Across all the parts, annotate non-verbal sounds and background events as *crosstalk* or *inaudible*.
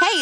Hey,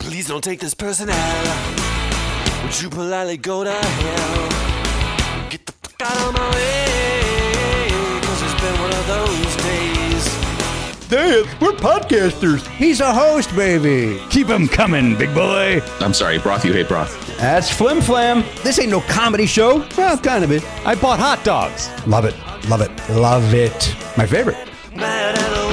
Please don't take this person out. Would you politely go to hell? Get the fuck out of my way. Cause it's been one of those days. Dad, we're podcasters. He's a host, baby. Keep 'em coming, big boy. I'm sorry, broth. You hate broth. That's Flim Flam. This ain't no comedy show. Well, kind of it. I bought hot dogs. Love it. Love it. Love it. My favorite. Mad at the world.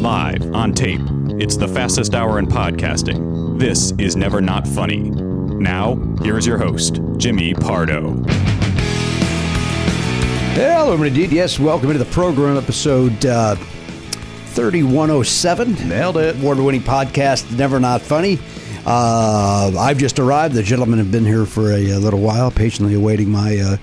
Live on tape. It's the fastest hour in podcasting. This is Never Not Funny. Now, here is your host, Jimmy Pardo. Hello, everyone. Indeed, yes. Welcome into the program, episode uh, 3107. Nailed it. Award winning podcast, Never Not Funny. Uh, I've just arrived. The gentlemen have been here for a, uh, little while, patiently awaiting my uh,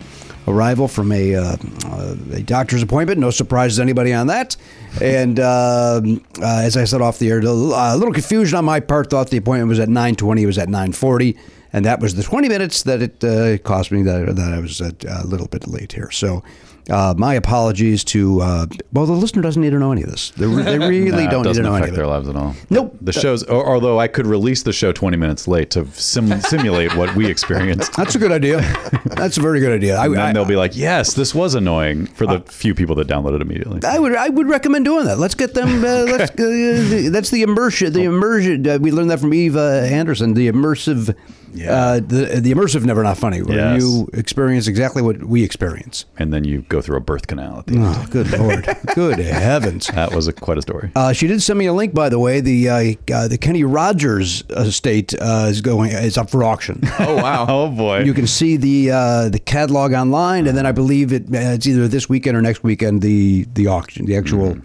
arrival from a, uh, uh, a doctor's appointment. No surprise to anybody on that. And um uh, as I said off the air, a little, uh, a little confusion on my part. Thought the appointment was at 920. It was at 940. And that was the 20 minutes that it uh, cost me that, that I was a, a little bit late here. So uh, my apologies to, uh, well, the listener doesn't need to know any of this. They, *laughs* re- they really Nah, it don't need to doesn't know any affect of their it. lives at all. Nope. The shows, al- although I could release the show 20 minutes late to sim- *laughs* simulate what we experienced. That's a good idea. *laughs* That's a very good idea. I, And then I, they'll be like, yes, this was annoying for Uh, the few people that downloaded immediately. I would I would recommend doing that. Let's get them. *laughs* Uh, let's, uh, that's the immersion. The immersion. Uh, we learned that from Eva Anderson. The immersive. Uh, the the immersive never not funny. Where Yes. you experience exactly what we experience. and then you go through a birth canal at the *laughs* end. Oh, good *laughs* lord. good heavens. That was a, quite a story. Uh, she did send me a link, by the way. The uh, uh, the Kenny Rogers estate uh, is going is up for auction. oh, wow. oh, boy. You can see the uh, the catalog online, and then I believe it, uh, it's either this weekend or next weekend the the auction, the actual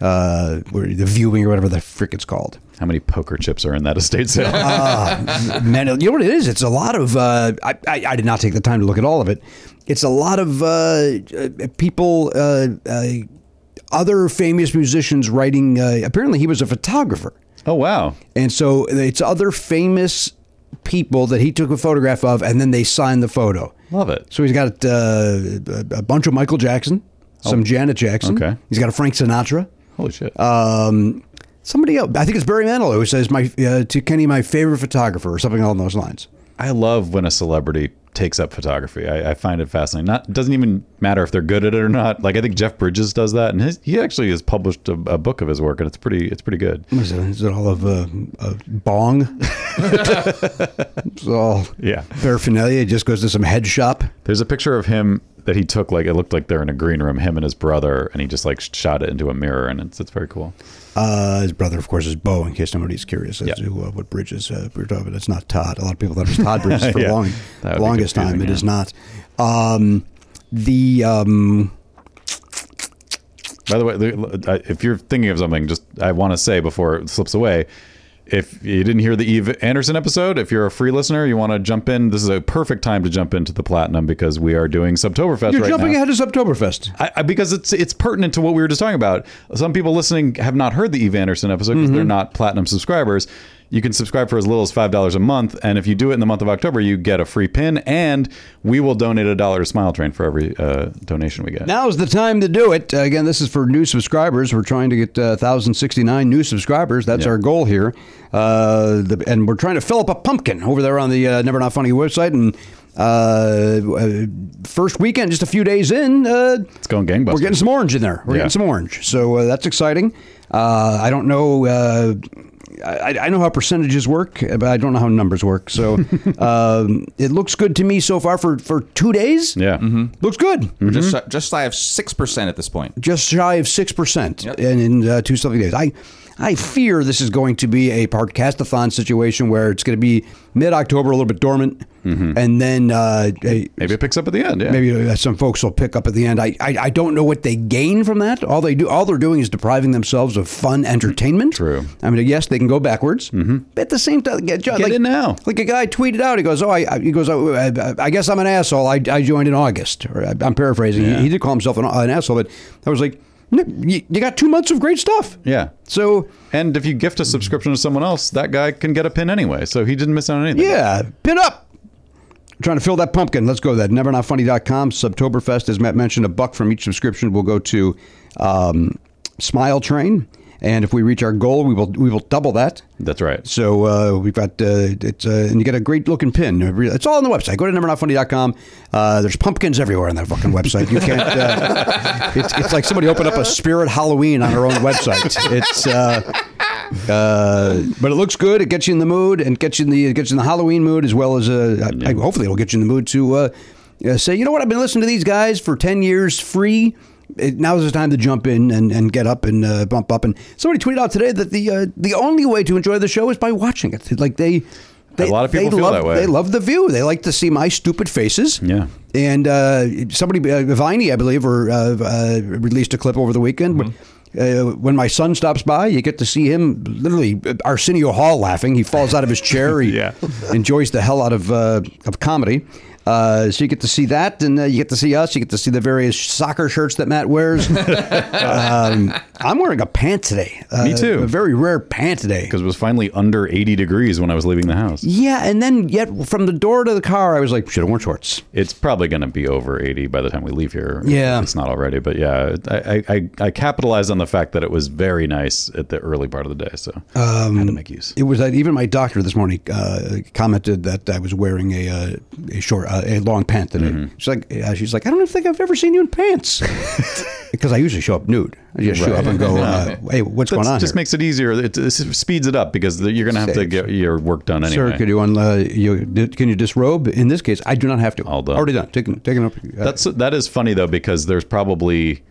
uh, where, the viewing or whatever the frick it's called. How many poker chips are in that *laughs* estate sale? Uh, Man, you know what it is? It's a lot of. Uh, I, I I did not take the time to look at all of it. It's a lot of uh, uh, people, uh, uh, other famous musicians writing. Uh, apparently, he was a photographer. *laughs* oh, wow. And so it's other famous people that he took a photograph of, and then they signed the photo. Love it. So he's got uh, a a bunch of Michael Jackson, some Janet Jackson. Oh. Okay. He's got a Frank Sinatra. Holy shit. Um, somebody else, I think it's Barry Manilow, who says my uh, to Kenny, my favorite photographer, or something along those lines. I love when a celebrity takes up photography. I, I find it fascinating. Not it doesn't even matter if they're good at it or not. Like I think Jeff Bridges does that, and his, he actually has published a, a book of his work, and it's pretty it's pretty good. What is it? Is it all of uh, uh, bong? *laughs* it's all Yeah. paraphernalia. It just goes to some head shop. There's a picture of him that he took. Like it looked like they're in a green room, him and his brother, and he just like shot it into a mirror, and it's it's very cool. Uh, his brother, of course, is Bo. In case nobody's curious as Yeah. to uh, what Bridges uh, we're talking about, it's not Todd. A lot of people thought it was Todd *laughs* Bridges for Yeah. the long, That would be longest time. confusing, It yeah. is not. Um, the um, By the way, the- I- if you're thinking of something, just I want to say before it slips away. If you didn't hear the Eve Anderson episode, if you're a free listener, you want to jump in. This is a perfect time to jump into the platinum because we are doing Subtoberfest you're right jumping now. ahead of Oktoberfest. I, I, because it's it's pertinent to what Mm-hmm. we were just talking about. Some people listening have not heard the Eve Anderson episode because they're not platinum subscribers. You can subscribe for as little as $5 a month. And if you do it in the month of October, you get a free pin. And we will donate a dollar to Smile Train for every uh, donation we get. Now's the time to do it. Uh, again, this is for new subscribers. We're trying to get uh, 1,069 new subscribers. That's Yeah. our goal here. Uh, the, and we're trying to fill up a pumpkin over there on the uh, Never Not Funny website. And uh, uh, first weekend, just a few days in, uh, It's going gangbusters. we're getting some orange in there. We're Yeah. getting some orange. So uh, that's exciting. Uh, I don't know. Uh, I, I know how percentages work, but I don't know how numbers work. So *laughs* um, it looks good to me so far for, for two days. yeah. Mm-hmm. Looks good Mm-hmm. Mm-hmm. We're Just si- just shy of six percent at this point. just shy of six percent Yep. in, in uh, two something days. I I fear this is going to be a podcastathon situation where it's going to be mid October, a little bit dormant, Mm-hmm. and then uh, eh, Maybe it picks up at the end. Yeah. maybe uh, some folks will pick up at the end. I, I I don't know what they gain from that. All they do, all they're doing is depriving themselves of fun entertainment. True. Mm-hmm. I mean, yes, they can go backwards, but at the same time, get, Get like, in now. Like a guy tweeted out, he goes, "Oh, I, I he goes, oh, I, I- I guess I'm an asshole. I, I joined in August." Or I, I'm paraphrasing. He, he did call himself an, an asshole, but I was like, "No, you, you got two months of great stuff." Yeah. So And if you gift a subscription to someone else, that guy can get a pin anyway. So he didn't miss out on anything. Yeah, pin up. Trying to fill that pumpkin. Let's go to that. NeverNotFunny.com. Subtoberfest, as Matt mentioned, a buck from each subscription will go to um, Smile Train. And if we reach our goal, we will we will double that. That's right. So uh, we've got uh, it's uh, and you get a great looking pin. Uh, It's all on the website. Go to numbernotfunny.com. Uh, there's pumpkins everywhere on that fucking website. You can't. Uh, *laughs* it's, it's like somebody opened up a Spirit Halloween on our own website. It's. Uh, uh, but it looks good. It gets you in the mood and gets you in the it gets you in the Halloween mood as well as uh, I, I- hopefully it'll get you in the mood to uh, uh, say you know what I've been listening to these guys for ten years free. It, now's the time to jump in and, and get up and uh, bump up. And somebody tweeted out today that the uh, the only way to enjoy the show is by watching it. Like they. They, lot of people they feel love, that way. They love the view. They like to see my stupid faces. Yeah. And uh, somebody, uh, Viney, I believe, or uh, uh, released a clip over the weekend. Uh, when my son stops by, you get to see him literally uh, Arsenio Hall laughing. He falls out of his *laughs* chair. He Yeah. enjoys the hell out of uh, of comedy. Uh, so you get to see that, and uh, you get to see us. You get to see the various soccer shirts that Matt wears. *laughs* um, I'm wearing a pant today. Uh, Me too. A very rare pant today. Because it was finally under 80 degrees when I was leaving the house. Yeah, and then yet from the door to the car, I was like, should have worn shorts. It's probably going to be over 80 by the time we leave here. Yeah. If It's not already, but yeah, I, I- I, I capitalized on the fact that it was very nice at the early part of the day. So Um, I had to make use. It was that even my doctor this morning uh, commented that I was wearing a uh, a short uh, a long pant today. Mm-hmm. She's like uh, she's like I don't think I've ever seen you in *laughs* pants because I usually show up nude. I just show up and go, uh, hey, what's That going on? just here? makes it easier. It, it speeds it up because you're going to have to Saves. get your work done anyway. Sir, could you, unla- you di- can you disrobe? In this case, I do not have to. All done. Already done. Taken taken up. uh, That's that is funny though because there's probably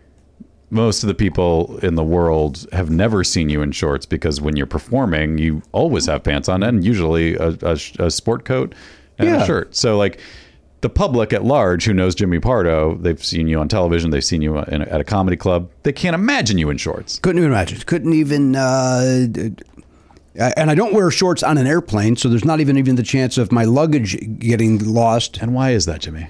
most of the people in the world have never seen you in shorts because when you're performing, you always have pants on and usually a, a, sh- a sport coat and Yeah. a shirt. So like the public at large who knows Jimmy Pardo, they've seen you on television, they've seen you in, at a comedy club. They can't imagine you in shorts. couldn't even imagine. Couldn't even. Uh, d- uh, and I don't wear shorts on an airplane, so there's not even even the chance of my luggage getting lost. And why is that, Jimmy?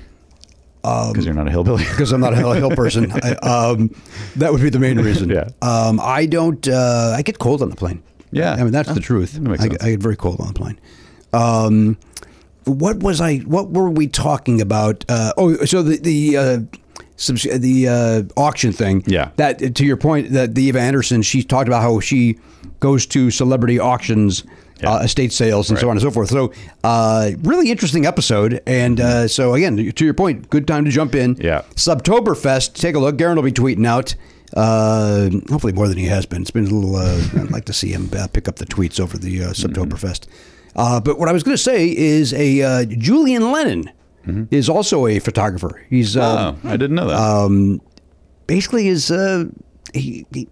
Because you're not a hillbilly. because I'm not a hill, hill *laughs* person. I, um, that would be the main reason. Yeah. Um, I don't. Uh, I get cold on the plane. Yeah. Oh, I mean that's the truth. that makes I, sense. I get very cold on the plane. Um, what was I? What were we talking about? Uh, oh, so the the. Uh, subs- the uh, auction thing. Yeah. That to your point that the Eva Anderson, she talked about how she goes to celebrity auctions, uh, estate sales, and so on and so forth. So, uh, really interesting episode. And uh, so again, to your point, good time to jump in. Yeah. Subtoberfest. Take a look. Garen will be tweeting out. Uh, hopefully more than he has been. It's been a little. Uh, I'd like to see him uh, pick up the tweets over the uh, Subtoberfest. Uh, but what I was going to say is a uh, Julian Lennon is also a photographer. He's uh, oh, I didn't know that. basically is uh, he, he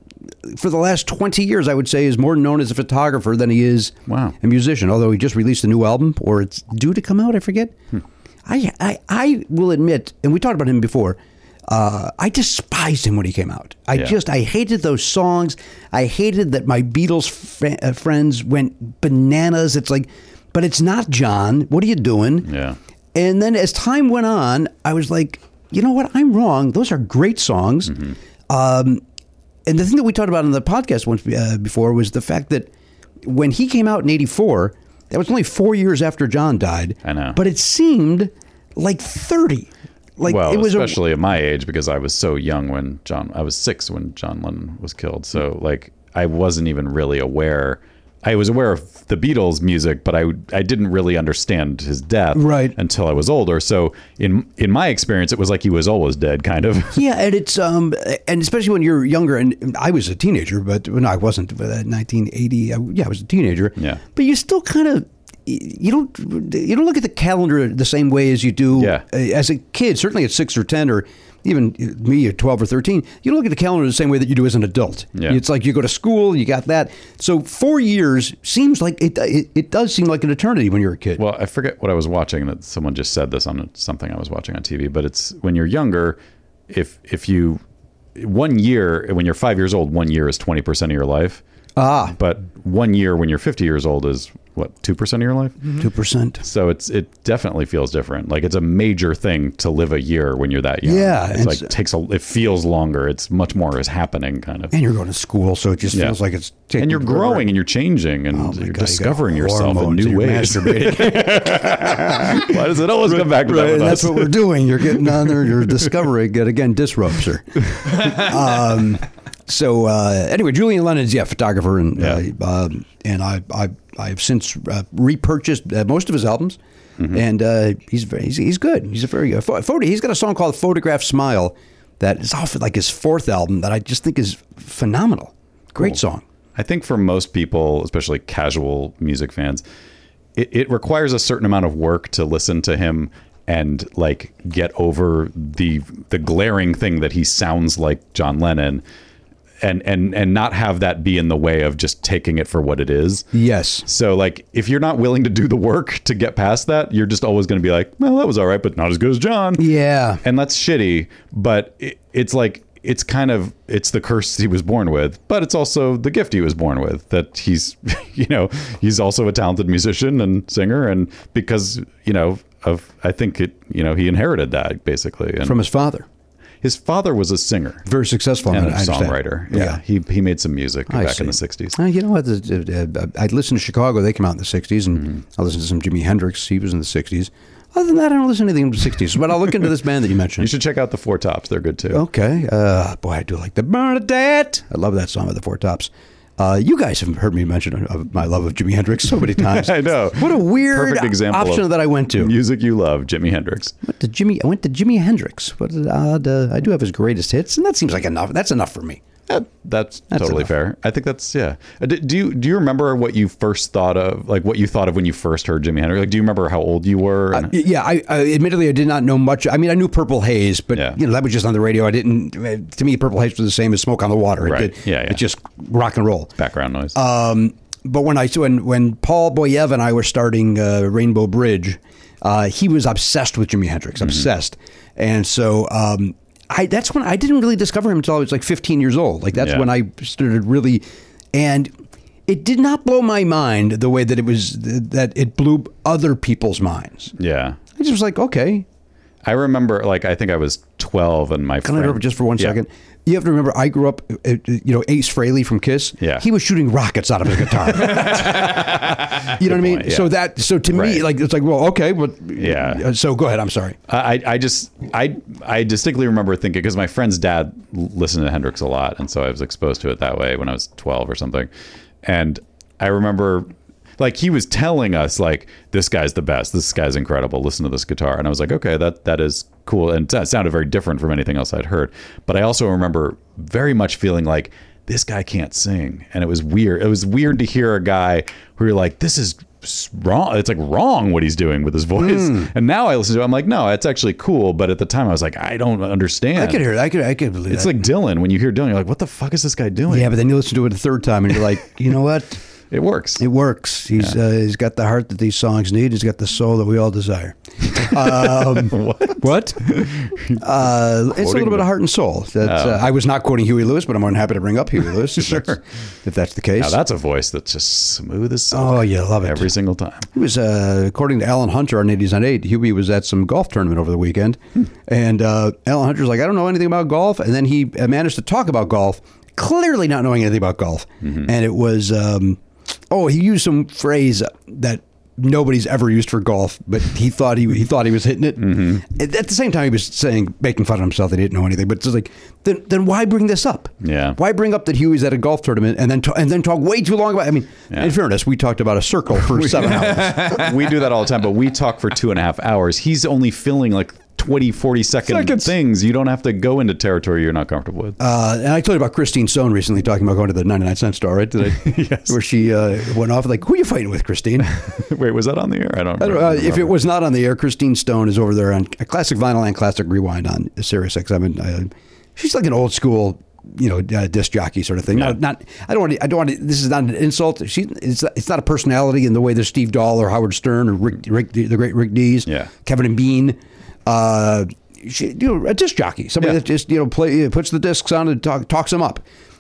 for the last 20 years i would say is more known as a photographer than he is Wow. a musician although he just released a new album or it's due to come out i forget Hmm. I, I i will admit and we talked about him before uh, I despised him when he came out. I Yeah. just I hated those songs. I hated that my Beatles fr- uh, friends went bananas. It's like, but it's not John. What are you doing? Yeah. And then as time went on, I was like, you know what? I'm wrong. Those are great songs. Mm-hmm. Um, and the thing that we talked about on the podcast once uh, before was the fact that when he came out in 84, that was only four years after John died. I know. But it seemed like 30. Like well, it was a- especially at my age because I was so young when John, I was six when John Lennon was killed. Hmm. So like I wasn't even really aware. I was aware of the Beatles music, but I I didn't really understand his death Right. until I was older. So in in my experience, it was like he was always dead, kind of. *laughs* Yeah, and it's um, and especially when you're younger, and I was a teenager, but no, I wasn't. But uh, 1980, I, yeah, I was a teenager. Yeah. but you still kind of you don't you don't look at the calendar the same way as you do Yeah. uh, as a kid. Certainly at six or ten, or even uh, me at 12 or 13, you don't look at the calendar the same way that you do as an adult. Yeah. It's like you go to school, you got that. So four years seems like it. It, it does seem like an eternity when you're a kid. Well, I forget what I was watching that someone just said this on something I was watching on TV, but it's when you're younger, if if you one year when you're 5 years old, 1 year is 20% of your life. Ah. But 1 year when you're 50 years old is what 2% of your life? Two percent. So it's it definitely feels different. Like it's a major thing to live a year when you're that young. Yeah, It's and like so- takes a it feels longer. It's much more is happening kind of. And you're going to school, so it just Yeah. feels like it's taking And you're forever. growing and you're changing and Oh my God, you're you got discovering yourself in hormones and new you're ways. *laughs* masturbating. Why does it always come back to *laughs* that? Right, with and us? that's what we're doing. You're getting on there. *laughs* You're discovering it again. Disrupts her. Um, so uh, anyway, Julian Lennon's yeah, photographer, and Yeah. uh, um, and I I I have since uh, repurchased uh, most of his albums, Mm-hmm. and uh, he's, very- he's he's good. He's a very uh, pho- photo. He's got a song called "Photograph Smile" that is off like his fourth album that I just think is phenomenal. Great song. I think for most people, especially casual music fans, it, it requires a certain amount of work to listen to him and like get over the the glaring thing that he sounds like John Lennon and and and not have that be in the way of just taking it for what it is. Yes. So like if you're not willing to do the work to get past that, you're just always going to be like, well, that was all right, but not as good as John Yeah. and that's shitty but it, it's like it's kind of it's the curse he was born with but it's also the gift he was born with that he's *laughs* you know he's also a talented musician and singer and because you know of i think it you know he inherited that basically and From his father, his father was a singer very successful and a I understand. songwriter yeah, he he made some music I back in the see. 60s Uh, you know what? the- uh, uh, I listened to Chicago. They came out in the 60s, and Mm-hmm. I listened to some Jimi Hendrix. He was in the 60s. Other than that, I don't listen to anything in the 60s. But I'll look into this band that you mentioned. *laughs* you should check out the four tops they're good too *laughs* Okay. Uh, boy, I do like the Bernadette. I love that song by the Four Tops. Uh, you guys have heard me mention of my love of Jimi Hendrix so *laughs* many times. i know What a weird perfect example of option that I went to. music you love jimi hendrix Went to Jimmy, I went to Jimi Hendrix. What an odd. Uh, I do have his greatest hits, and that seems like enough. That's enough for me. That, that's, That's totally enough. fair. I think that's yeah. Uh, Do, do you do you remember what you first thought of, like what you thought of when you first heard Jimi Hendrix? Like, do you remember how old you were? Uh, y- yeah, I, I admittedly I did not know much. I mean, I knew Purple Haze, but Yeah. you know that was just on the radio. I didn't. To me, Purple Haze was the same as Smoke on the Water. It Right. did- Yeah, yeah. It's just rock and roll. Background noise. Uh, But when I when when Paul Boyev and I were starting uh, Rainbow Bridge, uh, he was obsessed with Jimi Hendrix, Mm-hmm. obsessed, and so. Um, I, that's when I didn't really discover him until I was like 15 years old. Like that's Yeah. when I started really, and it did not blow my mind the way that it was that it blew other people's minds. yeah, I just was like, okay, I remember. Like, I think I was twelve, and my Can I friend, interrupt just for one Yeah. second? You have to remember, I grew up, uh, uh, you know, Ace Frehley from Kiss. Yeah. he was shooting rockets out of his *laughs* guitar. you know what I mean? point, yeah. So that, so to me, Right. like it's like, well, okay, but Yeah. uh, So go ahead. I'm sorry. I, I just I I distinctly remember thinking because my friend's dad l- listened to Hendrix a lot, and so I was exposed to it that way when I was twelve or something. And I remember like he was telling us like this guy's the best, this guy's incredible. Listen to this guitar, and I was like, okay, that that is cool, and that sounded very different from anything else I'd heard. But I also remember very much feeling like this guy can't sing, and it was weird. It was weird to hear a guy who you're like, this is s- wrong. It's like wrong what he's doing with his voice. Hmm. And now I listen to it. I'm like, no, it's actually cool. But at the time I was like, I don't understand. I could hear. I could. I could believe Uh, it's that. like Dylan. When you hear Dylan, you're like, what the fuck is this guy doing? yeah, but then you listen to it a third time, and you're *laughs* like, you know what? it works. It works. He's uh, he's got the heart that these songs need. He's got the soul that we all desire. Um, what? *laughs* Uh, it's a little bit of heart and soul. That's, Oh. uh, I was not quoting Huey Lewis, but I'm more than happy to bring up Huey Lewis. *laughs* if, that's, if that's the case. now that's a voice that's just smooth as silk. Oh, you love it. every single time. He was, uh, according to Alan Hunter on 80s on 8, Hubie was at some golf tournament over the weekend. And uh, Alan Hunter's like, I don't know anything about golf. And then he uh, managed to talk about golf, clearly not knowing anything about golf. And it was, um, oh, he used some phrase that nobody's ever used for golf, but he thought he he thought he was hitting it. At, at the same time, he was saying making fun of himself. That he didn't know anything, but it's just like then then why bring this up? Yeah. why bring up that he was at a golf tournament and then ta- and then talk way too long about? I mean, in fairness, we talked about a circle for seven hours. we do that all the time, but we talk for two and a half hours. He's only filling like 20, 40 second Seconds. things. You don't have to go into territory you're not comfortable with. Uh, and I told you about Christine Stone recently talking about going to the 99 cent store, right? Did I, *laughs* Yes. Where she uh, went off like, who are you fighting with, *laughs* Christine? *laughs* Wait, was that on the air? I don't. I don't, remember. uh, if it was not on the air, Christine Stone is over there on a classic vinyl and classic rewind on Sirius XM. And uh, she's like an old school, you know, uh, disc jockey sort of thing. Not, not I don't want to, I don't want to, this is not an insult. She, it's, it's not a personality in the way that Steve Dahl or Howard Stern or Rick, Rick the great Rick Dees, Yeah. Kevin and Bean. Uh, she, you know, a disc jockey, somebody Yeah. that just you know play puts the discs on and talk, talks them up.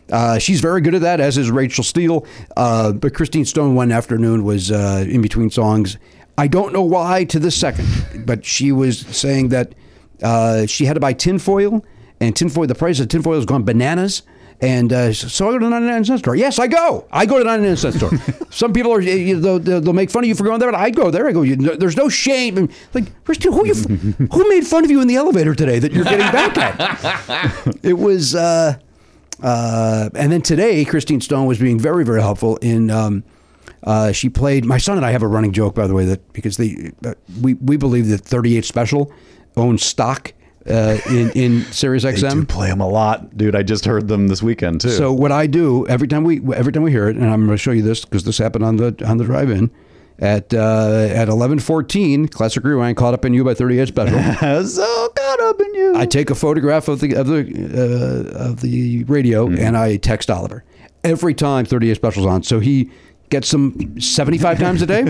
Uh, she's very good at that, as is Rachel Steele. Uh, but Christine Stone one afternoon was uh, in between songs. I don't know why to this second, but she was saying that uh, she had to buy tinfoil, and tinfoil the price of tinfoil has gone bananas. And uh, so I go to the 99 cent store. Yes, I go. I go to the 99 cent store. Some people are you, they'll, they'll they'll make fun of you for going there, but I go there. I go. You, no, there's no shame. And like, Christine, who you, who made fun of you in the elevator today that you're getting back at? it was. Uh, uh, and then today, Christine Stone was being very, very helpful in. Um, uh, she played. My son and I have a running joke, by the way, that because they uh, we we believe that 38 Special owns stock uh, in *laughs* in Sirius They do XM. play them a lot, dude. I just heard them this weekend too. So what I do every time we every time we hear it, and I'm going to show you this because this happened on the on the drive-in at uh, at 11:14, Classic Rewind caught up in you by 38 Special. so caught up in you. I take a photograph of the of the uh, of the radio and I text Oliver every time 38 specials on. So he gets them 75 times a day.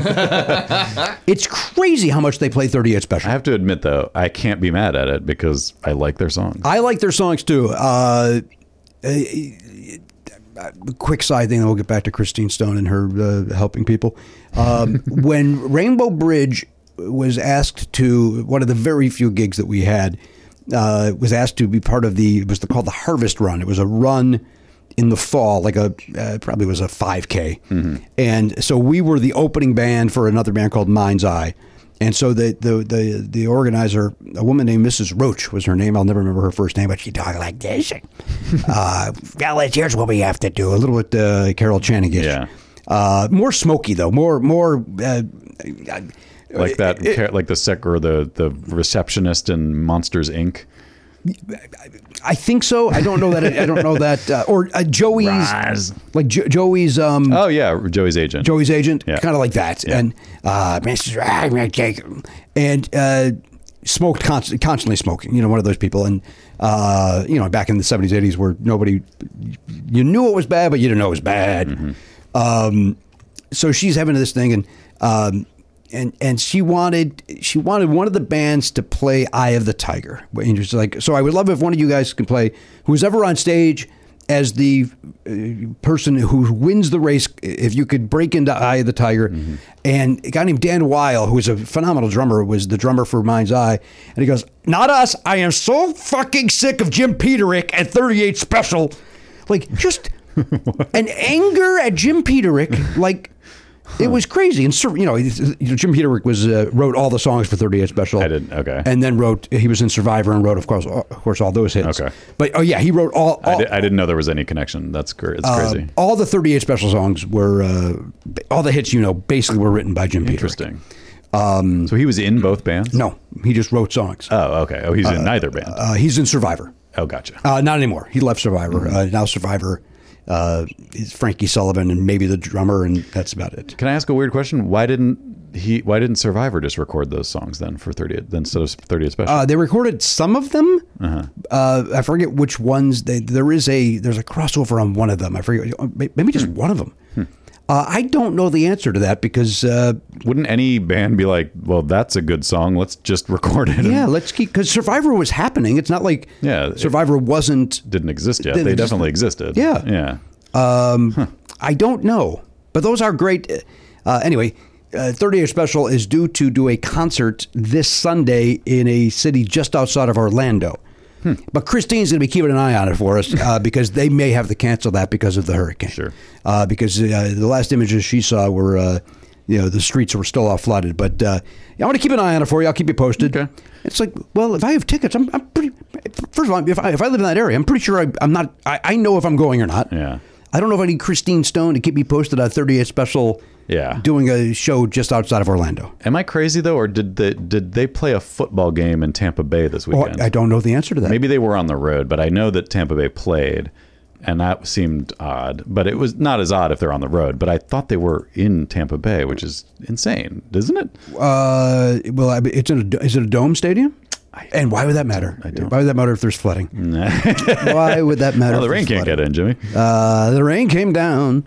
it's crazy how much they play 38 I specials. have to admit though, I can't be mad at it because I like their songs. I like their songs too. Uh, a quick side thing, then we'll get back to Christine Stone and her uh, helping people. Um, when Rainbow Bridge was asked to one of the very few gigs that we had uh, was asked to be part of the it was called the Harvest Run. It was a run in the fall, like a uh, probably was a 5K, and so we were the opening band for another band called Mind's Eye. And so the, the the the organizer, a woman named Mrs. Roach was her name. I'll never remember her first name, but she talked like this. uh, fellas, here's what we have to do. A little bit uh, Carol Channing. Yeah. Uh, more smoky though. More more. Uh, like that, ca- like the sec or the the receptionist in Monsters Mm. Inc. I think so. I don't know that. I don't know that. Uh, or uh, Joey's Rise. like jo- Joey's um Oh yeah, Joey's agent. Joey's agent, Yeah. kind of like that. And uh, Mrs. I'm gonna take him. and uh, smoked const- constantly smoking. You know, one of those people. And uh, you know, back in the seventies, eighties, where nobody you knew it was bad, but you didn't know it was bad. Mm-hmm. Um, so she's having this thing, and um, and and she wanted she wanted one of the bands to play "Eye of the Tiger." And she's like, so I would love if one of you guys can play who's ever on stage as the uh, person who wins the race. If you could break into "Eye of the Tiger," and a guy named Dan Weil, who was a phenomenal drummer, was the drummer for Mind's Eye, and he goes, "Not us. I am so fucking sick of Jim Peterick at 38 Special." *laughs* Like just an anger at Jim Peterick, *laughs* like it was crazy. And Sur- you know, it's- it's- you know, Jim Peterick was uh, wrote all the songs for 38 Special. I didn't- okay. And then wrote he was in Survivor and wrote of course of course all those hits. Okay. But oh yeah, he wrote all. all I, di- I didn't know there was any connection. That's cr- it's oh. uh, crazy. all the 38 special songs were uh, ba- all the hits you know basically were written by Jim Peterick. Interesting. so he was in both bands. Um, No, he just wrote songs. Oh, okay. Oh, he's in neither band. Uh, he's in Survivor. oh, gotcha. Uh, not anymore. He left Survivor. Mm-hmm. Uh, now Survivor uh, is Frankie Sullivan and maybe the drummer, and that's about it. Can I ask a weird question? Why didn't he? Why didn't Survivor just record those songs then for 30 instead of 30 special? Uh, they recorded some of them. uh I forget which ones. They, there is a there's a crossover on one of them. I forget. uh, Maybe just one of them. Uh, I don't know the answer to that because uh, Wouldn't any band be like, well, that's a good song. Let's just record it. and yeah, let's keep because Survivor was happening. It's not like Yeah, it- Survivor wasn't. didn't exist yet. Then They it just- definitely existed. Yeah. Yeah. I don't know, but those are great. Uh, anyway, uh, 30 Year Special is due to do a concert this Sunday in a city just outside of Orlando. But Christine's going to be keeping an eye on it for us uh, because they may have to cancel that because of the hurricane. Sure. Uh, because uh, the last images she saw were, uh, you know, the streets were still all flooded. But uh, I'm going to keep an eye on it for you. I'll keep you posted. Okay. It's like, well, if I have tickets, I'm, I'm pretty. First of all, if I, if I live in that area, I'm pretty sure I, I'm not. I, I know if I'm going or not. Yeah. I don't know if I need Christine Stone to keep me posted on 38 Special. Yeah. Doing a show just outside of Orlando. Am I crazy though, or did they did they play a football game in Tampa Bay this Oh, weekend? I don't know the answer to that. Maybe they were on the road, but I know that Tampa Bay played, and that seemed odd. But it was not as odd if they're on the road. But I thought they were in Tampa Bay, which is insane, isn't it? Uh, well, I- it's in a, is it a dome stadium? and why would that matter? Why would that matter if there's *laughs* flooding? why would that matter? Well, the if rain there's can't get in, Jimmy. Uh, the rain came down.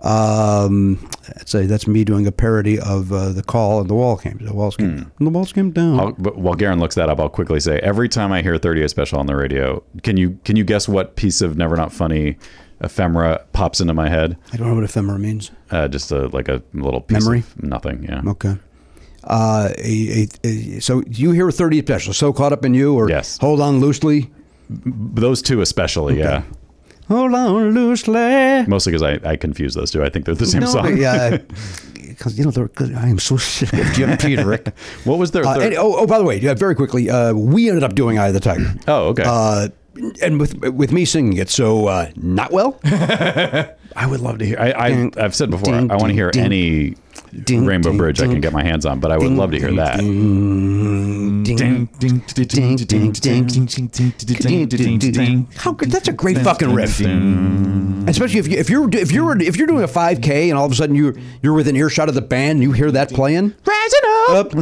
Um, that's a, that's me doing a parody of uh, the call and the wall came. The walls came. Hmm. down. The walls came down. I'll, but while Garen looks that up, I'll quickly say every time I hear 38 special on the radio, can you can you guess what piece of Never Not Funny ephemera pops into my head? I don't know what ephemera means. Uh, just a, like a little piece Memory? of nothing. Yeah. Okay. Uh, a, a, a, so you hear 30 special, so caught up in you, or Yes. hold on loosely, Those two especially. Yeah. hold on loosely. Mostly because I, I confuse those two. I think they're the same No, song. yeah, because you know, they're- 'cause I am so sick of Jim *laughs* Peterick. *laughs* What was their? Uh, third- and- oh, oh, by the way, yeah, very quickly, uh, we ended up doing "Eye of the Tiger." Oh, okay. Uh, and with with me singing it, so uh, not well. I would love to hear. I, I Ding, I've said before. ding, I want to ding, hear ding. any Ding, Rainbow ding, Bridge I can ding. get my hands on, but I would love to hear that. How good! That's a great fucking riff. Especially if you, if you're if you're if you're doing a 5K and all of a sudden you you're within earshot of the band, and you hear that playing. Rising up,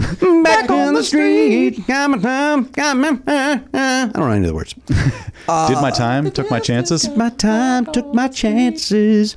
back on the street. Come on, come, come on, uh, uh. I don't know any of the words. Did my time, took my chances, my time, took my chances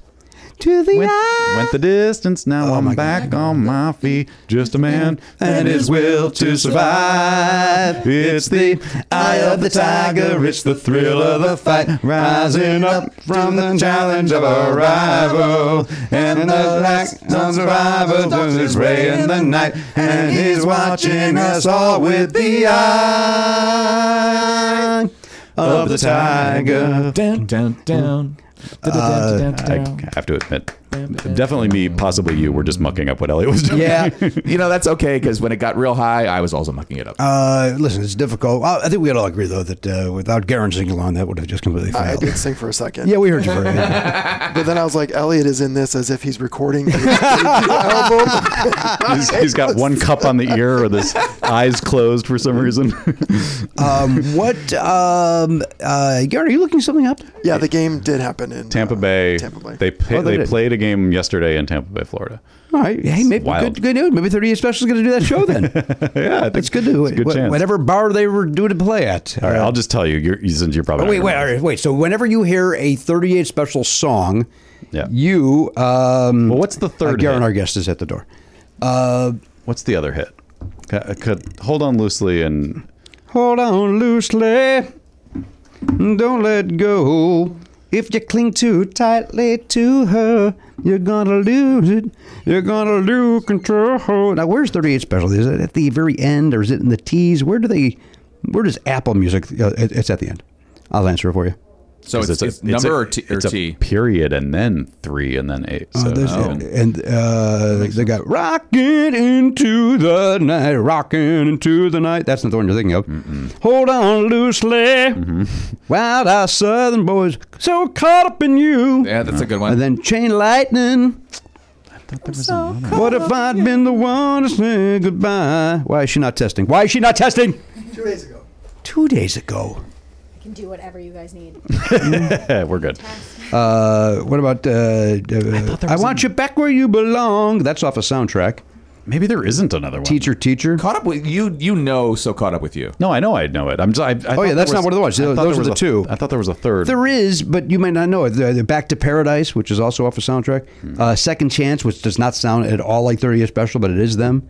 to the went, eye. went the distance. Now I'm back on my feet, just a man Oh and his will to survive. It's the eye of the tiger, it's the thrill of the fight, rising up from the challenge of a rival. And the lack of survival turns its ray in the night, and he's watching us all with the eye of the tiger. Mm. Uh, Down, down, down. I have to admit, definitely me, possibly you were just mucking up what Elliot was doing. Yeah. *laughs* You know, that's okay because when it got real high, I was also mucking it up. Uh, listen, it's difficult. I, I think we all agree, though, that uh, without Garen singing along, that would have just completely I failed. did sing for a second. yeah, we heard you. For *laughs* it. But then I was like, Elliot is in this as if he's recording a debut *laughs* album. *laughs* He's- he's got *laughs* one cup on the ear or this eyes closed for some *laughs* reason. um, what, um, uh, Garen, are you looking something up? yeah, the game did happen in Tampa uh, Bay. Tampa Bay. They pa- Oh, they they, did. played a game yesterday in Tampa Bay, Florida. All right. Hey, maybe wild. good, good news. Maybe 38 Special is going to do that show *laughs* then. Yeah, I think That's good to it's a good wh- chance. Whatever bar they were due to play at. All right, Uh, I'll just tell you. You're, you- since you're probably Oh, not wait, wait, gonna- all right, wait. So whenever you hear a 38 special song, Yeah. you. Um, Well, what's the uh, third? Garen, hit? our guest, is at the door. Uh, What's the other hit? C- Could hold on loosely and hold on loosely. Don't let go. If you cling too tightly to her, you're gonna lose it. You're gonna lose control. Now, where's 38 special? Is it at the very end, or is it in the T's? Where do they? Where does Apple Music? Uh, it- it's at the end. I'll answer it for you. so it's, a- it's number a- or, t- or it's a T. period and then three and then eight. So Uh, there's- oh. And uh, they got rocking into the night, rocking into the night. That's not the one you're thinking of. Hold on loosely, wild eye southern boys, so caught up in you. Yeah, that's a good one. And then chain lightning. there was another- What if i had been the one to say goodbye? Why is she not testing? Why is she not testing? Two days ago. Two days ago. can do whatever you guys need. Yeah, we're good. Uh, what about? Uh, uh, I, want you back where you belong. That's off a soundtrack. Maybe there isn't another one. Teacher, teacher. Caught up with you. You know, so caught up with you. No, I know I know it. I'm just, I, I thought Oh, yeah, there that's was- not one of the ones. I thought Those there are was the a- two. I thought there was a third. There is, but you may not know it. The, the Back to Paradise, which is also off a soundtrack. Hmm. Uh, Second Chance, which does not sound at all like 30 Year Special, but it is them.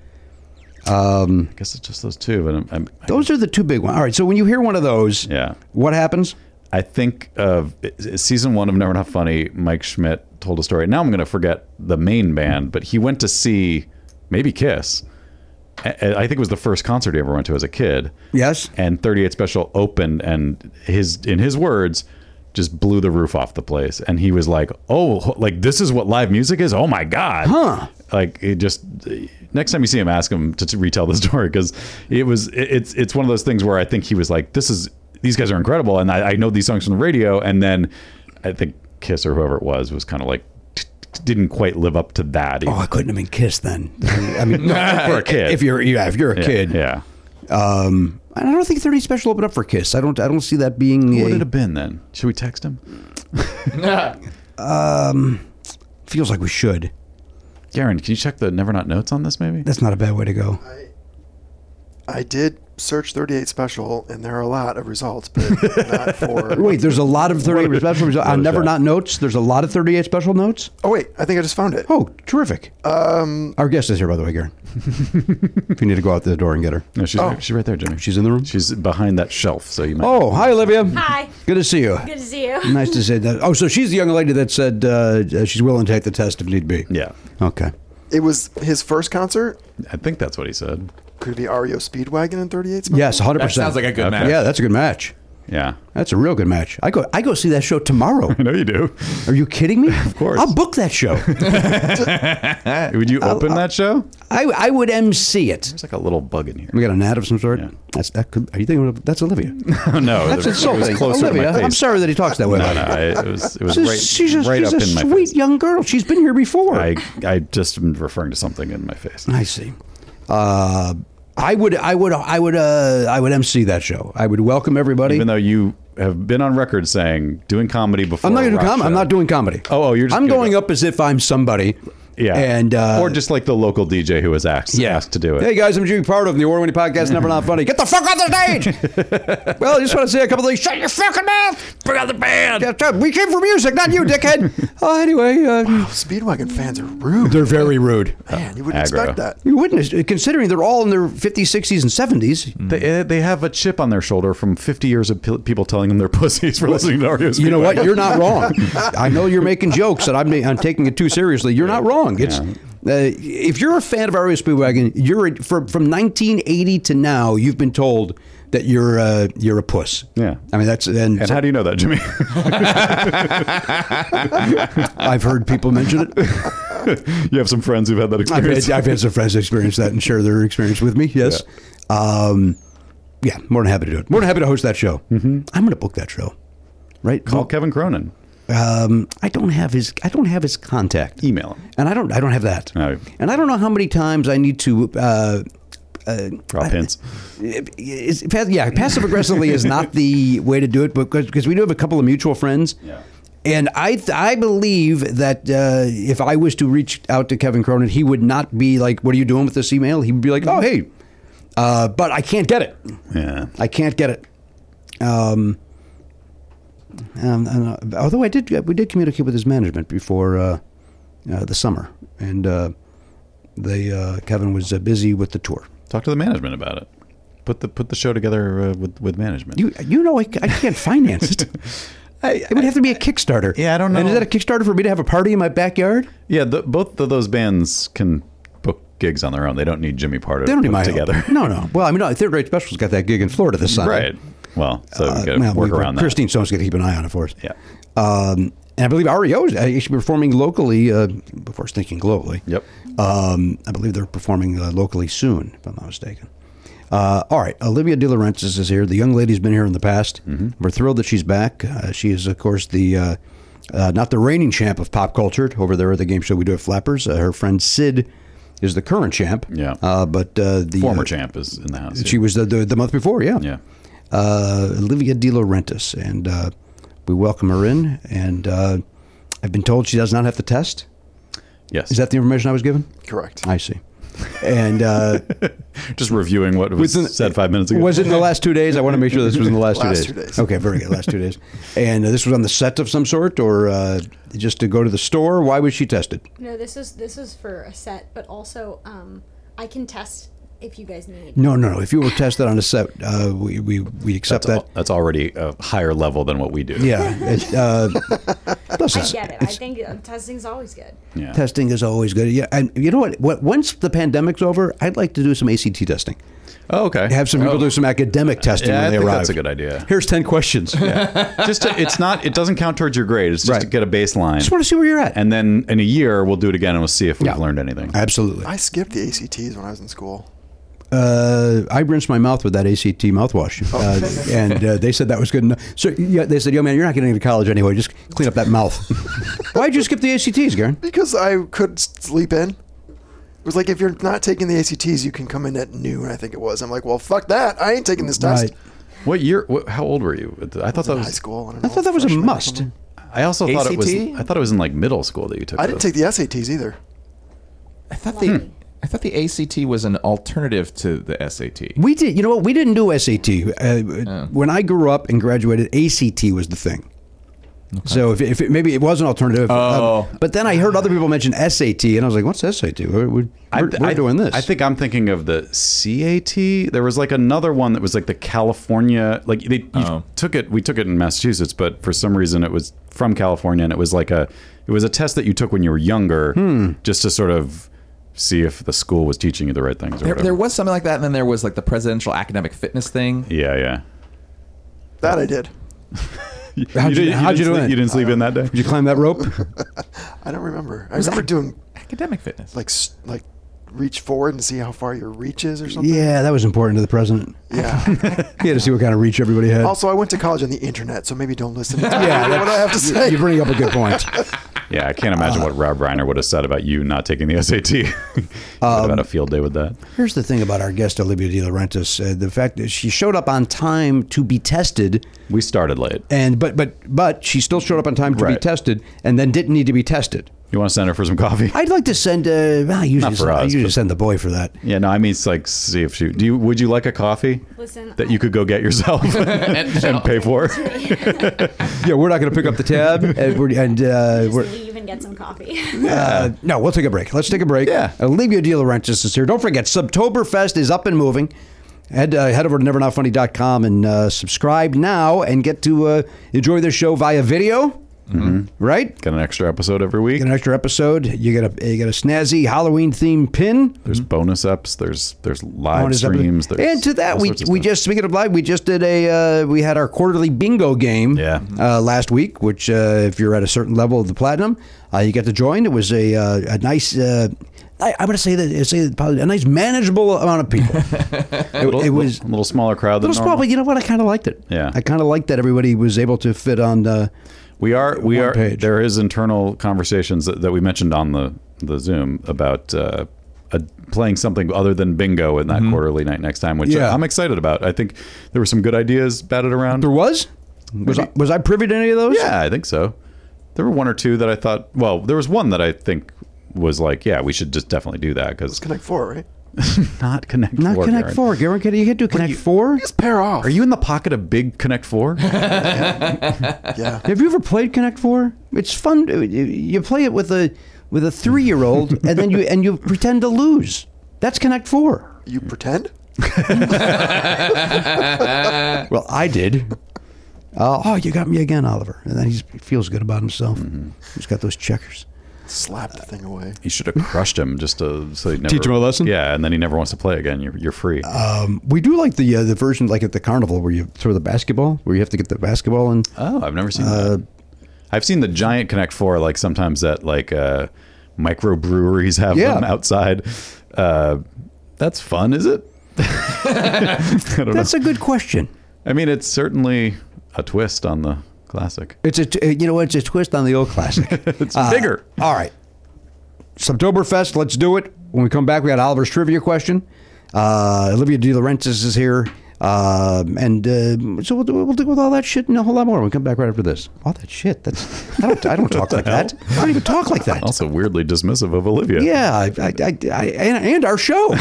I guess it's just those two. But I'm, I'm, Those are the two big ones. All right, so when you hear one of those, Yeah. what happens? I think of season one of Never Not Funny. Mike Schmidt told a story. Now I'm going to forget the main band, but he went to see maybe Kiss, I I think it was the first concert he ever went to as a kid. Yes. And 38 Special opened, and his in his words, just blew the roof off the place. And he was like, "Oh, like this is what live music is? Oh my god!" Huh? Like it just. Next time you see him, ask him to, to retell the *laughs* story because it was it- it's it's one of those things where I think he was like, "This is these guys are incredible," and I, I know these songs from the radio, and then I think Kiss or whoever it was was kind of like t- t- didn't quite live up to that. Oh, I couldn't have been kissed then. I mean, *laughs* for a kid. If you're, yeah, if you're a Yeah, kid, yeah. Um, I don't think 30 Special opened up for Kiss. I don't. I don't see that being. Who would a- it have been then? Should we text him? um, feels like we should. Garen, can you check the Never Not notes on this? Maybe that's not a bad way to go. I did search 38 special, and there are a lot of results, *laughs* but not for. Wait, there's a lot of 38 *laughs* special. I what is never that? not notes. There's a lot of 38 special notes. Oh wait, I think I just found it. Oh, terrific! Um, Our guest is here, by the way, Garen. *laughs* if you need to go out the door and get her. No, she's, Oh. she's right there, Jimmy. She's in the room. She's behind that shelf, so you might. Oh, hi, Olivia. Hi. Good to see you. Good to see you. Nice to say that. Oh, so she's the young lady that said uh, she's willing to take the test if need be. Yeah. Okay. it was his first concert. I think that's what he said. Could it be REO Speedwagon in 38 special? Yes, hundred percent. Okay. match. Yeah, that's a good match. Yeah, that's a real good match. I go, I go see that show *laughs* tomorrow. I know you do. Are you kidding me? Of course. I'll book that *laughs* show. would you open that show? I, I would MC it. Uh, There's like a little bug in here. We got a gnat of some sort. That's that. Could, are you thinking of, that's *laughs* Olivia? no, that's it was insulting. closer to my Olivia, I'm face. sorry that he talks that way. No, about no, you. it was- it was She's- right- she's a, right she's up a in my sweet young girl. She's been here before. I I just am referring to something in my face. I see. Uh, I would, I would, I would, uh, I would MC that show. I would welcome everybody. Even though you have been on record saying doing comedy before. I'm not a going to do rock comedy. I'm show. not doing comedy. Oh, oh, you're just I'm gonna going up as if I'm somebody. Yeah, and, uh, or just like the local DJ who was asked asked to do it. Hey guys, I'm Jimmy Pardo from the award-winning podcast Never Not Funny. Get the fuck off the *laughs* stage! well, I just want to say a couple of things. Shut your fucking mouth! Bring out the band! We came for music, not you, dickhead. *laughs* Oh, anyway, uh, Speedwagon fans are rude. They're very rude. Man, you wouldn't expect that. You wouldn't, considering they're all in their 50s, 60s, and 70s. They, they have a chip on their shoulder from 50 years of pe- people telling them they're *laughs* pussies for listening to REO. You know what? Speedwagon. You're not wrong. I know you're making jokes, and I'm, I'm taking it too seriously. You're not wrong. It's uh, if you're a fan of Aria Speedwagon, you're a, from from 1980 to now. You've been told that you're uh, you're a puss. Yeah. I mean that's and, *laughs* And how do you know that, Jimmy? *laughs* I've heard people mention *laughs* it. you have some friends who've had that I've experience. had, I've had some friends experience that and share their experience with me. Yes. Yeah. Um, yeah, more than happy to do it. More than happy to host that show. Mm-hmm. I'm going to book that show. Right? Call Kevin Cronin. Um, I don't have his. I don't have his contact. Email him. And I don't. I don't have that. No. And I don't know how many times I need to. Uh, uh, Drop hints. Is, pass- yeah, passive aggressively is not the way to do it because because we do have a couple of mutual friends. Yeah. And I th- I believe that uh, if I was to reach out to Kevin Cronin, he would not be like, "What are you doing with this email?" He'd be like, "Oh, hey," uh, but I can't get it. Yeah. I can't get it. Um, um, and, uh, although I did, we did communicate with his management before uh, uh, the summer, and uh, they uh, Kevin was uh, busy with the tour. Talk to the management about it. Put the put the show together uh, with with management. You you know I, c- I can't finance *laughs* it. it would have to be a Kickstarter. Yeah, I don't And is know. that a Kickstarter for me to have a party in my backyard? yeah, the, both of those bands can book gigs on their own. They don't need Jimmy Pardo. They don't to need put my help. *laughs* together. No, no. Well, I mean, no, Third Rate Special's got that gig in Florida this Sunday. Right. Well, so Uh, we got to well, work we- around that. Christine Stone's going to keep an eye on it for us. Yeah. Um, and I believe REO is actually performing locally, uh, of course, thinking globally. Yep. Um, I believe they're performing uh, locally soon, if I'm not mistaken. Uh, all right, Olivia De Laurentiis is here. The young lady's been here in the past. Mm-hmm. We're thrilled that she's back. Uh, she is, of course, the uh, uh, not the reigning champ of pop culture over there at the game show we do at Flappers. Uh, her friend Sid is the current champ. Yeah. Uh, but uh, the Former uh, champ is in the house. She was the, the, the month before, yeah. Yeah. Uh, Olivia De Laurentiis, and uh, we welcome her in. And uh, I've been told she does not have to test. Yes. Is that the information I was given? Correct. I see. And *laughs* uh, Just reviewing what was Wasn't- said five minutes ago. was *laughs* it in the last two days? I want to make sure this was in the last, Last two, two days. days. Okay, very good. Last two days. And uh, this was on the set of some sort, or uh, just to go to the store. Why was she tested? No, this is this is for a set, but also um, I can test if you guys need. No, no, no. If you were tested on a set, uh, we, we we accept that's, al- that's already a higher level than what we do. *laughs* that. Yeah. It, uh, I Listen, get it. I think uh, testing's always good. testing is always good. Yeah, and you know what? What once the pandemic's over, I'd like to do some ACT testing. Oh, okay. Have some people do some academic testing Yeah, when I they think arrive. that's a good idea. Here's ten *laughs* questions. Yeah. just to, it's not it doesn't count towards your grade. It's just to get a baseline. Just want to see where you're at. And then in a year we'll do it again and we'll see if we've learned anything. Absolutely. I skipped the ACTs when I was in school. Uh, I rinsed my mouth with that ACT mouthwash, Oh. uh, and uh, they said that was good enough. So yeah, they said, "Yo, man, you're not getting into college anyway. Just clean up that *laughs* mouth." Why'd you skip the ACTs, Garen? Because I couldn't s- sleep in. It was like if you're not taking the ACTs, you can come in at noon. I think it was. I'm like, well, fuck that. I ain't taking this test. What year? What, how old were you? at the- I thought that was high school. I thought that was a must. I also thought it was. ACT? I thought it was in like middle school that you took. I didn't take the SATs either. I thought the I thought the ACT was an alternative to the SAT. We did. You know what? We didn't do SAT. Uh, When I grew up and graduated, ACT was the thing. So if, if it, maybe it was an alternative, Oh. uh, but then I heard other people mention SAT, and I was like, "What's SAT? We're, we're, we're doing this." I think I'm thinking of the CAT. There was like another one that was like the California. Like they you Oh. took it. We took it in Massachusetts, but for some reason it was from California, and it was like a. It was a test that you took when you were younger, Hmm. just to sort of see if the school was teaching you the right things. Or There, whatever. there was something like that, and then there was like the presidential academic fitness thing. Yeah, yeah. That I did. How'd you, didn't- how'd you Uh. do didn't sleep- it? You didn't sleep in that day. Did you climb that rope? I don't remember. I Was remember ac- doing academic fitness, like s- like reach forward and see how far your reach is or *laughs* something. yeah, that was important to the president. Yeah. *laughs* he had to see what kind of reach everybody had. Also, I went to college on the internet, so maybe don't *laughs* listen to that's- what I have to you- say. You bring up a good *laughs* point. Yeah, I can't imagine what Rob Reiner would have said about you not taking the SAT. *laughs* you would have Um, had a field day with that. Here's the thing about our guest Olivia De Laurentiis: uh, the fact that she showed up on time to be tested. We started late, and but but but she still showed up on time to be Right. tested, and then didn't need to be tested. You want to send her for some coffee? I'd like to send. Uh, well, I usually, Not for I us, usually but- send the boy for that. Yeah, no, I mean, it's like, see if she. Do you? Would you like a coffee? Listen, that you could go get yourself *laughs* and, pay for. *laughs* yeah, we're not going to pick up the tab, *laughs* and, we're, and uh, Just we're. leave and get some coffee. Uh, no, we'll take a break. Let's take a break. Uh, Yeah. Olivia De Laurentiis is here. Don't forget, Subtoberfest is up and moving. Head, uh, head over to nevernotfunny.com and uh, subscribe now and get to uh, enjoy the show via video. Right? Mm-hmm. Got an extra episode every week. Get an extra episode. You get a you get a snazzy Halloween themed pin. There's bonus eps. There's there's live Bonus episode. streams. There's and to that, all we sorts of we stuff. just speaking of live, we just did a uh, we had our quarterly bingo game. Yeah. Uh, last week, which uh, if you're at a certain level of the platinum, uh, you get to join. It was a uh, a nice. Uh, I, I would say that say that probably a nice manageable amount of *laughs* people. A little, it was- a little smaller crowd than Little small, normal. but you know what? I kind of liked it. Yeah. I kind of liked that everybody was able to fit on. The, We are we one are there is internal conversations that, that we mentioned on the the Zoom about uh, a, playing something other than bingo in that quarterly night next time, which Mm-hmm. Yeah. I'm excited about. I think there were some good ideas batted around. There was was I, was I privy to any of those? Yeah, I think so. There were one or two that I thought. Well, there was one that I think was like, yeah, we should just definitely do that because Connect four, right? *laughs* not connect not four. Connect Garen. Four, Garen. Can you can do Connect Four? Just pair off. Are you in the pocket of big Connect *laughs* Four? yeah. Have you ever played Connect Four? It's fun. You play it with a with a three year old, *laughs* and then you and you pretend to lose. That's Connect Four. You pretend? Well, I did. Uh, oh, you got me again, Oliver. And then he's, he feels good about himself. He's got those checkers. Slap the thing away. You should have crushed him just to so he never, Teach him a lesson? Yeah, and then he never wants to play again. You're, you're free. Um, we do like the uh, the version like at the carnival where you throw the basketball, where you have to get the basketball and Oh, I've never seen that. I've seen the giant Connect Four like sometimes at like uh, microbreweries have Yeah. them outside. Uh, that's fun, is it? I don't That's a good question. I mean, it's certainly a twist on the classic. It's a t- uh, you know what? It's a twist on the old classic. *laughs* it's bigger. Uh, All right, Septoberfest. Let's do it. When we come back, we got Oliver's trivia question. Uh, Olivia De Laurentiis is here, Um and uh, so we'll, do- we'll deal with all that shit and a whole lot more. when We come back right after this. All that shit. That's I don't I don't *laughs* talk like that. I don't even talk like that. Also, weirdly dismissive of Olivia. Yeah, I, I, I, I, and, and our show.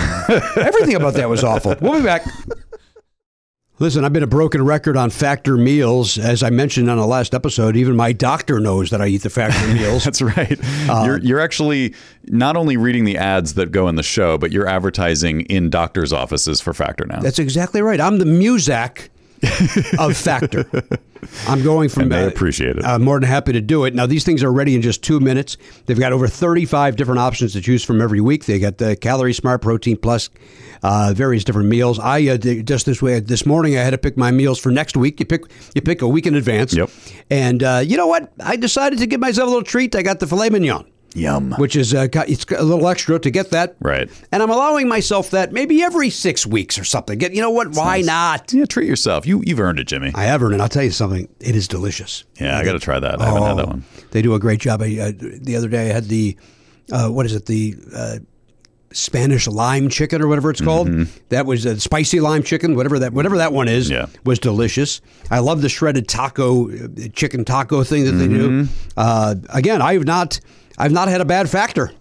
Everything about that was awful. We'll be back. Listen, I've been a broken record on factor meals. As I mentioned on the last episode, even my doctor knows that I eat the factor meals. That's right. Uh, you're, you're actually not only reading the ads that go in the show, but you're advertising in doctors' offices for Factor now. That's exactly right. I'm the Muzak of Factor. I'm going from And they appreciate it. I'm more than happy to do it. Now these things are ready in just two minutes. They've got over 35 different options to choose from every week. They got the calorie smart, protein plus, uh, various different meals. I uh, did- just this way this morning I had to pick my meals for next week. You pick you pick a week in advance. Yep. And uh, you know what? I decided to give myself a little treat. I got the filet mignon. Yum. Which is uh, got- it's got a little extra to get that. Right. And I'm allowing myself that maybe every six weeks or something. Get you know what? Why not? Yeah, treat yourself. You you've earned it, Jimmy. I have earned it. I'll tell you something. It is delicious. Yeah, I got to try that. I haven't had that Oh, one. They do a great job. I, uh, the other day I had the, uh, what is it, the uh, Spanish lime chicken or whatever it's called. Mm-hmm. That was a spicy lime chicken, whatever that whatever that one is, was delicious. I love the shredded taco, uh, chicken taco thing that they do. Mm-hmm. Uh, again, I have not, I've not had a bad factor.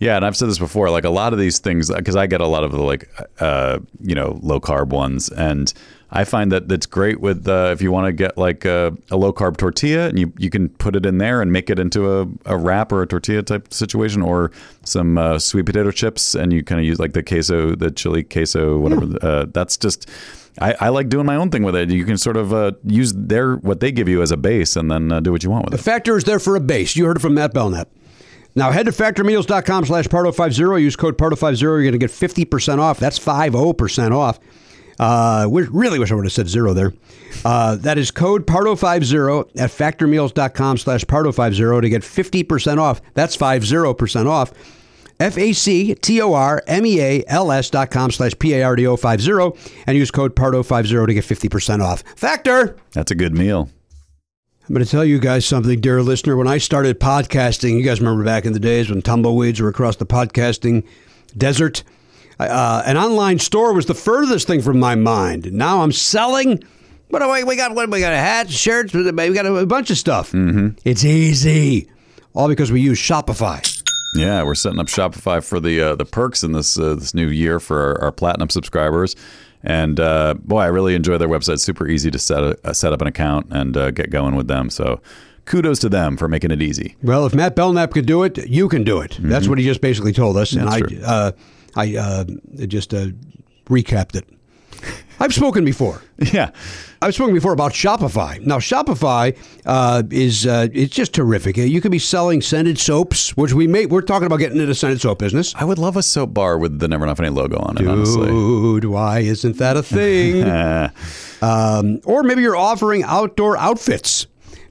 Yeah, and I've said this before. Like a lot of these things, because I get a lot of the like, uh, you know, low carb ones, and I find that that's great with uh, if you want to get like a, a low carb tortilla, and you you can put it in there and make it into a, a wrap or a tortilla type situation, or some uh, sweet potato chips, and you kind of use like the queso, the chili queso, whatever. Uh, that's just. I, I like doing my own thing with it. You can sort of uh, use their what they give you as a base, and then uh, do what you want with it. The factor is there for a base. You heard it from Matt Belknap. Now head to factormeals.com slash part050. Use code part050. You're going to get 50% off. That's 50% off. Uh, wish, really wish I would have said zero there. Uh, that is code part050 at factormeals.com slash part050 to get 50% off. That's 50% off. E F-A-C-T-O-R-M-E-A-L-S dot com slash P-A-R-D-O-50 and use code part050 to get 50% off. Factor! That's a good meal. I'm going to tell you guys something, dear listener. When I started podcasting, you guys remember back in the days when tumbleweeds were across the podcasting desert? Uh, an online store was the furthest thing from my mind. Now I'm selling. What do we, we got? What we got? Hats, shirts. We got a, bunch of stuff. Mm-hmm. It's easy, all because we use Shopify. Yeah, we're setting up Shopify for the uh, the perks in this uh, this new year for our, our platinum subscribers. And uh, boy, I really enjoy their website. Super easy to set a, uh, set up an account and uh, get going with them. So kudos to them for making it easy. *laughs* Well, if Matt Belknap could do it, you can do it. That's what he just basically told us, and I, Mm-hmm. That's true. uh, I uh, just uh, recapped it. I've spoken before. Yeah, I've spoken before about Shopify. Now, Shopify uh, is uh, it's just terrific. You can be selling scented soaps, which we may we're talking about getting into the scented soap business. I would love a soap bar with the Never Not Funny logo on it. honestly, Eh. Dude, why isn't that a thing? *laughs* um, or maybe you're offering outdoor outfits.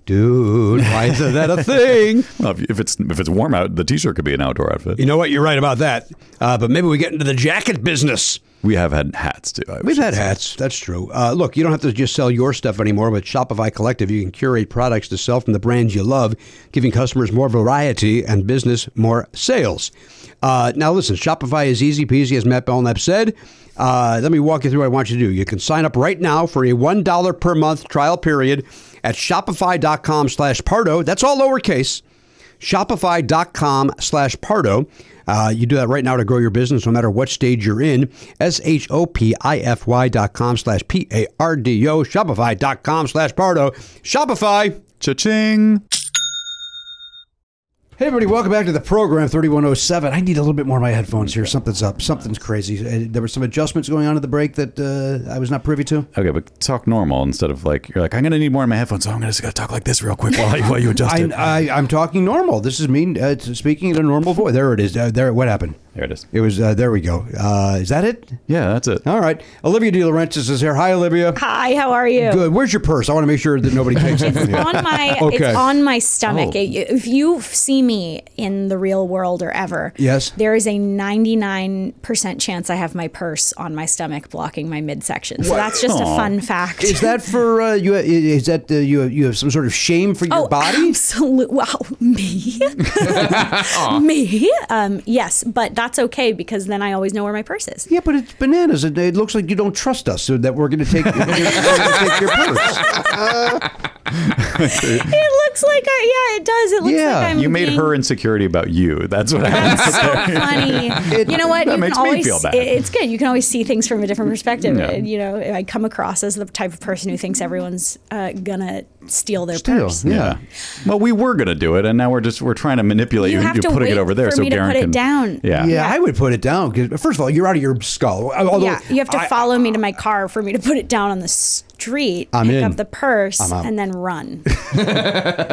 Dude, why isn't that a thing? well, if, if it's if it's warm out, the t-shirt could be an outdoor outfit. You know what? You're right about that. Uh, but maybe we get into the jacket business. We have had hats too. I We've should had say. hats. That's true. Uh, look, you don't have to just sell your stuff anymore. With Shopify Collective, you can curate products to sell from the brands you love, giving customers more variety and business more sales. Uh, now, listen, Shopify is easy peasy, as Matt Belknap said. Uh, let me walk you through what I want you to do. You can sign up right now for a $1 per month trial period at shopify.com slash Pardo. That's all lowercase shopify.com slash pardo uh, you do that right now to grow your business no matter what stage you're in s-h-o-p-i-f-y dot com slash p-a-r-d-o shopify.com slash pardo shopify cha-ching Hey everybody, welcome back to the program 3107. I need a little bit more of my headphones here. Something's up. Something's crazy. Uh, There were some adjustments going on at the break that uh, I was not privy to. Okay, but talk normal instead of like you're like I'm gonna need more in my headphones, so I'm gonna just gotta talk like this real quick while, I, while you adjust it. I, I, I'm talking normal. This is me uh, speaking in a normal voice. There it is. Uh, there. What happened? There it is. It was uh, there. We go. Uh, is that it? Yeah, that's it. All right. Olivia De Laurentiis is here. Hi, Olivia. *laughs* Hi, how are you? Good. Where's your purse? I want to make sure that nobody takes it. *laughs* It's on my Okay. it's on my stomach. Oh. It- if you see me in the real world or ever, Yes. there is a 99% chance I have my purse on my stomach blocking my midsection. So What? that's just Aw. a fun fact. Is that for uh, you? Is that uh, you? You have some sort of shame for your oh, body? absolutely. Wow, *laughs* me, *laughs* me. Um, yes, but that's okay because then I always know where my purse is. Yeah, but it's bananas. It, it looks like you don't trust us, so that we're going to take, *laughs* we're gonna- we're gonna take your purse. it looks like I, yeah, it does. It looks like *laughs* I'm you made being her insecurity about you. That's what happened. funny. you know what? That you makes can me always, feel bad. it- It's good. You can always see things from a different perspective. Yeah. And, You know, I come across as the type of person who thinks everyone's uh, gonna steal their purse. Yeah. Well, we were gonna do it, and now we're just we're trying to manipulate you. You have You're to putting it wait over there, for so me to Darren put it can. down. Yeah. Yeah. I would put it down because first of all, you're out of your skull. Uh, Although yeah, you have to I- follow me to my car for me to put it down on the street, I'm pick in. up the purse, I'm out. and then *laughs* run.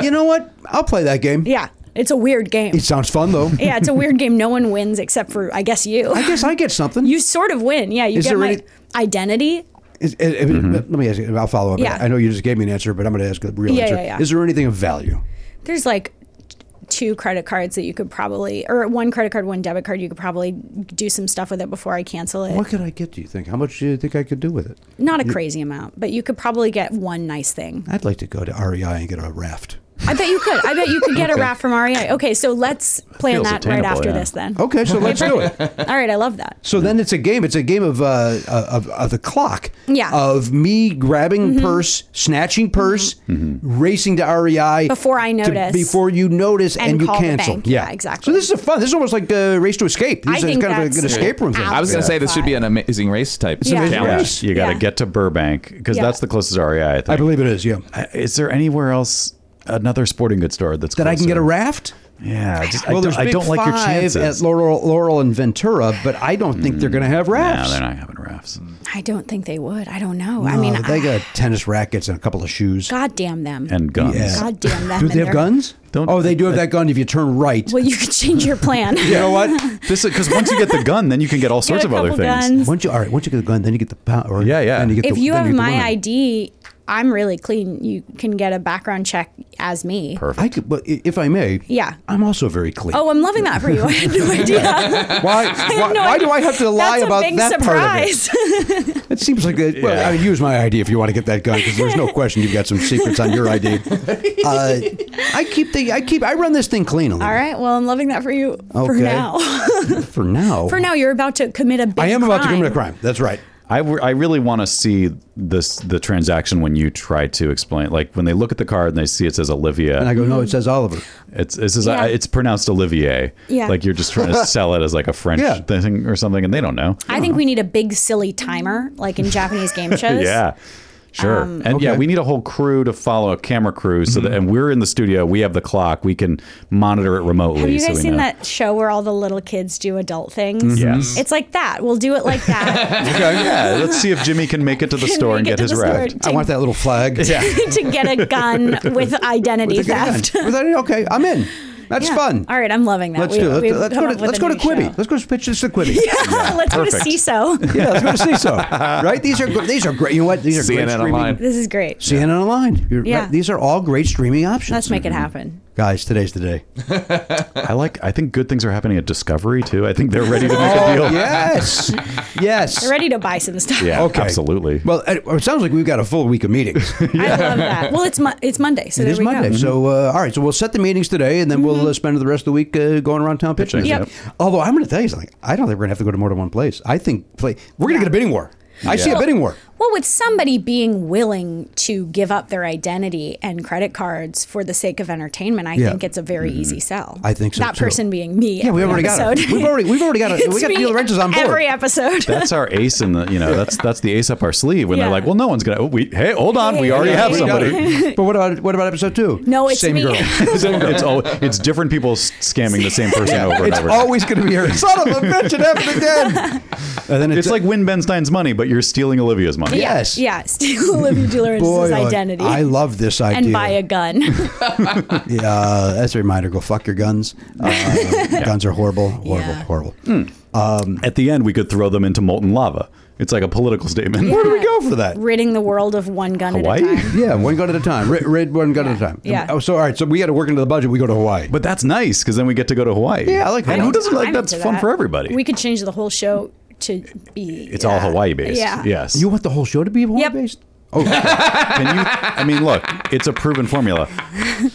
you know what? I'll play that game. Yeah, it's a weird game. It sounds fun though. yeah, it's a weird game. No one wins except for I guess you. I guess I get something. You sort of win. Yeah, you Is get there my any- identity. Is- eh, eh, Let me ask you. I'll follow up. Yeah. I know you just gave me an answer, but I'm going to ask a real Yeah, answer. yeah, yeah. Is there anything of value? There's like two credit cards that you could probably, or one credit card, one debit card. You could probably do some stuff with it before I cancel it. What could I get? Do you think? How much do you think I could do with it? Not a You- crazy amount, but you could probably get one nice thing. I'd like to go to REI and get a raft. I bet you could. I bet you could get a *laughs* Okay. raft from REI. Okay, so let's plan Feels that right attainable, after yeah. this then. Okay, so let's do it. *laughs* All right, I love that. So then it's a game. It's a game of uh, of, of the clock. Yeah. Mm-hmm. Of me grabbing purse, snatching purse, Mm-hmm. racing to REI Before I to- notice. before you notice and, And you call the cancel. bank. Yeah, So exactly. this is a fun. This is almost like a race to escape. This I is think kind of a that's good escape room. Thing. I was going to say this should be an amazing race type It's an amazing challenge. race. You got to Yeah. get to Burbank because Yeah. that's the closest REI. I, think. I believe it is. Yeah. Is there anywhere else another sporting goods store that's That I can get a closer? raft. Yeah, just, well, I there's don't, I Big don't like your Five chances. at Laurel, Laurel and Ventura, but I don't think they're going to have rafts. No, they're not having rafts. I don't think they would. I don't know. Oh, I mean, No, I, they got tennis rackets and a couple of shoes God damn them. Yeah. God damn them. Do and they have their- guns? oh, they do have that gun. If you turn right, Well, you could change your plan. You know what? *laughs* This because once you get the gun, then you can get all Get sorts a of other couple things. guns. Once you all right, once you get the gun, then you get the power. Yeah, yeah. Then you get if the, you then have get the my woman. ID, I'm really clean. You can get a background check as me. I could, but i- if I may, Yeah. I'm also very clean. Oh, I'm loving that *laughs* for you. *laughs* I had no idea. *laughs* Why? why, no why do idea. I have to lie That's a about big that surprise. part of *laughs* it? It seems like that. Well, I mean, use my ID if you want to get that gun, because *laughs* there's no question you've got some secrets on your ID. Uh, I keep the, I keep, I run this thing clean a All right. Well, I'm loving that for you for Okay. now. little for now. *laughs* for now, you're about to commit a big I am about to crime. commit a crime. That's right. I, w- I really want to see this the transaction when you try to explain like when they look at the card and they see it says Olivia And I go, no, it says Oliver. it's it says, Yeah. I- it's pronounced Olivier Yeah. like you're just trying *laughs* to sell it as like a French Yeah. thing or something and they don't know I think we need a big silly timer, like in Japanese game shows. yeah sure Um, and yeah we need a whole crew to follow a camera crew so Mm-hmm. that and we're in the studio we have the clock we can monitor it remotely Have you so guys we seen know. that show where all the little kids do adult things? Mhm. Mm-hmm. Yes. It's like that. We'll do it like that *laughs* okay yeah let's see if Jimmy can make it to the *laughs* Can store and make get it to his the store raft to- I want that little flag *laughs* yeah to get *laughs* a gun with identity With a gun. theft. With a- okay, I'm in. That's Yeah. fun. All right, I'm loving that. Let's We- do it. we've Let's, let's come go up to, with let's a go to new Quibi. show. Let's go pitch this to Quibi. Yeah, let's perfect. *laughs* go to *laughs* CISO. Yeah, let's go to CISO. Right? These are gr- these are great. You know what? These are great CNN streaming. Online. This is great. CNN online. You're Yeah. right. These are all great streaming options. Let's make it Mm-hmm. happen. Guys, today's the *laughs* day. I like I think good things are happening at Discovery too I think they're ready to make a Oh, deal *laughs* Yes. Yes. We're ready to buy some stuff. yeah Okay. absolutely Well, it it sounds like we've got a full week of meetings. *laughs* I love that. Well, it's mo- it's Monday, so it there is we Monday. go. So, uh, all right. So, we'll set the meetings today, and then Mm-hmm. we'll uh, spend the rest of the week uh, going around town pitching. Yep. Although, I'm going to tell you something. I don't think we're going to have to go to more than one place. I think play, we're going to get a bidding war. I see a Well- bidding war. Well, with somebody being willing to give up their identity and credit cards for the sake of entertainment, I Yeah. Mm-hmm. think it's a very easy sell. I think so, That too. person being me. Yeah, we every already got it. episode. We've already- we've already got it. We *laughs* It's got me Gil Wrenches on board. Every episode. That's our ace in the you know that's that's the ace up our sleeve when Yeah. they're like, well, no one's gonna. We hey, hold on, we already Yeah, have we got *laughs* somebody. *laughs* but what about what about episode two? No, Oh, it's same *laughs* me. *laughs* girl. Same girl. it's all it's different people s- scamming the same person over it's and over. always going to *laughs* be her. Son of a bitch! It happened again. And then it's, like win Ben Stein's money, but you're stealing Olivia's money. Yeah, Yeah. *laughs* Steal Olivia De Laurentiis' Boy, I- identity. I love this idea. And buy a gun. *laughs* Yeah, uh, as a reminder, go fuck your guns. Uh, Guns are horrible, horrible, horrible. At the end, we could throw them into molten lava. It's like a political statement. Where do we go for that? Ridding the world of one gun at a Hawaii? time. Yeah, one gun at a time. Red, red one gun at a time. Yeah. Oh, so all right. So we got to work into the budget. We go to Hawaii. But that's nice because then we get to go to Hawaii. Yeah, I like And Hawaii. who doesn't like I'm that's into fun that. for everybody? We could change the whole show to be. it's all Hawaii based. Yeah. Yes. You want the whole show to be Hawaii based? Can you? I mean, look, it's a proven formula.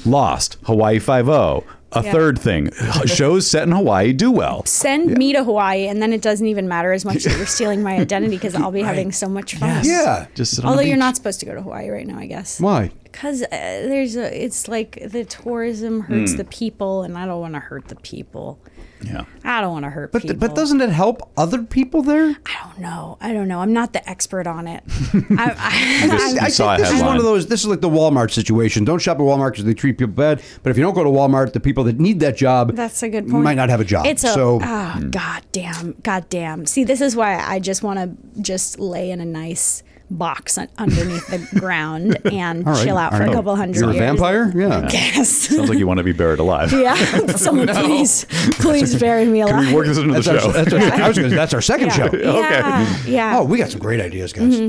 Lost Hawaii Five O. A Yeah. third thing, shows set in Hawaii do well. Send me to Hawaii, and then it doesn't even matter as much that you're stealing *laughs* my identity because I'll be having so much fun. Yeah. Just sit on the Although you're beach. not supposed to go to Hawaii right now, I guess. Why? Because uh, there's a, it's like the tourism hurts Hmm. the people, and I don't want to hurt the people. Yeah. I don't want to hurt But people. but doesn't it help other people there? I don't know. I don't know. I'm not the expert *laughs* on it. I, I, *laughs* just- I'm- you saw a this is one headline. of those. This is like the Walmart situation. Don't shop at Walmart because they treat people bad. But if you don't go to Walmart, the people that need that job That's a good You point. might not have a job. It's a uh, ah, So- Hmm. oh, goddamn, goddamn. See, this is why I just want to just lay in a nice box un- underneath *laughs* the ground and All right, chill out all for right. a couple hundred You're years. a *laughs* vampire? Yeah. I guess. Sounds like you want to be buried alive. Yeah. *laughs* Someone No. please, please bury me Can alive. we work this into the That's our- show? that's our- I was gonna- that's our second Yeah. Mm-hmm. show. Yeah, Okay. yeah. Oh, we got some great ideas, guys.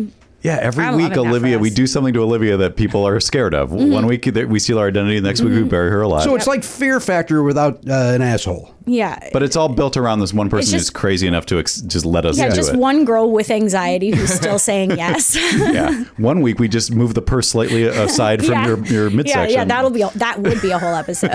Yeah, I every love it week, now for Olivia, we do something to Olivia that people are scared of. Mm-hmm. Mhm. One week that we steal her identity, the next week we Mhm. bury her alive. So it's like Fear Factor without uh, an asshole. Yeah. but it's all built around this one person who's just- crazy enough to ex- just let us Yeah, do just it. one girl with anxiety who's still saying yes. *laughs* yeah, one week we just move the purse slightly aside from *laughs* Yeah. your, your midsection. Yeah, yeah, that'll be a, that would be a whole episode.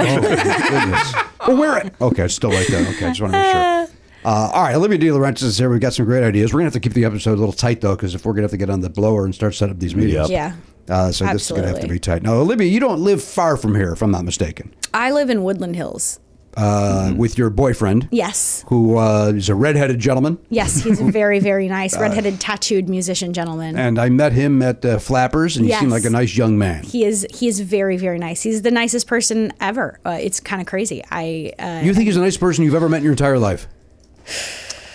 Well, wear it. Okay, it's still like that. Okay, I just want to make sure. *laughs* Uh, all right, Olivia De Laurentiis is here. We've got some great ideas. We're gonna have to keep the episode a little tight though, because if we're gonna have to get on the blower and start setting up these meetings, *laughs* Yeah. Uh, so this is gonna have to Absolutely. be tight. Now, Olivia, you don't live far from here, if I'm not mistaken, I live in Woodland Hills. uh, Mm-hmm. with your boyfriend, Yes. who uh, is a redheaded gentleman. Yes, he's a very, very nice Uh, redheaded tattooed musician gentleman. And I met him at uh, Flappers, and he seemed Yes. like a nice young man. he is he is very, very nice. He's the nicest person ever. Uh, it's kind of crazy. I uh, You think he's the nicest person you've ever met in your entire life?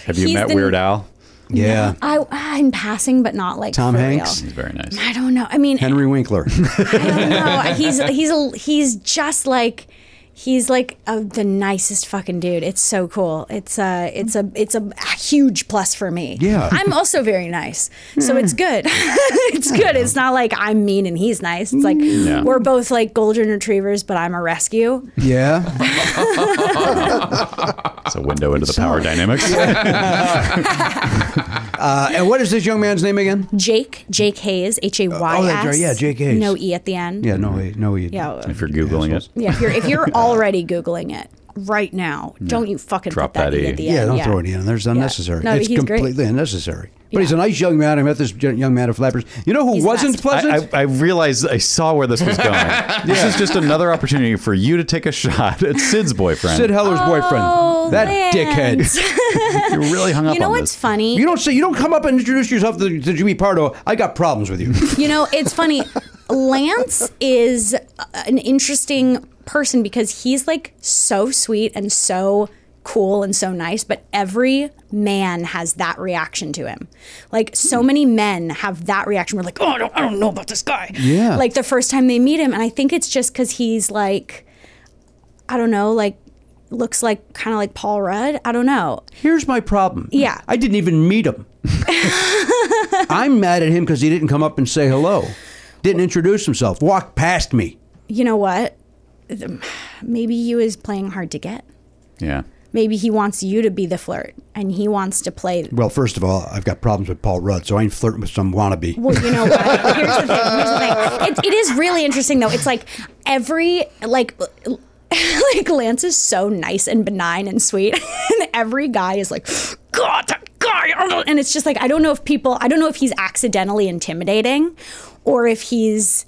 Have you He's met the- Weird Al? *laughs* Yeah. I I'm passing, but not like Tom for Hanks? real. He's very *laughs* nice. I don't know. I mean, Henry *laughs* Winkler. no, he's he's a, he's just like he's like a, the nicest fucking dude. It's so cool. It's a it's a it's a huge plus for me. Yeah. I'm also very nice, so Hmm. it's good. *laughs* it's good. It's not like I'm mean and he's nice. It's like Hmm. Yeah. we're both like golden retrievers, but I'm a rescue. yeah. It's a window into the power *laughs* dynamics. Uh, and what is this young man's name again? Jake Jake Hayes H A Y S. oh, that's right. Yeah, Jake Hayes. No e at the end. Yeah, no, he- no, he, Yeah. If you're Googling it, Yeah, if you're *laughs* if you're already googling it right now, don't you fucking Drop put that, that e E. at the end. yeah, don't throw it in. There's unnecessary. No, it's he's great. completely unnecessary. But he's a nice young man. I met this gen- young man at Flappers. You know who He's the wasn't best. pleasant? I, I, I realized I saw where this was *laughs* going. This is just another opportunity for you to take a shot at Sid's boyfriend. *laughs* Sid Heller's Oh, boyfriend. That Lance. dickhead. you really hung up You know on what's this. funny? You don't say. You don't come up and introduce yourself to, to Jimmy Pardo. I got problems *laughs* with you. You know, it's *laughs* funny. Lance is an interesting person because he's like so sweet and so cool and so nice, but every man has that reaction to him. Like so many men have that reaction. We're like, oh, I don't, I don't know about this guy. Yeah. Like the first time they meet him, and I think it's just because he's like, I don't know, like looks like kind of like Paul Rudd. I don't know. Here's my problem. Yeah. I didn't even meet *laughs* him. I'm mad at him because he didn't come up and say hello. Didn't introduce himself. Walked past me. You know what? Maybe you is playing hard to get. Yeah. Maybe he wants you to be the flirt and he wants to play. Well, first of all, I've got problems with Paul Rudd, so I ain't flirting with some wannabe. Well, you know what? Here's the thing. Here's the thing. It, it is really interesting, though. It's like every, like, *laughs* like Lance is so nice and benign and sweet, *laughs* and every guy is like, God, that guy. *laughs* oh," And it's just like, I don't know if people, I don't know if he's accidentally intimidating or if he's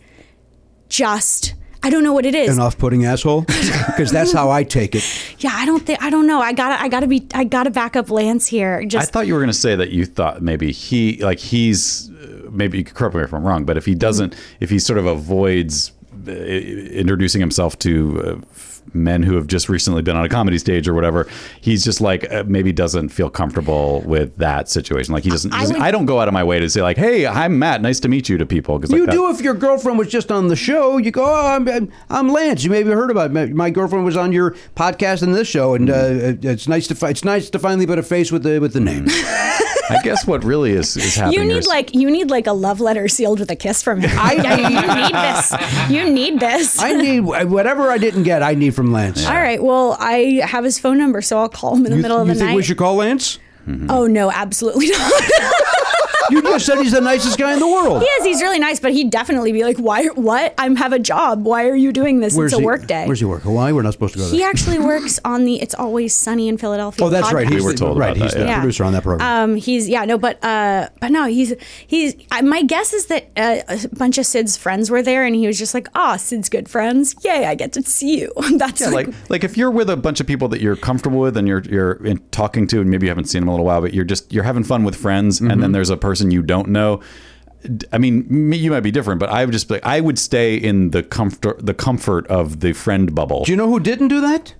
just, I don't know what it is. An off-putting asshole, because that's how I take it. Yeah, I don't think, I don't know. I gotta, I gotta be, I gotta back up Lance here. Just, I thought you were going to say that you thought maybe he, like he's, uh, maybe you could correct me if I'm wrong, but if he doesn't, if he sort of avoids uh, introducing himself to uh, f- men who have just recently been on a comedy stage or whatever, he's just like uh, maybe doesn't feel comfortable with that situation. Like he doesn't. doesn't- I, would- don't go out of my way to say like, "Hey, I'm Matt. Nice to meet you" to people because you like that- do if your girlfriend was just on the show. You go, oh, I'm, I'm, I'm Lance. You maybe heard about it. my, my girlfriend was on your podcast and this show, and uh, it- it's nice to fi- it's nice to finally put a face with the with the *laughs* name. I guess what really is is happening. you here need is- like you need like a love letter sealed with a kiss from him. I you need this. You need this. I need whatever I didn't get. I need from Lance. All right. Well, I have his phone number, so I'll call him in the You, middle of you the think night. we should call Lance? Oh no, absolutely not. *laughs* *laughs* You just said he's the nicest guy in the world. he is. He's really nice, but he'd definitely be like, "Why? What? I'm have a job. Why are you doing this? it's a he, work day." Where's he work? Hawaii? We're not supposed to go there. He actually works on the "It's Always Sunny in Philadelphia." oh, that's right. podcast. He's the, right. he's the yeah. producer on that program. Um, he's yeah no, but uh, but no, he's he's. I, my guess is that uh, a bunch of Sid's friends were there, and he was just like, "Ah, Sid's good friends. Yay, I get to see you." *laughs* That's Yeah, like, like like if you're with a bunch of people that you're comfortable with and you're you're in, talking to and maybe you haven't seen them in a little while, but you're just you're having fun with friends, and Mm-hmm. then there's a person you don't know. D- I mean, me, you might be different, but I would just like I would stay in the comfort the comfort of the friend bubble. do you know who didn't do *laughs* that?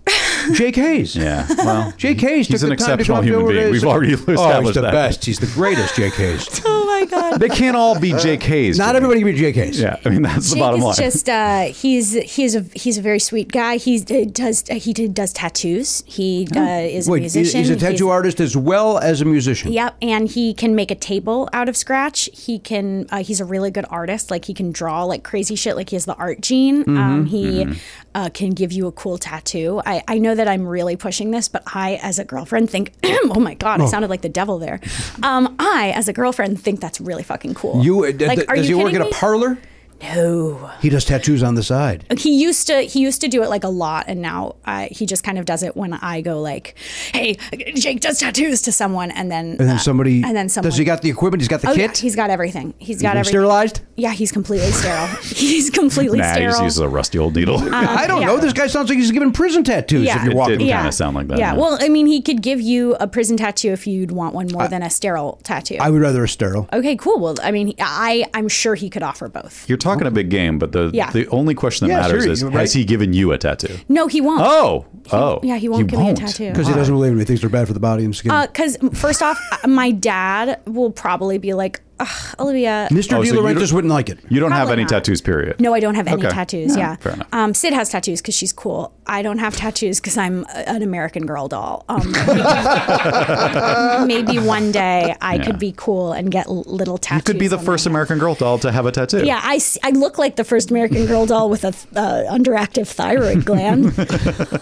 Jake Hayes. Yeah, well, Jake Hayes he's took the an time to exceptional come human over being. to- We've *laughs* already oh, he's established the that. *laughs* best. He's the greatest, Jake Hayes. oh my my god. They can't all be Jake Hayes. Not everybody can be Jake Hayes. Yeah, I mean that's Uh, Jake the bottom is line. just uh, he's he's a he's a very sweet guy. He's, he does he did, does tattoos. He uh, is a Oh, Wait, musician. he's a tattoo artist as well as a musician. Yep, and he can make a table out of scratch. He can. Uh, he's a really good artist. Like he can draw like crazy shit. Like he has the art gene. Um, Mhm, he mhm. uh, can give you a cool tattoo. I, I know that I'm really pushing this, but I, as a girlfriend, think, *clears throat* oh my god, I Oh. sounded like the devil there. Um, I, as a girlfriend, think that's really fucking cool. You uh, d- Like, d- are does you he work kidding at a me? parlor? No. He does tattoos on the side. He used to he used to do it like a lot, and now I, he just kind of does it when I go like, "Hey, Jake does tattoos" to someone, and then And then somebody. Uh, and then someone Does he got the equipment? He's got the oh, kit. Yeah, he's got everything. He's got been everything. sterilized? Yeah, he's completely *laughs* sterile. he's completely nah, he sterile. just uses a rusty old needle. Um, *laughs* I don't yeah. know. This guy sounds like he's given prison tattoos. Yeah. If you're It walking, did Yeah. kinda sound like yeah, well, I mean, he could give you a prison tattoo if you'd want one more I- than a sterile tattoo. I would rather a sterile. okay, cool. Well, I mean, I I'm sure he could offer both. You're talking a big game, but the Yeah. the only question that Yeah, matters sure, is you're right. has he given you a tattoo? No, he won't. Oh, oh, yeah, he won't give me a tattoo. because he doesn't believe in it. He thinks they're bad for the body and skin. Because Uh, first off, *laughs* uh, my dad will probably be like, Ugh, Olivia, Mr. De Oh, you don't- Laurentiis wouldn't like it. You don't have Probably any not. tattoos, period. No, I don't have any Okay. tattoos. No. Yeah. Fair enough. Um, Sid has tattoos because she's cool. I don't have tattoos because I'm a- an American girl doll. *laughs* Um, maybe one day I Yeah. could be cool and get l- little tattoos. You could be the first American girl doll to have a tattoo. Yeah, I, s- I look like the first American girl doll with a th- uh, underactive *laughs* thyroid gland.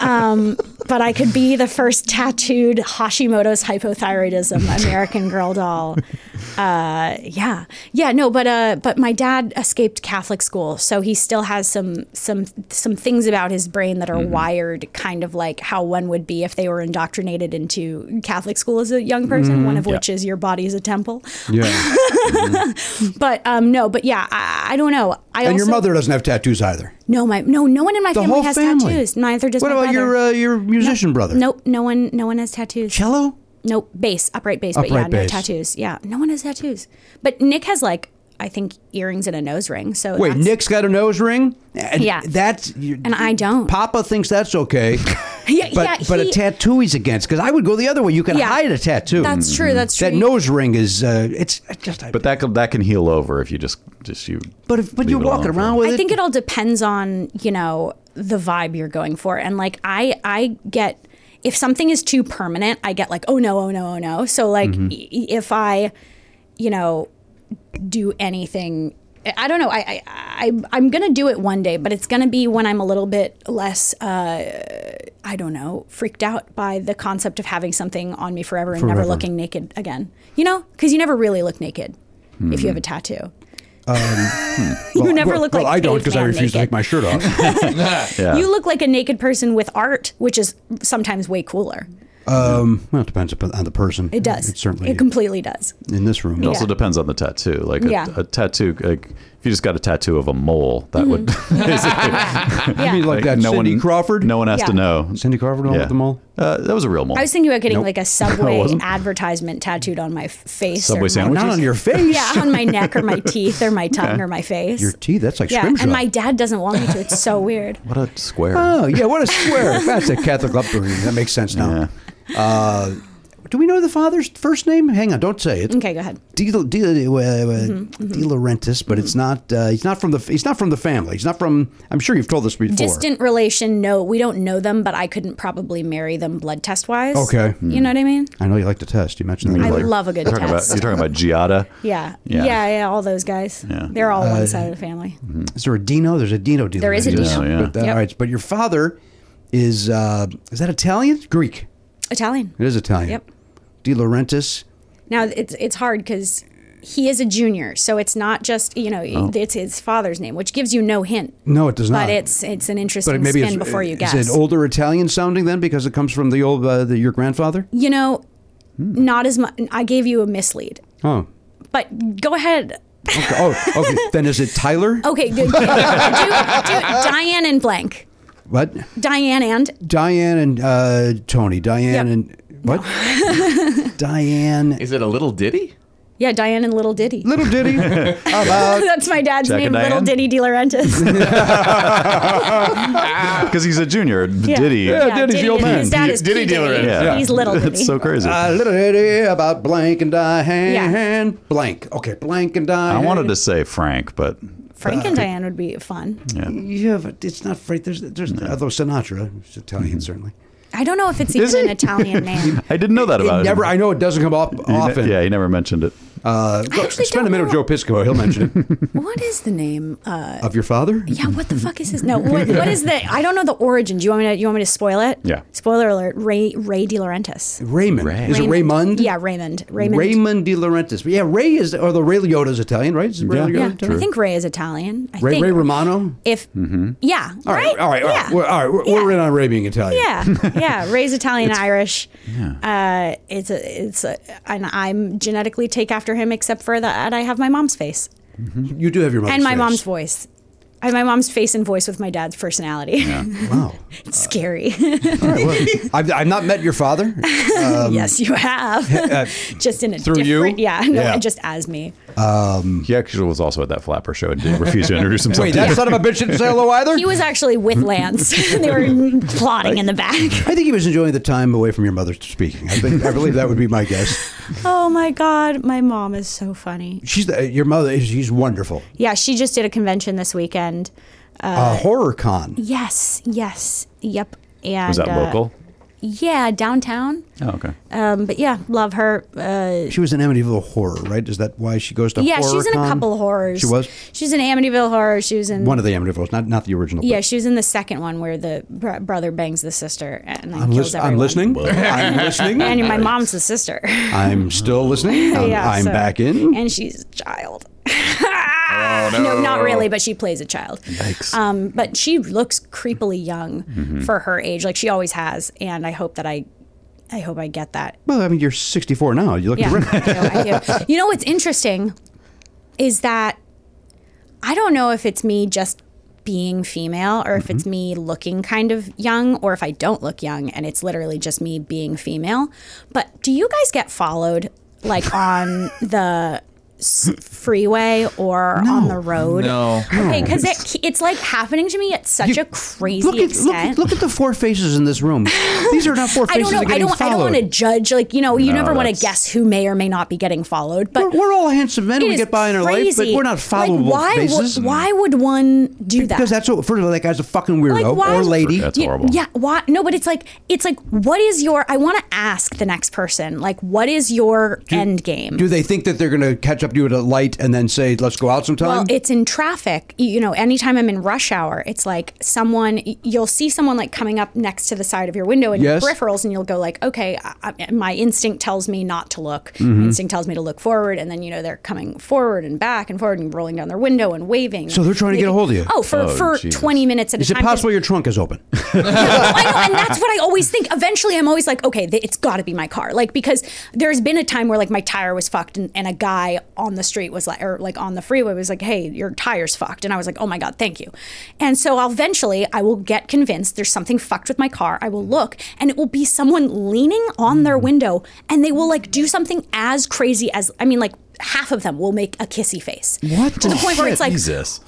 Um, but I could be the first tattooed Hashimoto's hypothyroidism American girl doll. Uh, yeah, yeah, no, but uh, but my dad escaped Catholic school, so he still has some some some things about his brain that are Mm-hmm. wired kind of like how one would be if they were indoctrinated into Catholic school as a young person. Mm-hmm. One of Mhm. Yeah. which is your body is a temple. Yeah. but um, no, but yeah, I, I don't know. I and also, your mother doesn't have tattoos either. No, my no, no one in my The family whole has family. tattoos. Neither does What my about brother. your uh, your musician brother? Nope, no one, no one has tattoos. Cello? Nope, bass, upright bass, but yeah, Upright no bass. tattoos. Yeah, no one has tattoos. But Nick has like, I think earrings and a nose ring. So Wait, that's- Nick's got a nose ring. And Yeah. that's you- and I don't. Papa thinks that's okay. *laughs* Yeah, but yeah, but a he- tattoo he's against because I would go the other way. You can Yeah. hide a tattoo. That's true, that's That true. nose ring is uh, it's just. But that could, that can heal over if you just just you. But if, but leave you're it alone walking for- around with I it. think it all depends on you know the vibe you're going for, and like I I get if something is too permanent, I get like oh no oh no oh no. So like Mm-hmm. Mhm. y- if I you know do anything. I- I don't know. I, I, I, I'm going to do it one day, but it's going to be when I'm a little bit less, uh, I don't know, freaked out by the concept of having something on me forever and never Forever. looking naked again. You know, because you never really look naked if you have a tattoo. *laughs* Um, You Hmm. well, never well, look well, like I don't because I caveman refuse to naked. take my shirt off. *laughs* yeah. You look like a naked person with art, which is sometimes way cooler. um, well, it depends upon- on the person. It does. It certainly It completely does. in this room. It also Yeah. depends on the tattoo. Like Yeah. a, a tattoo, like if you just got a tattoo of a mole, that would. Mm-hmm. *laughs* You mean like that Cindy Crawford? No one has to Yeah. know. Cindy Crawford yeah. with the mole. Uh, that was a real mole. I was thinking about getting Nope. like *laughs* a I Subway wasn't. advertisement tattooed on my f- face. Subway or my- sandwiches? Not on your face. yeah, on my neck or my teeth or my tongue Okay. or my face. Your teeth. That's like yeah, scrimshaw. and my dad doesn't want me to. It's *laughs* so weird. what a square. Oh yeah, what a square. *laughs* That's a Catholic upbringing. That makes sense now. Uh, do we know the father's first name? Hang on, don't say it. Okay, go ahead. De, De, De, uh, uh, Mm-hmm, De Laurentiis, but it's not. Uh, he's not from the. He's not from the family. He's not from. I'm sure you've told us before. Distant relation. No, we don't know them, but I couldn't probably marry them blood test wise. Okay. You know what I mean? I know you like to test. You mentioned that. I earlier. love a good You're talking about test. you're talking about Giada. yeah. Yeah. yeah. Yeah, all those guys. Yeah. They're all Uh, one side of the family. Is there a Dino? There's a Dino. De There is a Laurentiis. Dino. Yeah, yeah. But, that- Yep. All right, but your father is uh, is that Italian? Greek. Italian. It is Italian. Yep. De Laurentiis. Now it's it's hard because he is a junior, so it's not just you know Oh. it's his father's name, which gives you no hint. No, it does not. But it's it's an But interesting it maybe spin it's, uh, before you guess. Is it older Italian sounding then because it comes from the old uh, the, your grandfather? you know, Hmm. not as much. I gave you a mislead, Oh, but go ahead. okay. oh, *laughs* okay. then is it Tyler? Okay, good. do, do Diane and blank. What? Diane and Diane and *laughs* uh, Tony. Diane and what? Diane. Is it a little ditty? Yeah, Diane and Little Diddy. *laughs* Little Diddy. *laughs* Uh, *laughs* That's my dad's Jack name, and Little Diane? Diddy De Laurentiis. *laughs* Because he's a junior. Yeah. Diddy. Yeah, Yeah, Diddy's Diddy. the old man. His dad is Diddy P. Diddy. dealer. Yeah. *laughs* He's little Diddy. *laughs* It's so crazy. Uh, little Diddy about blank and Diane. Blank. Okay, blank and Diane. I wanted to say Frank, but Frank and Diane would be fun. yeah. Yeah, but it's not Frank. There's, there's although Sinatra, is Italian certainly. I don't know if it's even an Italian name. I didn't know that It about never. him. I know it doesn't come up He ne- often. yeah, he never mentioned *laughs* it. Uh, look, spend a minute with Joe Piscopo. He'll mention it. What is the name? *laughs* Uh, of your father? yeah, what the fuck is his? No, what, what is the? I don't know the origin. Do you want me to? You want me to spoil it? Yeah. Spoiler alert: Ray Ray De Laurentiis. Raymond. Is it Raymond? Yeah, Raymond. Raymond. Raymond De Laurentiis. But yeah, Ray is, or the Ray Liotta's Italian, right? Is Ray Yeah, Liotta I Italian? think Ray is Italian. I Ray, think. Ray Romano? If Mm-hmm. yeah, All right, all right, all right. We're, all right, we're, we're in on Ray being Italian. yeah, *laughs* yeah. Ray's Italian Irish. Yeah. Uh, it's a, it's a, and I'm genetically take after him, except for that I have my mom's face You do have your mom's and my face. mom's voice. I have my mom's face and voice with my dad's personality. Wow. *laughs* it's scary. All right, *laughs* well, I've, I've not met your father. Um, yes, you have. *laughs* uh, just in a through you? different, yeah, no, Yeah. just as me. Um, he actually was also at that flapper show and did refuse to introduce himself. Wait, that son of a bitch didn't say hello either? He was actually with Lance. *laughs* they were plotting in the *laughs* back. I think he was enjoying the time away from your mother speaking. I, think, I believe that would be my guess. Oh my god, my mom is so funny. She's the, your mother. She's wonderful. Yeah, she just did a convention this weekend. Uh, horror con. Yes, yes, yep. And Was that uh, local? Yeah, downtown. Oh, okay. Um, but yeah, love her. Uh, She was in Amityville Horror, right? Is that why she goes to? yeah, she was in a HorrorCon? couple horrors. She was She's in Amityville horror. She was in one of the Amityvilles, not not the original. Yeah, she was in the second one where the br- brother bangs the sister and then I'm, lis- kills I'm everyone. listening. I'm listening. *laughs* And my mom's the sister. *laughs* I'm still listening. I'm, Yeah, I'm so- back in. And she's a child. *laughs* not really, but she plays a child. Um, but she looks creepily young Mhm. for her age, like she always has. And I hope that I, I hope I get that. Well, I mean, you're 64 now. You look Yeah, terrific. I know, *laughs* I do. You know what's interesting is that I don't know if it's me just being female or if it's Mm-hmm. me looking kind of young or if I don't look young and it's literally just me being female. But do you guys get followed *laughs* like on the s- freeway or on the road? No. Okay, No. because it, it's like happening to me at such You- a crazy Look at, extent. look, look at the four faces in this room. These *laughs* are not four I faces don't know. that are I getting don't. I followed. don't want to judge. Like you know, you No, never want to that's- guess who may or may not be getting followed. But we're, we're all handsome men. it We is get by in our life, but crazy. we're not Like, followable why faces. Would, why would one do that? Because that's what. First of all, that guy's a fucking weirdo like why or lady. Yeah, Yeah, why? No, but it's like it's like what is your? I want to ask the next person. Like, what is your end game? Do they think that they're going to catch up to you at a light and then say, "Let's go out sometime"? Well, it's in traffic. You you know, anytime I'm in rush hour, it's like someone you'll see someone like coming up next to the side of your window in Yes. your peripherals, and you'll go like, okay, I, I- my instinct tells me not to look. Mm-hmm. Mhm. My instinct tells me to look forward, and then you know they're coming forward and back and forward and rolling down their window and waving. So they're trying to get a hold of you. Oh, for Oh, for Jesus. 20 minutes at Is a it time. 'cause- possible your trunk is open? Oh. and that's what *laughs* I always think. Eventually, I'm always like, okay, th- it's got to be my car. Like, because there's been a time where like my tire was fucked, and, and a guy on the street was like, or like on the freeway was like, hey, your tire's fucked, and I was like, oh my god, thank you. And so I'll eventually, I will get convinced there's something fucked with my car. I will look, and it will be someone leaning on Mm. their window, and they will like do something as crazy as I mean, like half of them will make a kissy face. What to the point where it's like, Jesus.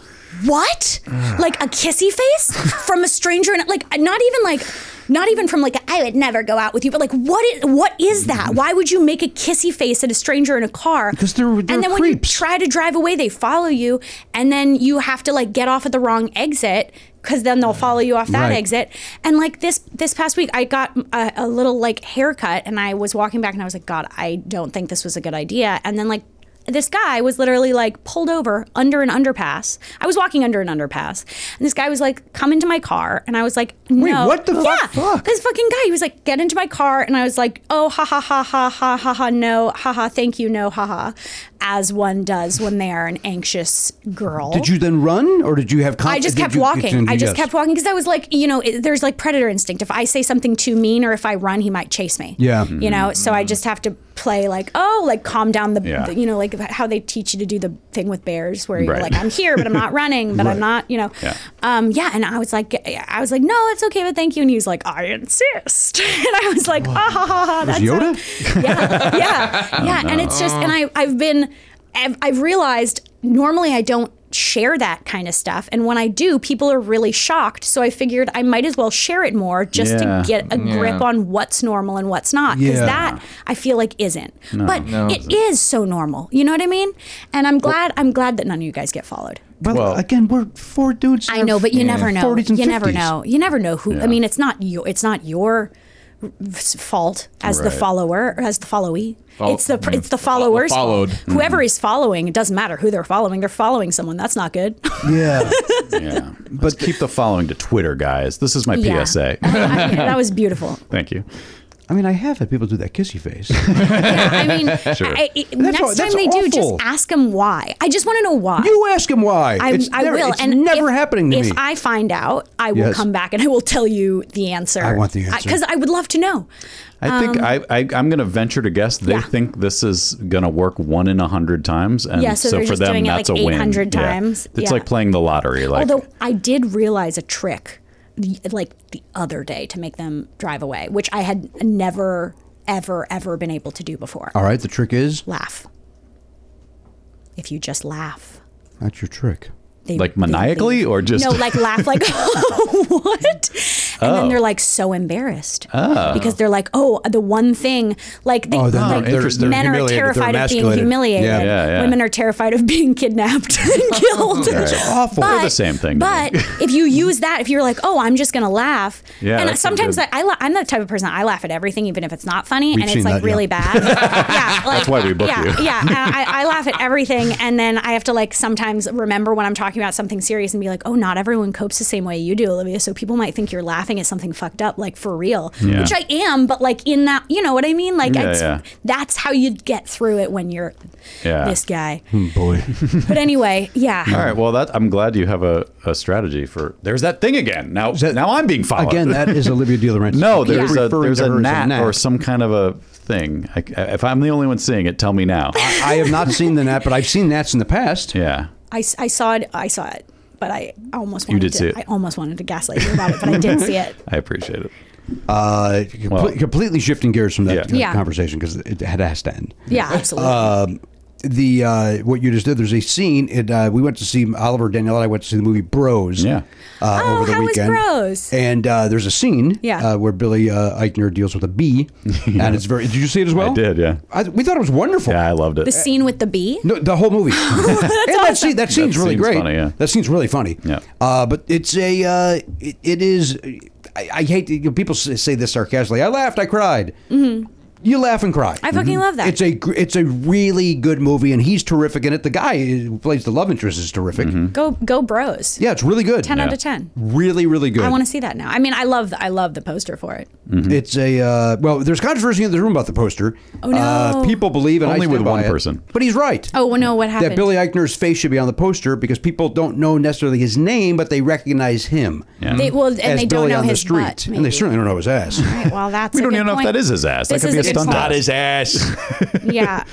what? Ugh. like a kissy face from a stranger and like not even like not even from like I would never go out with you, but like what is what is that? Why would you make a kissy face at a stranger in a car? Because they're, they're and then when you try to drive away, they follow you, and then you have to like get off at the wrong exit because then they'll follow you off that Right. exit. And like this this past week, I got a, a little like haircut, and I was walking back, and I was like, God, I don't think this was a good idea. And then like this guy was literally like pulled over under an underpass. I was walking under an underpass, and this guy was like, "Come into my car," and I was like, "No." Wait, what the yeah, fuck? Fuck. This fucking guy. He was like, "Get into my car," and I was like, "Oh, ha ha ha ha ha ha ha ha no ha ha thank you no ha ha," as one does when they are an anxious girl. Did you then run, or did you have? I just kept walking. I just kept walking because I was like, you know, it, there's like predator instinct. If I say something too mean or if I run, he might chase me. Yeah. You know, so I just have to play like, oh, like calm down the, Mm-hmm. Yeah. the- you know, like how they teach you to do the thing with bears where you're Right. like, I'm here, but *laughs* I'm not running, but Right. I'm not, you know. Um, yeah, and I was like, I was like, no, it's okay, but thank you. And he was like, I insist. *laughs* And I was like, ah, ha, ha, ha, that's a- *laughs* Oh, yeah, yeah, and it's just, and I, I've been, I've, I've realized normally I don't share that kind of stuff, and when I do, people are really shocked. So I figured I might as well share it more just Yeah. to get a grip Yeah. on what's normal and what's not, because Yeah. that I feel like isn't. No. but No, it isn't. is so normal. You know what I mean? And I'm glad, I'm glad that none of you guys get followed. But again, we're four dudes. in I our know, but you f- never know. 40s and you never 50s. know. You never know who. I mean, it's not you. It's not your s- fault as the Right. follower or as the followee. Fol- it's the mm. it's the followers. fault. Followed. Whoever is following, it doesn't matter who they're following. They're following someone. That's not good. Yeah. *laughs* yeah. But keep the following to Twitter, guys. This is my Yeah. PSA. *laughs* I mean, that was beautiful. Thank you. I mean, I have had people do that kissy face. I mean, Sure. I, I- That's next aw- time that's they do, just awful. ask them why. I just want to know why. you ask him why. I, It's I never- will. It's and never if, happening to if me. I find out, I will Yes. come back and I will tell you the answer. I want the answer. because I, would love to know. I think Um, I, I I'm going to venture to guess they Yeah. think this is going to work one in a hundred times, and Yeah, so they're for just them doing it that's like a win. 800 Yeah. times. It's Yeah. like playing the lottery. Like Although I did realize a trick, the- like the other day, to make them drive away, which I had never, ever, ever been able to do before. All right, the trick is Laugh. If you just laugh, that's your trick. they Like maniacally or just- no, like *laughs* laugh, like *laughs* what? And Oh. then they're like so embarrassed Oh. because they're like, oh, the one thing, like, they, Oh, then like they're- they're- men they're are humiliated, they're terrified of being emasculated. humiliated, Yeah. Yeah, yeah. women are terrified of being kidnapped and *laughs* killed. That's awful. They're the same thing to But if you use that, if you're like, oh, I'm just gonna laugh, Yeah, and that's sometimes good. I, I la- I'm the type of person I laugh at everything, even if it's not funny, We've and seen it's like that, yeah. *laughs* really bad. that's why we book Yeah, you. *laughs* yeah. and I, I laugh at everything, and then I have to like sometimes remember when I'm talking about something serious and be like, "Oh, not everyone copes the same way you do, Olivia." So people might think you're laughing at something fucked up, like for real, Yeah. which I am. But like in that, you know what I mean? Like Yeah, it's, yeah. that's how you get through it when you're Yeah. *laughs* this guy. boy. But anyway, yeah. All right. Well, that I'm glad you have a, a strategy for. There's that thing again. Now now I'm being *laughs* followed Again, that is Olivia De La Renta. No, Keep there's a referring there's to a her as gnat, or some kind of a thing. I, if I'm the only one seeing it, tell me now. *laughs* I have not seen the gnat, but I've seen gnats in the past. Yeah. I, s- I saw it. I saw it, but I almost You wanted did to, see it. I almost wanted to gaslight you about it, but I did *laughs* see it. I appreciate it. Uh, comple- completely shifting gears from that uh, Yeah. conversation because it had- has to end. Yeah, absolutely. Um, the uh, what you just did. There's a scene. It, uh, we went to see Oliver Danielle. and I went to see the movie Bros. Yeah. Uh, Oh, over the how was weekend. Bros? And uh, there's a scene. Yeah. Uh, where Billy uh, Eichner deals with a *laughs* bee, and it's very. Did you see it as well? I did. Yeah. we thought it was wonderful. Yeah, I loved the scene with the bee. no, the whole *laughs* movie. and that, scene, that scene's really scene's great. funny, yeah. That scene's really funny. Yeah. Uh, but it's a, uh, it, it is, I, I hate to, you know, people s- say this sarcastically. I laughed, I cried. hmm You laugh and cry. I fucking Mhm. love that. mm-hmm. It's a gr- it's a really good movie, and he's terrific in it. The guy who plays the love interest is terrific. Go go, Bros. Yeah, it's really good. 10 out of 10. Really, really good. I want to see that now. I mean, I love the, I love the poster for it. It's a uh, well. There's controversy in the room about the poster. Mm-hmm. Oh, no. Uh, people believe, and I Only with stand by one it. person. But he's right. Oh well, no, what happened? that Billy Eichner's face should be on the poster because people don't know necessarily his name, but they recognize him. They- well, and as they don't Billy know on his the street, butt, and they certainly don't know his *laughs* ass. All right, *laughs* well, that's a good point. This is good point. ass. *laughs* Yeah.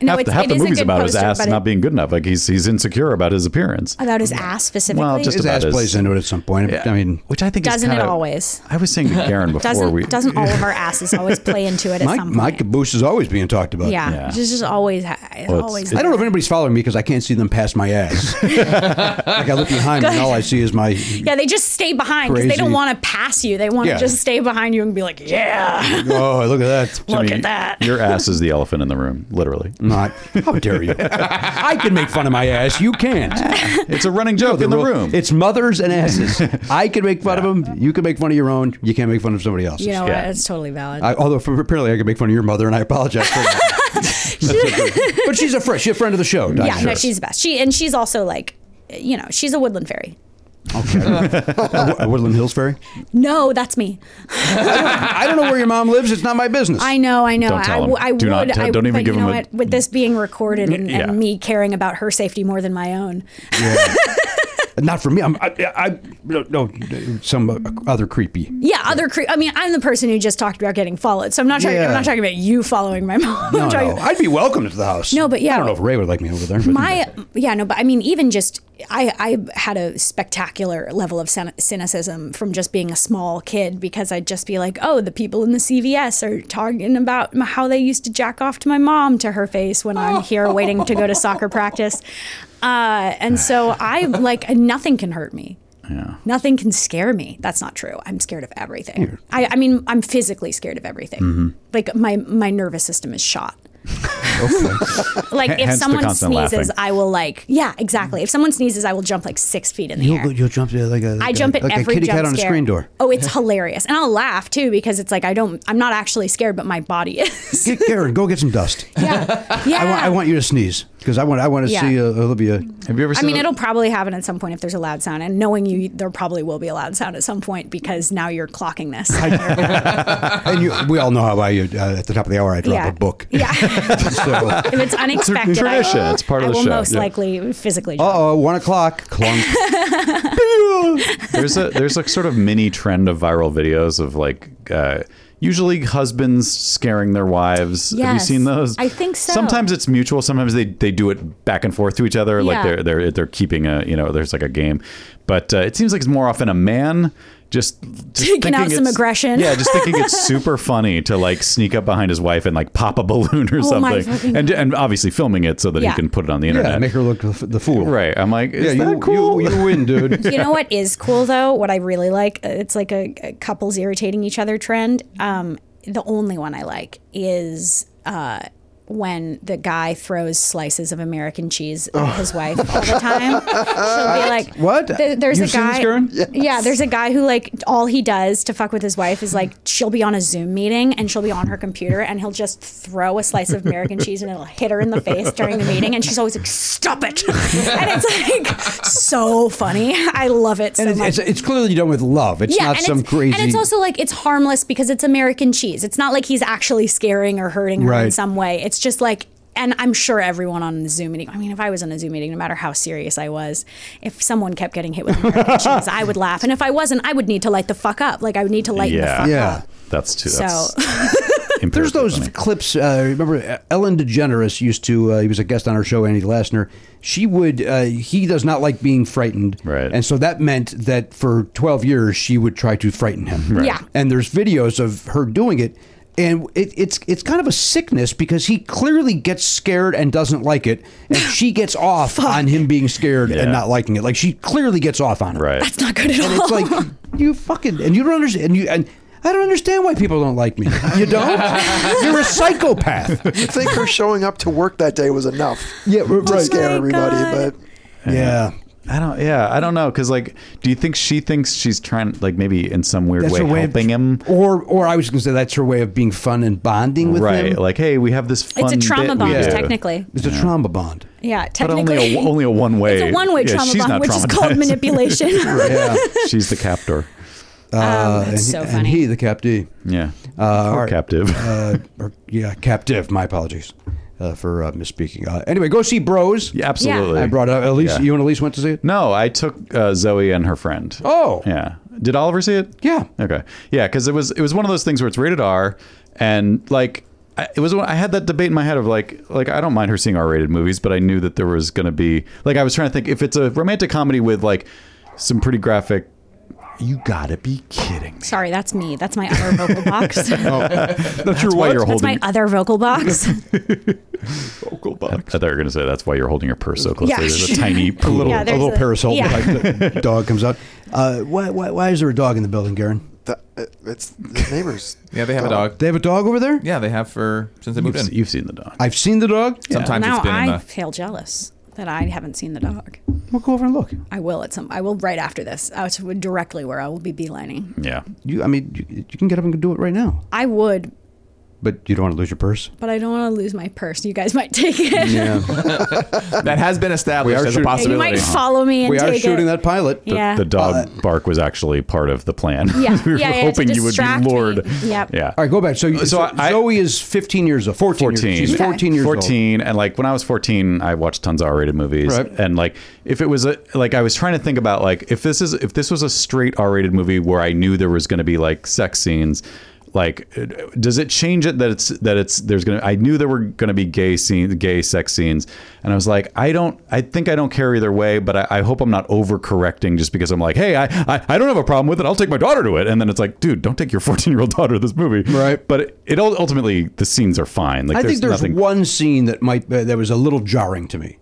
No, half it's, the, half it the is a movie's good about his poster, ass but not it, Uh, being good enough. Like he's he's insecure about his appearance. about his ass specifically. Well, just his about ass his- plays into it at some point. I mean, which I think is doesn't it kinda- always? I was *laughs* saying to Karen before doesn't we doesn't *laughs* all of our asses always play into it at my, some my point? caboose is always being talked about. yeah, it's just always ha- it's Well, it's- always. I don't know if anybody's following me because I can't see them past my *laughs* ass. like I look behind me, and all I see is my. Yeah, they just stay behind because they Crazy. don't want to pass you. They want to Yeah. just stay behind you and be like, yeah. *laughs* Oh, look at that! Look at that. Your ass is the elephant in the room, literally. Not. How dare *laughs* you? I can make fun of my ass. You can't. It's a running joke in the room. It's mothers and *laughs* asses. I can make fun of them. You can make fun of your own. You can't make fun of somebody else's. You know what? It's totally valid. I, although for, apparently I can make fun of your mother, and I apologize for that. *laughs* but she's a friend. She's a friend of the show. Diane. yeah, no, she's the best. She and she's also like, you know, she's a woodland fairy. Okay. Uh, Wo- Woodland Hills Ferry. No, that's me. I don't know where your mom lives. It's not my business. I know, I know. Don't tell I, him. w- I Do not would. tell- I, don't even but give you him know a- what? With this being recorded and, Yeah. and me caring about her safety more than my own. Yeah. not for me. I'm, I, I no, no some uh, other creepy. Yeah, other. Cre- I mean, I'm the person who just talked about getting followed, so I'm not. Talking, Yeah. I'm not talking about you following my mom. *laughs* No, I'm talking no. I'd be welcome to the house. No, but yeah. I don't know if Ray would like me over there. But my yeah no but i mean even just i i had a spectacular level of cyn- cynicism from just being a small kid because i'd just be like oh the people in the cvs are talking about m- how they used to jack off to my mom to her face when i'm here waiting to go to soccer practice uh, and so i like *laughs* nothing can hurt me yeah. Nothing can scare me. That's not true. I'm scared of everything. I, I mean, I'm physically scared of everything. Mhm. Like my my nervous system is shot *laughs* like H- if hence the someone constant sneezes, laughing. I will like yeah, exactly. If someone sneezes, I will jump like six feet in the air. you'll, you'll jump there like a I like jump a, at like every a kitty jump cat on scare. a screen door. *laughs* Oh, it's hilarious, and I'll laugh too because it's like I don't, I'm not actually scared, but my body is. Get Karen, go get some dust. *laughs* Yeah, *laughs* I, yeah. want, I want you to sneeze because I want I want to Yeah. see uh, Olivia. Have you ever I mean, it'll probably happen at some point if there's a loud sound, and knowing you, there probably will be a loud sound at some point because now you're clocking this. and you, we all know how I uh, at the top of the hour I drop Yeah. a book. *laughs* Yeah. *laughs* so, if it's unexpected, tradition. I, It's part of I the will show. most Yeah. likely physically. Uh oh, one o'clock. Clunk. there's a there's a sort of mini trend of viral videos of like uh, usually husbands scaring their wives. Have you Yes. seen those? I think so. Sometimes it's mutual. Sometimes they, they do it back and forth to each other. Like Yeah. they're they're they're keeping a you know there's like a game, but uh, it seems like it's more often a man just, just Taking thinking out some it's- aggression. Yeah, just thinking *laughs* it's super funny to like sneak up behind his wife and like pop a balloon or Oh my something, fucking and and obviously filming it so that Yeah. he can put it on the Yeah, internet. make her look the fool. Right. I'm like, is Yeah, that you- cool? you win, dude. You know what is cool though? What I really like, uh, it's like a, a couples irritating each other trend. Um, the only one I like is uh, when the guy throws slices of American cheese at his wife all *laughs* the time. She'll be like, Oh. What? th- there's You've a seen this, guy. Karen? Yeah, there's a guy who like all he does to fuck with his wife is like she'll be on a Zoom meeting and she'll be on her computer and he'll just throw a slice of American cheese and it'll hit her in the face during the meeting and she's always like, "Stop it!" *laughs* and it's like so funny. I love it so and it's, it's, much. it's clearly done with love. It's not and some it's, crazy. And it's also like it's harmless because it's American cheese. It's not like he's actually scaring or hurting her in Right. some way. It's just like, and I'm sure everyone on the Zoom meeting. I mean, if I was on a Zoom meeting, no matter how serious I was, if someone kept getting hit with *laughs* American cheese, I would laugh. And if I wasn't, I would need to light the fuck up. Like I would need to lighten the yeah, fuck Yeah. up. That's too. *laughs* That's So There's those clips. Uh, remember, Ellen DeGeneres used to. Uh, he was a guest on our show, Andy Lastner. She would. Uh, he does not like being frightened, right? And so that meant that for 12 years she would try to frighten him. Right. Yeah. And there's videos of her doing it, and it, it's it's kind of a sickness because he clearly gets scared and doesn't like it, and she gets off on him being scared and not liking it. Like she clearly gets off on it. Right. That's not good at and *laughs* all. It's like you fucking and you don't understand and you and. I don't understand why people don't like me. You don't? *laughs* You're a psychopath. You think her showing up to work that day was enough? Yeah, to scare everybody, but Yeah. I don't. Yeah, I don't know. Because like, do you think she thinks she's trying, like, maybe in some weird That's way, her way of- helping him? Or or I was going to say that's her way of being fun and bonding with right. him. Like, hey, we have this. a Fun trauma bit bond, we do. technically. It's a trauma bond. yeah, But only technically. a only a one way. *laughs* It's a one-way trauma bond, which is called manipulation. *laughs* Right. *laughs* Yeah. she's the captor. Uh, that's and, so and funny. he, the captive. Yeah. Uh, Or all right. captive. Uh, or, yeah, captive. My apologies uh, for uh, misspeaking. Uh, anyway, go see Bros. *laughs* Yeah, absolutely. I brought up Elise. Yeah. You and Elise went to see it? No, I took uh, Zoe and her friend. Oh. Yeah. Did Oliver see it? Yeah. Okay. Yeah, because it was it was one of those things where it's rated R, and like I, it was one- I had that debate in my head of like like I don't mind her seeing R rated movies, but I knew that there was going to be like I was trying to think if it's a romantic comedy with like some pretty graphic. You gotta be *laughs* kidding. Sorry, that's me. That's my other vocal *laughs* box. that's, your why you're That's Oh, holding. uh, my other *laughs* vocal box. I, I thought you were going to say that's why you're holding your purse so closely. Yeah. There's a tiny A poodle. little, *laughs* Yeah, a there's little a- parasol yeah. like *laughs* the dog comes out. Uh, why, why, why is there a dog in the building, Garen? the, uh, it's the neighbors. Yeah, they have a dog. They have a dog over there? Yeah, they have for since they You've moved in. se- you've seen the dog. I've seen the dog. Sometimes now it's been I in the. feel jealous that I haven't seen the dog. We'll go over and look. I will at some. I will right after this. Uh, Out to- directly where I will be beelining. Yeah. You, I mean, you, you can get up and do it right now. I would. But you don't want to lose your *laughs* purse. But I don't want to lose my purse. You guys *laughs* might take *laughs* it. that has been established as a you possibility. might follow me and We are take shooting it. that pilot. The, yeah. the dog bark was actually part of the plan. Yeah. *laughs* we were Yeah, yeah, to hoping you would distract be me. lured. Yep. Yeah. All right, go back. So, you, so, Zoe is 15 years old. 14. years- 14. she's 14 years old. 14. And like when I was 14, I watched tons of R-rated movies. Right. And like if it was a like I was trying to think about like if this is if this was a straight R-rated movie where I knew there was going to be like sex scenes, like does it change it that it's that it's there's going to I knew there were going to be gay scenes, gay sex scenes. And I was like, I don't I think I don't care either way, but I, I hope I'm not overcorrecting just because I'm like, hey, I, I I don't have a problem with it. I'll take my daughter to it. And then it's like, dude, don't take your 14-year-old daughter to this movie. Right. But it, it ul- ultimately the scenes are fine. Like I think there's nothing one scene that might uh, that was a little jarring to me.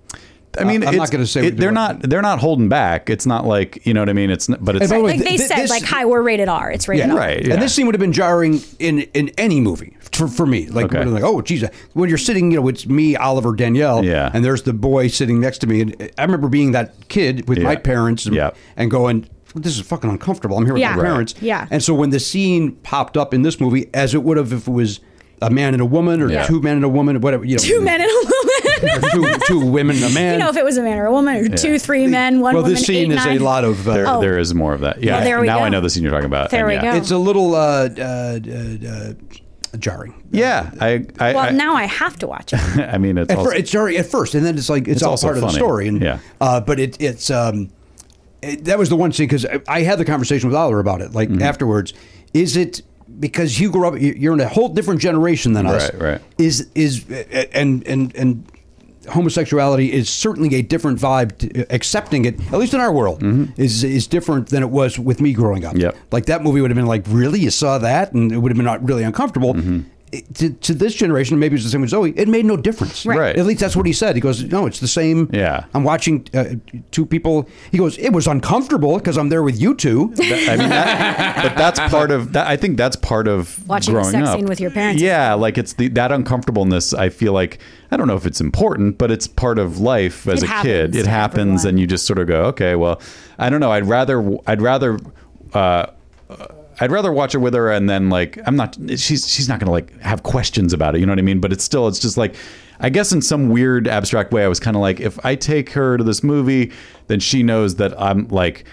I mean, I'm it's- not going to say it- they're not. They're not holding back. It's not like you know what I mean. It's n- but it's Right, like they said, like, hi, we're rated R. It's rated Yeah, R. Right, yeah. And this scene would have been jarring in in any movie for, for me. Like, Okay. when I'm like, oh, geez, when you're sitting, you know, it's me, Oliver, Danielle, Yeah. and there's the boy sitting next to me, and I remember being that kid with my Yeah. parents, and, Yeah. and going, this is fucking uncomfortable. I'm here with Yeah. my Right. parents, Yeah. And so when the scene popped up in this movie, as it would have if it was a man and a woman or Yeah. two men and a woman, whatever, you know, Two men and a woman. or *laughs* two, two women and a man. you know, if it was a man or a woman, or Yeah. two, three men, one well, woman, this scene eight, is nine. a lot of. Uh, there, Oh. there is more of that. Yeah. Well, there we now I go. know the scene you're talking about. There and we yeah. go. It's a little uh, uh, uh, uh, jarring. Yeah. I. I, Well, I, now I have *laughs* to watch *laughs* it. I mean, it's At also, fir- it's jarring at first, and then it's like it's, It's all also part of the funny. story. And Yeah. uh, but it, it's um, it, that was the one scene because I, I had the conversation with Oliver about it. Like Mm-hmm. afterwards, is it because you grew up? you- You're in a whole different generation than us. Right, right. Is is and and and homosexuality is certainly a different vibe. To, accepting it, at least in our world, is is different than it was with me growing up. Mm-hmm. Yep. Like that movie would have been like, really, you saw that, and it would have been not really uncomfortable. Mm-hmm. It- to, to this generation, maybe it's the same with Zoe. It made no difference. Right. Right. At least that's what he said. He goes, no, it's the same. Yeah. I'm watching uh, two people. He goes, it was uncomfortable because I'm there with you two. *laughs* that- I mean, that, but that's part of that. I think that's part of Watching a growing sex up. scene with your parents. Yeah, like it's the that uncomfortableness. I feel like I don't know if it's important, but it's part of life as It a kid. happens It to happens, and you just sort of go, okay, well, I don't know. I'd rather, I'd rather. Uh, I'd rather watch it with her and then like I'm not she's she's not gonna like have questions about it, you know what I mean? But it's still it's just like I guess in some weird abstract way I was kinda like if I take her to this movie, then she knows that I'm like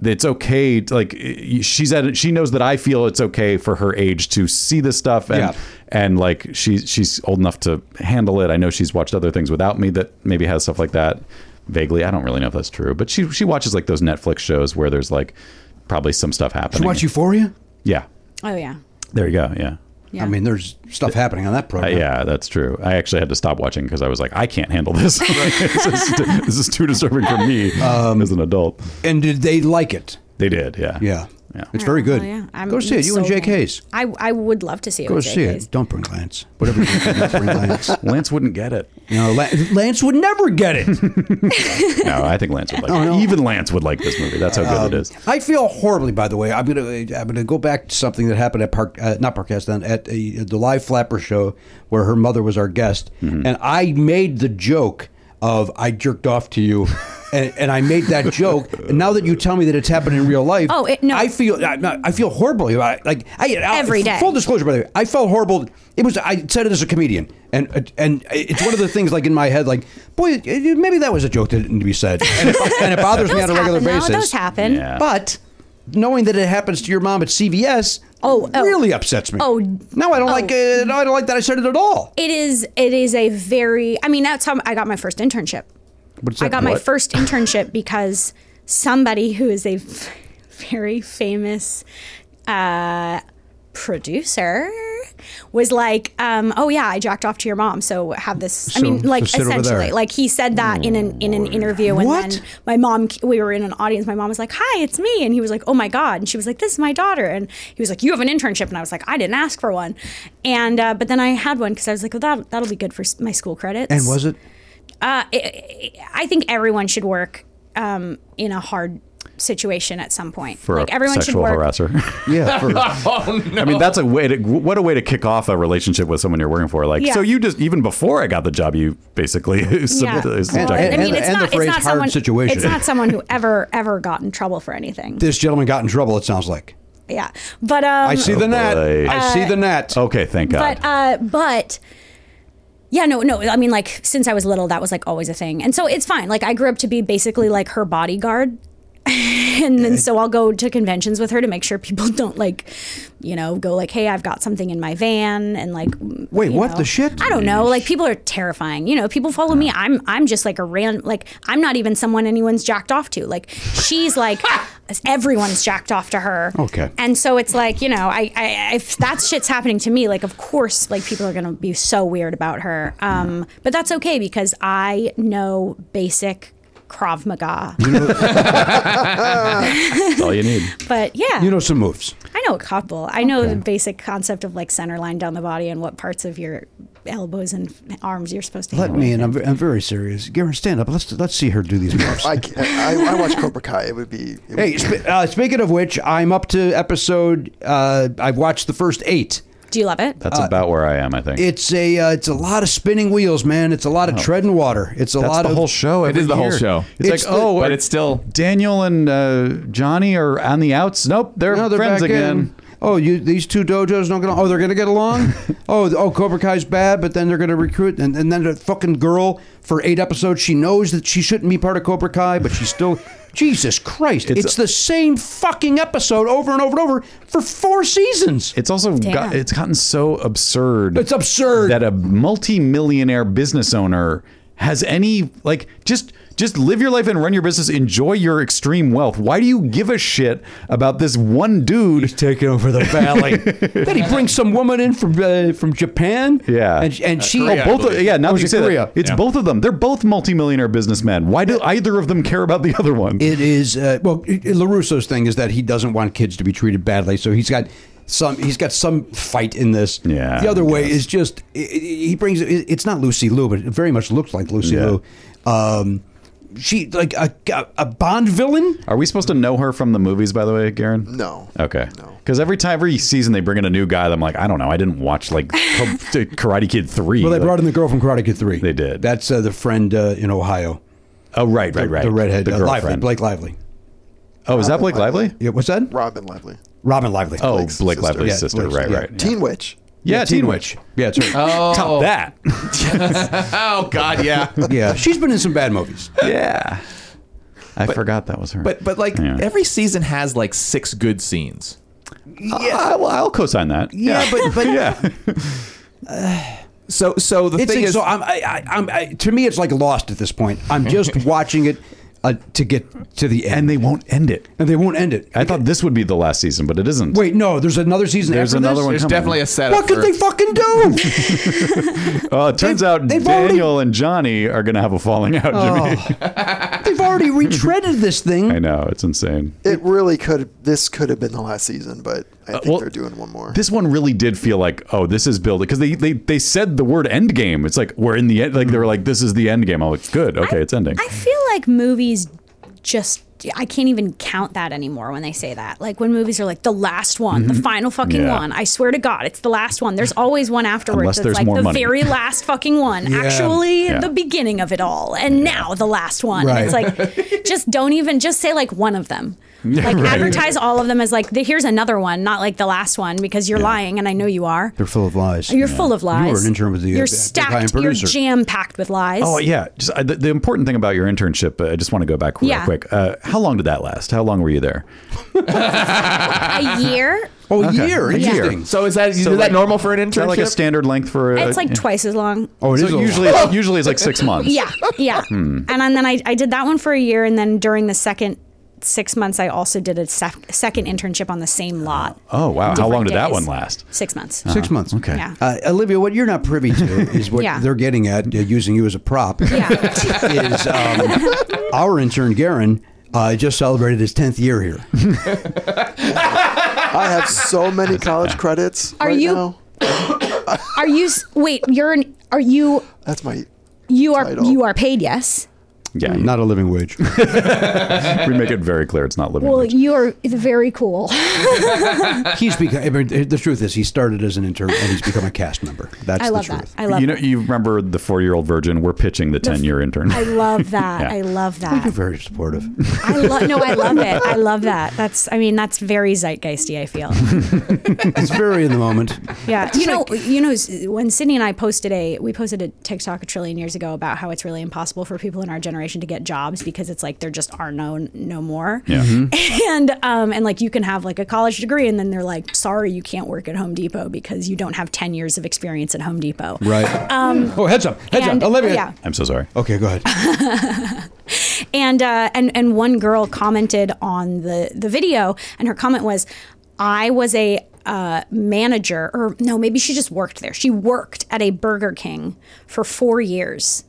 it's okay to, like she's at she knows that I feel it's okay for her age to see this stuff and Yeah. and like she she's old enough to handle it. I know she's watched other things without me that maybe has stuff like that vaguely. I don't really know if that's true, but she she watches like those Netflix shows where there's like probably some stuff Did happening. you watch Euphoria? Yeah. Oh yeah. There you go. Yeah. Yeah. I mean, there's stuff happening on that Uh, program. yeah, that's true. I actually had to stop watching because I was like, I can't handle this. *laughs* this, is too, this is too disturbing for me Um, as an adult. And did they like it? They did, yeah. Yeah. Yeah. It's very good. Oh, yeah. I'm Go see it. You and so Jake glad. Hayes. I, I would love to see it. Go with see Jake it. Hayes. Don't bring Lance. Whatever. you do, don't bring Lance. Lance wouldn't *laughs* get it. No, La- Lance would never get it. No, I think Lance would Oh, like it. Even Lance would like this movie. That's how good it is. I feel horribly, by the way. I'm gonna I'm gonna go back to something that happened at Park, uh, not Parkcast, at a, the live flapper show where her mother was our guest, and I made the joke of I jerked off to you, and, and I made that joke. And now that you tell me that it's happened in real life, Oh, it- no. I feel I, no, I feel horribly. about it. like I I- Every day. Full disclosure, by the way, I felt horrible. It was I said it as a comedian, and uh, and it's one of the things like in my head, like boy, uh, maybe that was a joke that didn't need to be said, and it, and it bothers me Those on a regular happen, though. basis. Those happen. Yeah. But knowing that it happens to your mom at CVS Oh, oh. really upsets me. Oh. no, I don't like it. No, I don't like that I said it at all. It is. It is a very. I mean, that's how I got my first internship. What's I that- got my what? first *laughs* internship because somebody who is a f- very famous uh, producer was like, um, "Oh yeah, I jacked off to your mom, so have this." I mean, So- like so sit over essentially, there. Oh, like he said that in an in an interview, and What? then my mom, we were in an audience. My mom was like, "Hi, it's me," and he was like, "Oh my god," and she was like, "This is my daughter," and he was like, "You have an internship," and I was like, "I didn't ask for one," and uh, but then I had one because I was like, "Well, that that'll be good for s- my school credits." And was it? Uh, i I think everyone should work um, in a hard situation at some point. For like a everyone should sexual work. harasser. *laughs* Yeah. For, *laughs* I mean, that's a way to what a way to kick off a relationship with someone you're working for. Like, Yeah. so you just even before I got the job, you basically *laughs* Yeah. subject- subjected Well, I me. mean, it's and the not, phrase it's not hard someone, situation. It's not someone who ever ever got in trouble for anything. this gentleman got in trouble. It sounds like yeah. But um, I see Oh, the net. I see the net. Okay, thank but uh but yeah no no i mean like since i was little that was like always a thing and so it's fine like i grew up to be basically like her bodyguard *laughs* and then so i'll go to conventions with her to make sure people *laughs* don't like you know go like hey i've got something in my van and like Wait, you what know. the shit? i don't know like people are terrifying you know people follow me i'm i'm just like a ran like i'm not even someone anyone's jacked off to like she's *laughs* like everyone's jacked off to her Okay. and so it's like, you know, I, I if that shit's happening to me, like of course, like people are gonna be so weird about her. Um, but that's okay because I know basic Krav Maga. That's all you need. But yeah, You know some moves. I know a couple. I know the basic concept of like center line down the body and what parts of your elbows and arms you're supposed to. Let hit me, with. and I'm, I'm very serious. Garen, stand up. Let's let's see her do *laughs* these moves. I, can't- I, I watch Cobra Kai. It would be. It hey, would, sp- uh, speaking of which, I'm up to episode. Uh, I've watched the first eight. Do you love it? That's about where I am, I think. Uh, It's a uh, it's a lot of spinning wheels, man. It's a lot of treading water. It's a That's lot the of whole show. It every is the whole year. show. It's It's, like, the- oh, But it's still Daniel and uh, Johnny are on the outs. Nope, they're No, they're friends back again. in. Oh, you these two dojos don't get along. Oh, they're gonna get *laughs* along. oh, the- oh, Cobra Kai's bad, but then they're gonna recruit, and, and then the fucking girl for eight episodes, she knows that she shouldn't be part of Cobra Kai, but she's *laughs* still. Jesus Christ! It's, It's- the same fucking episode over and over and over for four seasons. It's also got, Damn. it's gotten so absurd. It's absurd. that a multi-millionaire business owner has any like just just live your life and run your business enjoy your extreme wealth why do you give a shit about this one dude taking over the valley. *laughs* then he brings some woman in from uh, from Japan. Yeah. and, Uh, and she oh, both of, yeah now Oh, that you it's say Korea. that, it's Yeah. both of them they're both multi-millionaire businessmen why do either of them care about the *laughs* other one It is uh, well. it- it- Larusso's thing is that he doesn't want kids to be treated badly, so he's got some. He's got some fight in this. Yeah, The other I way guess. is just i- i- he brings. it- It's not Lucy Liu, but it very much looks like Lucy Yeah. Liu. Um, she like a, a a Bond villain. are we supposed to know her from the movies by the way Garen no. Okay. Because every time, every season they bring in a new guy, that I'm like, I don't know. I didn't watch like *laughs* Karate Kid 3. Well, they Like- brought in the girl from Karate Kid Three. They did. That's uh, the friend uh, in Ohio. Oh, right, right, right. The redhead, uh, Lively, girlfriend. Blake Lively. Oh, is that Blake Lively? Yeah, what's that? Robin Lively. Robin Lively. Oh, Blake's Blake sister. Lively's Yeah, sister. Blake's- right, yeah. right. Teen Witch. Yeah, Teen Witch. Yeah, it's her. Oh, Top that. *laughs* Oh God, yeah. yeah, she's been in some bad movies. yeah. I forgot that was her. *laughs* But but like Anyway. every season has like six good scenes. yeah, I'll, I'll co-sign that. Yeah, but *laughs* but *laughs* yeah. So so the It's thing like- is, so I'm, I, I, I'm I, to me it's like lost at this point. I'm *laughs* just watching it uh, to get to the end, And they won't end it. and they won't end it. I thought this would be the last season, but it isn't. Wait, no, there's another season. There's after another this? one there's coming. definitely a setup. What could for- they fucking *laughs* do? Oh, it turns They've- out they've already- Oh. Daniel and Johnny are going to have a falling out, Jimmy. *laughs* They've already retreaded this thing. I know. It's insane. It really could. This could have been the last season, but I think Uh, well, they're doing one more. This one really did feel like, oh, this is building because they, they they said the word end game. It's like we're in the end. Like they were like, this is the end game. I'm like, good, okay, it's ending. I feel like movies just I can't even count that anymore when they say that. Like when movies are like the last one, the final fucking Mm-hmm. Yeah. one. I swear to God, it's the last one. There's always one afterwards Unless there's that's like more the money. very last fucking one. Actually, Yeah. the beginning of it all, and now the last one. And *laughs* It's like just don't even just say like one of them. Like right. advertise all of them as like the, here's another one, not like the last one because you're lying, and I know you are. They're full of lies. You're full of lies. You were an intern with the You're uh, Italian stacked. You're producer. jam packed with lies. Oh yeah, just uh, the, the important thing about your internship. uh, I just want to go back real Yeah. quick. Uh, how long did that last? How long were you there? *laughs* A year. oh, a year. A year. Interesting. so is that is So, that like- normal for an Is that internship? like a standard length for? A, It's like twice as long. Oh, it is So a- *laughs* usually, usually it's like six months. Yeah, *laughs* yeah. Hmm. And, and then I, I did that one for a year, and then during the second six months, I also did a sec- second internship on the same lot. Oh wow, how Different long did that days. one last? Six months. Uh-huh. 6 months. Okay. Yeah. Uh, Olivia, what you're not privy *laughs* to is what Yeah. they're getting at uh, using you as a prop. Yeah. *laughs* is um, our intern Garen uh, just celebrated his tenth year here. I have so many college credits. Are right you- Now. Are you? s- Wait, you're an. Are you? That's my. You are. Title. You are paid. Yes. Yeah, not a living *laughs* wage. we make it very clear it's not living. Well, you are very cool. he's become. I mean, the truth is, he started as an intern and he's become a cast member. That's I the love truth. that. I love. you know, you remember the four-year-old virgin? We're pitching the The f- ten-year intern. *laughs* I love that. Yeah. I love that. very supportive. I lo- no, I love *laughs* it. I love that. That's. I mean, that's very zeitgeisty. I feel. it's very in the moment. Yeah, you know, you know, s- when Sydney and I posted a, we posted a TikTok a trillion years ago about how it's really impossible for people in our generation to get jobs because it's like there just are no no more. Yeah. *laughs* And um and like you can have like a college degree and then they're like, sorry, you can't work at Home Depot because you don't have ten years of experience at Home Depot. Right. Um, oh, heads up, heads and- up, Olivia. yeah. I'm so sorry. Okay, go *laughs* ahead. and uh, and and one girl commented on the the video, and her comment was, "I was a." Uh, manager, or no, maybe she just worked there. She worked at a Burger King for four years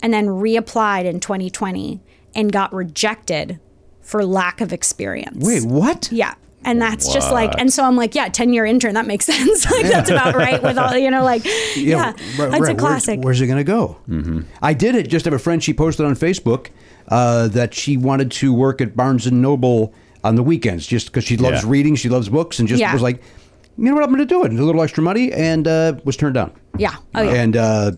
and then reapplied in 2020 and got rejected for lack of experience. Wait, what? Yeah. And that's just like, What? and so I'm like, yeah, 10 year intern, that makes *laughs* sense. like, that's about right with all, you know, like, yeah, right, it's right. a classic. Where's, where's it going to go? Mm-hmm. I did it. Just have a friend. She posted on Facebook uh, that she wanted to work at Barnes and Noble on the weekends, just because she loves Yeah. reading, she loves books, and just Yeah. was like, you know what, I'm going to do it. And a little extra money, and uh, was turned down. yeah. Oh, yeah. And uh,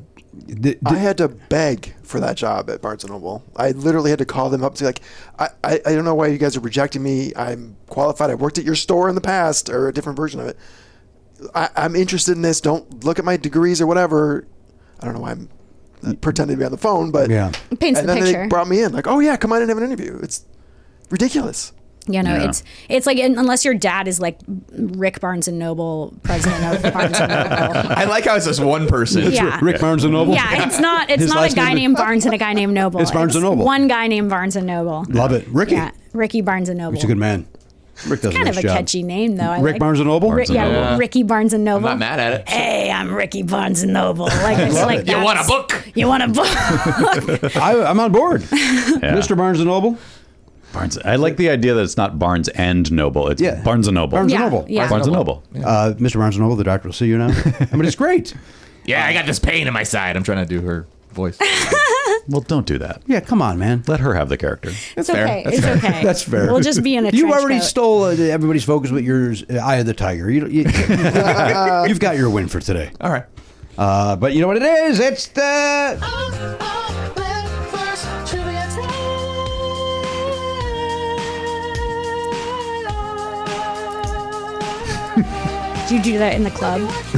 th- I had to beg for that job at Barnes and Noble. I literally had to call them up to be like, I, I, I don't know why you guys are rejecting me. I'm qualified. I worked at your store in the past or a different version of it. I, I'm interested in this. Don't look at my degrees or whatever. I don't know why I'm pretending to be on the phone, but Yeah. It paints and the then picture. they brought me in like, oh yeah, come on and have an interview. It's ridiculous. You know, Yeah. it's it's like un- unless your dad is like Rick Barnes and Noble, *laughs* president of Barnes and Noble. I like how it's just one person. That's Yeah. Rick Barnes and Yeah, it's not it's His not a last guy name is- named Barnes and a guy named Noble. It's Barnes and Noble. One guy named Barnes and Noble. *laughs* love it, Ricky. Yeah, Ricky Barnes and Noble. He's a good man. Rick does kind a nice of a job. catchy name though. I Rick like. Barnes and Noble? Rick- Barnes and yeah, Noble. Ricky Barnes and Noble. I'm not mad at it. Hey, I'm Ricky Barnes *laughs* and Noble. Like, it's like it. You want a book? You want a *laughs* book? I, I'm on *laughs* board. Mr. Barnes and Noble. Barnes. I like the idea that it's not Barnes and Noble. It's Barnes and Noble. Barnes and Noble. Barnes and Noble. Uh, Mr. Barnes and Noble, the doctor will see you now. I mean, it's great. Yeah, I got this pain in my side. I'm trying to do her voice. well, don't do that. Yeah, come on, man. Let her have the character. It's okay. It's okay. *laughs* That's fair. We'll just be in a. *laughs* You trench already coat. stole uh, everybody's focus with your uh, Eye of the Tiger. You, you, *laughs* have got your win for today. All right. Uh, but you know what it is? It's the. Do you do that in the club? *laughs*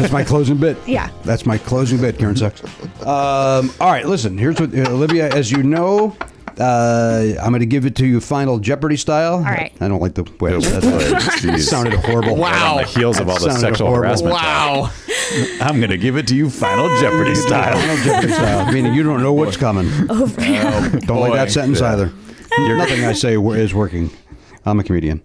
That's my closing bit. Yeah. That's my closing bit, Karen Sucks. Um, all right, listen, here's what, uh, Olivia, as you know, uh, I'm going to give it to you Final Jeopardy style. All right. I don't like the way that *laughs* Jeez. *laughs* sounded horrible. Right on the heels of That all the sounded sexual horrible. harassment. Wow. I'm going to give it to you Final Jeopardy style. Final Jeopardy style, meaning you don't know what's coming. Oh, yeah. Don't like that sentence either. Nothing I say wo- is working. I'm a comedian.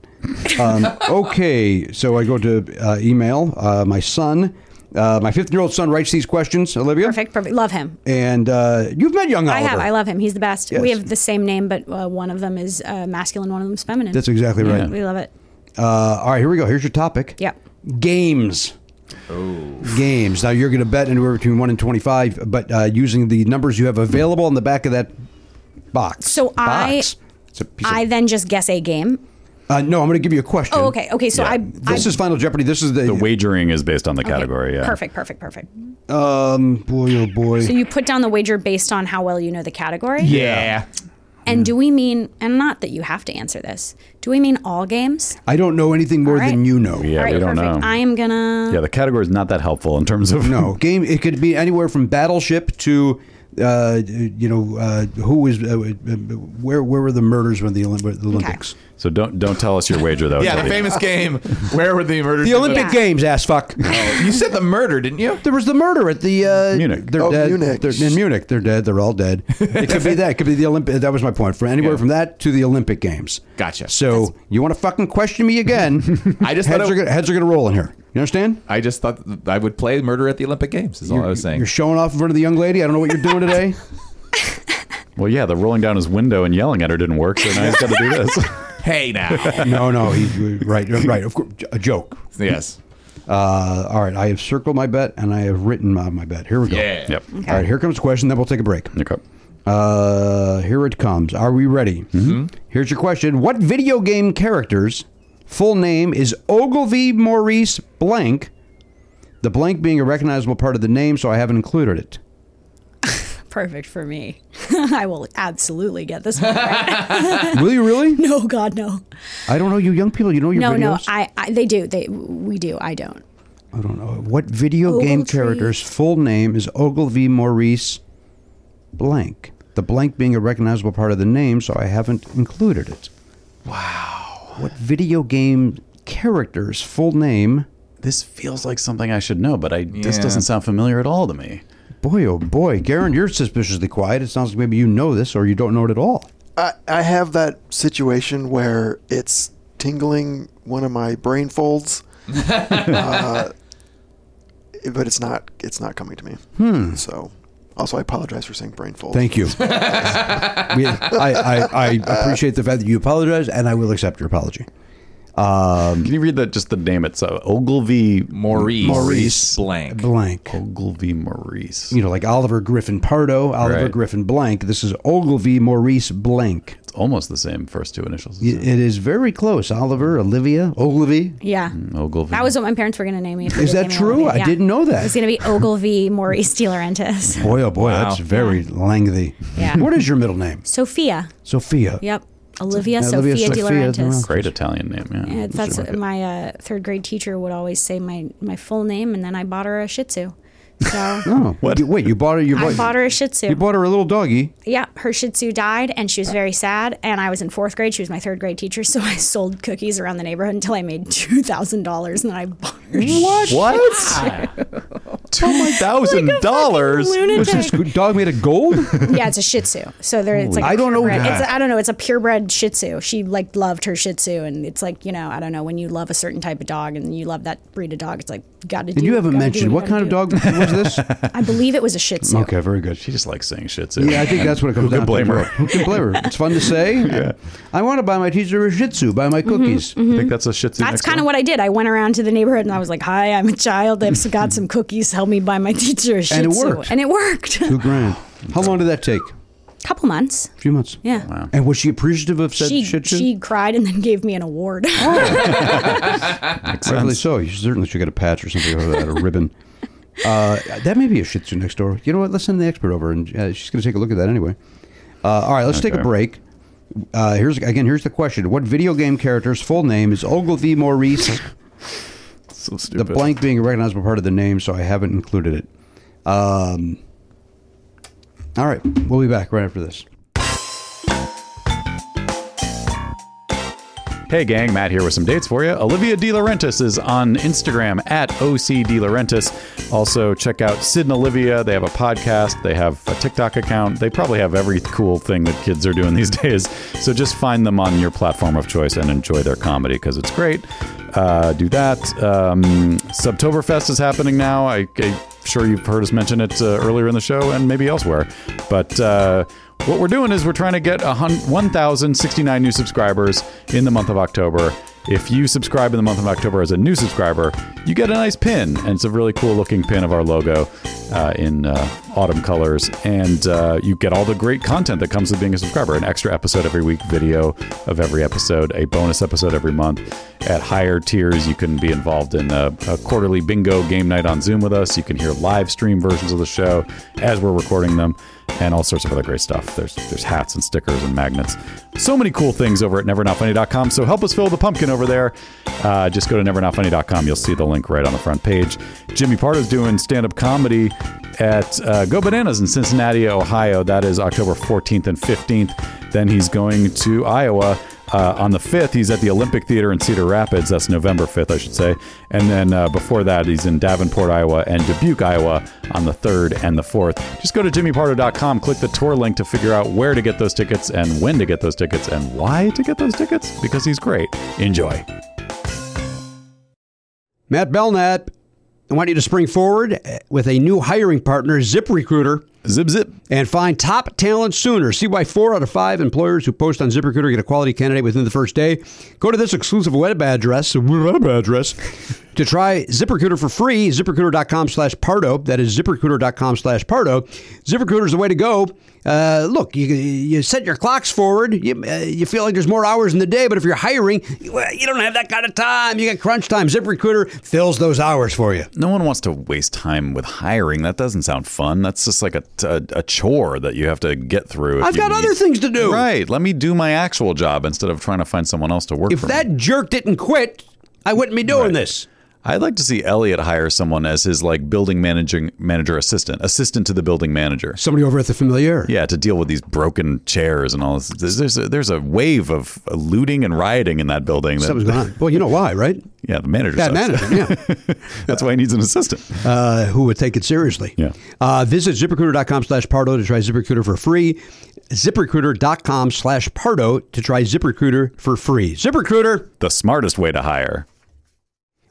Um, okay, so I go to uh, email. Uh, my son, uh, my 15 year old son, writes these questions. Olivia, Perfect, perfect. Love him. and uh, you've met young Oliver. I have. I love him. He's the best. We Yes. have the same name, but uh, one of them is uh, masculine, one of them is feminine. That's exactly right. We love it. Uh, all right, here we go. Here's your topic. Yep. Games. Oh. Games. Now you're going to bet anywhere between one and twenty-five, but uh, using the numbers you have available in the back of that box. So Box. I, It's a piece of- I then just guess a game. uh, no, I'm going to give you a question. Oh, okay, okay. So I, I This is Final Jeopardy. This is the The wagering is based on the okay. category. Yeah. Perfect, perfect, perfect. Um, boy, oh boy. So you put down the wager based on how well you know the category. Yeah. And do we mean, and not that you have to answer this, do we mean all games? I don't know anything more All right. than you know. Yeah, all right, we don't perfect. know. I am gonna. yeah, the category is not that helpful in terms of no game. It could be anywhere from battleship to, uh, you know, uh, who was uh, where? Where were the murders when the, Olymp- the Olympics? *laughs* So don't don't tell us your wager *laughs* though. yeah, the Olivia. famous game. Where were the murders? The Olympic committed? Games, ass fuck. You said the murder, didn't you? *laughs* There was the murder at the uh, Munich. They're Oh, dead. Munich. They're in Munich. They're dead. They're all dead. It could be that. It could be the Olympic. That was my point. From anywhere from that to the Olympic Games. Gotcha. So you want to fucking question me again? *laughs* I just heads thought are it- gonna, heads are going to roll in here. You understand? I just thought that I would play murder at the Olympic Games. Is all I was saying. You're showing off in front of the young lady. I don't know what you're doing today. *laughs* Well, yeah, the rolling down his window and yelling at her didn't work, so now he's got to do *laughs* this. Hey *laughs* now. no, no, he, right, right. Of course, a joke. Yes. Uh, all right, I have circled my bet and I have written on my bet. Here we go. Yeah. Yep. All right, here comes the question. Then we'll take a break. Okay. Uh, here it comes. Are we ready? Mm-hmm. Here's your question. What video game character's full name is Ogilvy Maurice Blank? The blank being a recognizable part of the name, so I haven't included *laughs* it. Perfect for me. *laughs* I will absolutely get this one right. *laughs* Will you really? No, God, no. I don't know you young people. You know your no, videos? no. I, I, they do. They, we do. I don't. I don't know. What video game Ogletree. character's full name is Ogilvy Maurice Blank? The blank being a recognizable part of the name, so I haven't included it. Wow. What video game character's full name? This feels like something I should know, but I this Yeah. doesn't sound familiar at all to me. Boy, oh boy. Garen, you're suspiciously quiet. It sounds like maybe you know this or you don't know it at all. I, I have that situation where it's tingling one of my brain folds, uh, *laughs* but it's not it's not coming to me. Hmm. So, also I apologize for saying brain fold. Thank you. We- I, I, I appreciate the fact that you apologize, and I will accept your apology. Um, Can you read that? Just the name itself. Ogilvy Maurice. Maurice Blank. Blank. Ogilvy Maurice. you know, like Oliver Griffin Pardo, Oliver Right. Griffin Blank. This is Ogilvy Maurice Blank. It's almost the same first two initials. Y- It is very close. Oliver, Olivia, Ogilvy. Yeah. Ogilvy. That was what my parents were going to name me. if they Is didn't that name me true? Olivia. I didn't know that. It was going to be Ogilvy Maurice De Laurentiis. Boy, oh boy, that's very lengthy. Yeah. What is your middle name? Sophia. Sophia. Yep. Olivia, Yeah, Sophia, Olivia De Sophia De Laurentiis. Great Italian name, yeah. Yeah, that's what my uh, third grade teacher would always say my, my full name, and then I bought her a Shih Tzu. So *laughs* Oh, you- wait, you bought her. You I bought, bought her a Shih Tzu. You bought her a little doggy. yeah, her Shih Tzu died, and she was very sad. And I was in fourth grade; she was my third grade teacher. *laughs* So I sold cookies around the neighborhood until I made two thousand dollars, and then I bought her. What? *laughs* Two thousand dollars. lunatic. Was this dog made of gold? yeah, it's a Shih Tzu. So there, it's Holy like a I don't know purebred- that. It's a, I don't know. It's a purebred Shih Tzu. She like loved her Shih Tzu, and it's like you know, I don't know when you love a certain type of dog and you love that breed of dog, it's like got to. And you haven't mentioned what kind of dog was this? I believe it was a Shih Tzu. Okay, very good. She just likes saying shit. Too. Yeah, I think that's what it comes Who down could blame to. *laughs* her? Who can blame her? It's fun to say. yeah. I want to buy my teacher a Shih Tzu, buy my cookies. mhm. I think that's a Shih Tzu. That's kind of what I did. I went around to the neighborhood and I was like, "Hi, I'm a child. I've *laughs* got some cookies. Help me buy my teacher a Shih And it Tzu." worked. And it worked. *laughs* Two grand. How long did that take? Couple months. A few months. Yeah. And was she appreciative of said She, Shih Tzu? Oh. she cried and then gave me an award. Rightfully so. You certainly should get a patch or something or that, a ribbon. Uh, that may be a Shih Tzu next door. You know what? Let's send the expert over, and uh, she's going to take a look at that anyway. Uh, all right, let's take a Okay. break. Uh, here's again. Here's the question: What video game character's full name is Ogilvy Maurice? so The stupid. blank being a recognizable part of the name, so I haven't included it. Um, all right, we'll be back right after this. Hey gang, Matt here with some dates for you. Olivia De Laurentiis is on Instagram at OC De Laurentiis. Also, check out Sid and Olivia. They have a podcast, they have a TikTok account. They probably have every cool thing that kids are doing *laughs* these days. So just find them on your platform of choice and enjoy their comedy because it's great. Uh, do that. Um, Subtoberfest is happening now. I, I'm sure you've heard us mention it uh, earlier in the show and maybe elsewhere. But. Uh, what we're doing is we're trying to get a hun- 1,069 new subscribers in the month of October. If you subscribe in the month of October as a new subscriber, you get a nice pin, and it's a really cool looking pin of our logo uh, in uh, autumn colors. And uh, you get all the great content that comes with being a subscriber an extra episode every week, video of every episode, a bonus episode every month. At higher tiers, you can be involved in a, a quarterly bingo game night on Zoom with us. You can hear live stream versions of the show as we're recording them and all sorts of other great stuff. There's there's hats and stickers and magnets. So many cool things over at nevernotfunny.com. So help us fill the pumpkin over there. Uh, just go to nevernotfunny.com. You'll see the link right on the front page. Jimmy Pardo's doing stand up comedy at uh, Go Bananas in Cincinnati, Ohio. That is October 14th and 15th. Then he's going to Iowa. Uh, on the 5th, he's at the Olympic Theater in Cedar Rapids. That's November 5th, I should say. And then uh, before that, he's in Davenport, Iowa and Dubuque, Iowa on the 3rd and the 4th. Just go to jimmypardo.com, click the tour link to figure out where to get those tickets and when to get those tickets and why to get those tickets because he's great. Enjoy. Matt Belknap, I want you to spring forward with a new hiring partner, ZipRecruiter. Zip, zip. And find top talent sooner. See why four out of five employers who post on ZipRecruiter get a quality candidate within the first day. Go to this exclusive web address, web address, To try ZipRecruiter for free, ZipRecruiter.com slash Pardo. That is ZipRecruiter.com slash Pardo. ZipRecruiter is the way to go. Uh, look, you, you set your clocks forward. You, uh, you feel like there's more hours in the day, but if you're hiring, you well, you don't have that kind of time. You got crunch time. ZipRecruiter fills those hours for you. No one wants to waste time with hiring. That doesn't sound fun. That's just like a, a, a chore that you have to get through. if I've you got other things to do. Right. Let me do my actual job instead of trying to find someone else to work If for. that jerk didn't quit, I wouldn't be doing this. I'd like to see Elliot hire someone as his like building managing manager assistant, assistant to the building manager. Somebody over at the Familiar. Yeah, to deal with these broken chairs and all this. There's, there's, a, there's a wave of looting and rioting in that building. That, Something's going on. Well, you know why, right? Yeah, the manager. Bad sucks. management, yeah. *laughs* That's why he needs an assistant. uh, who would take it seriously. Yeah. Uh, visit ziprecruiter.com slash Pardo to try ZipRecruiter for free. ZipRecruiter.com slash Pardo to try ZipRecruiter for free. ZipRecruiter. The smartest way to hire.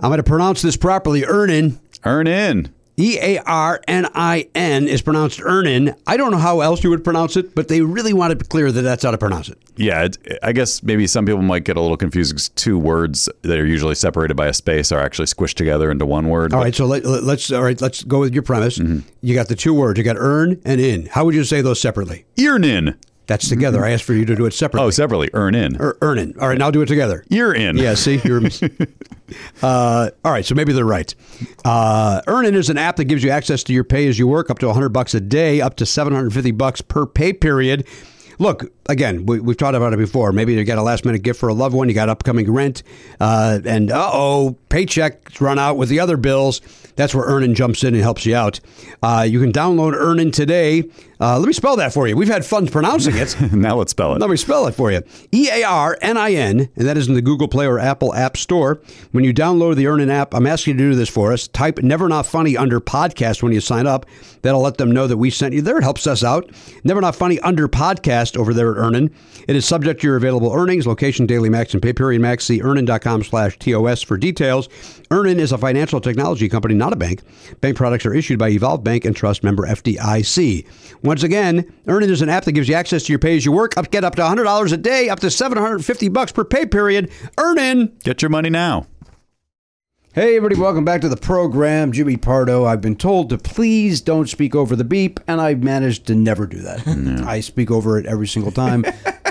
I'm going to pronounce this properly. Earnin. Earnin. E A R N I N is pronounced Earnin. I don't know how else you would pronounce it, but they really wanted to be clear that that's how to pronounce it. Yeah, it, I guess maybe some people might get a little confused. 'cause Two words that are usually separated by a space are actually squished together into one word. All but right, so let, us all right. Let's go with your premise. You got the two words. You got earn and in. How would you say those separately? Earn in. Oh, That's together. I asked for you to do it separately. Oh, separately. Earn in. Or earn in. All right, now do it together. Ear in. Yeah. See, you're. uh, all right, so maybe they're right. Uh, earn in is an app that gives you access to your pay as you work, up to 100 bucks a day, up to 750 bucks per pay period. Look, again, we, we've talked about it before. Maybe you got a last minute gift for a loved one, you got upcoming rent, uh, and uh oh, paycheck's run out with the other bills. That's where Earnin jumps in and helps you out. Uh, you can download Earnin today. Uh, let me spell that for you. We've had fun pronouncing it. *laughs* now let's spell it. Let me spell it for you. E A R N I N, and that is in the Google Play or Apple App Store. When you download the Earnin app, I'm asking you to do this for us. Type Never Not Funny under podcast when you sign up. That'll let them know that we sent you there. It helps us out. Never Not Funny under podcast over there at Earnin. It is subject to your available earnings, location, daily max, and pay period max. See earnin.com slash TOS for details. Earnin is a financial technology company, not a bank. Bank products are issued by Evolve Bank and Trust member FDIC. Once again, Earnin is an app that gives you access to your pay as you work, up get up to $100 a day, up to 750 bucks per pay period. Earnin! Get your money now. Hey, everybody, welcome back to the program. Jimmy Pardo. I've been told to please don't speak over the beep, and I've managed to never do that. I speak over it every single time.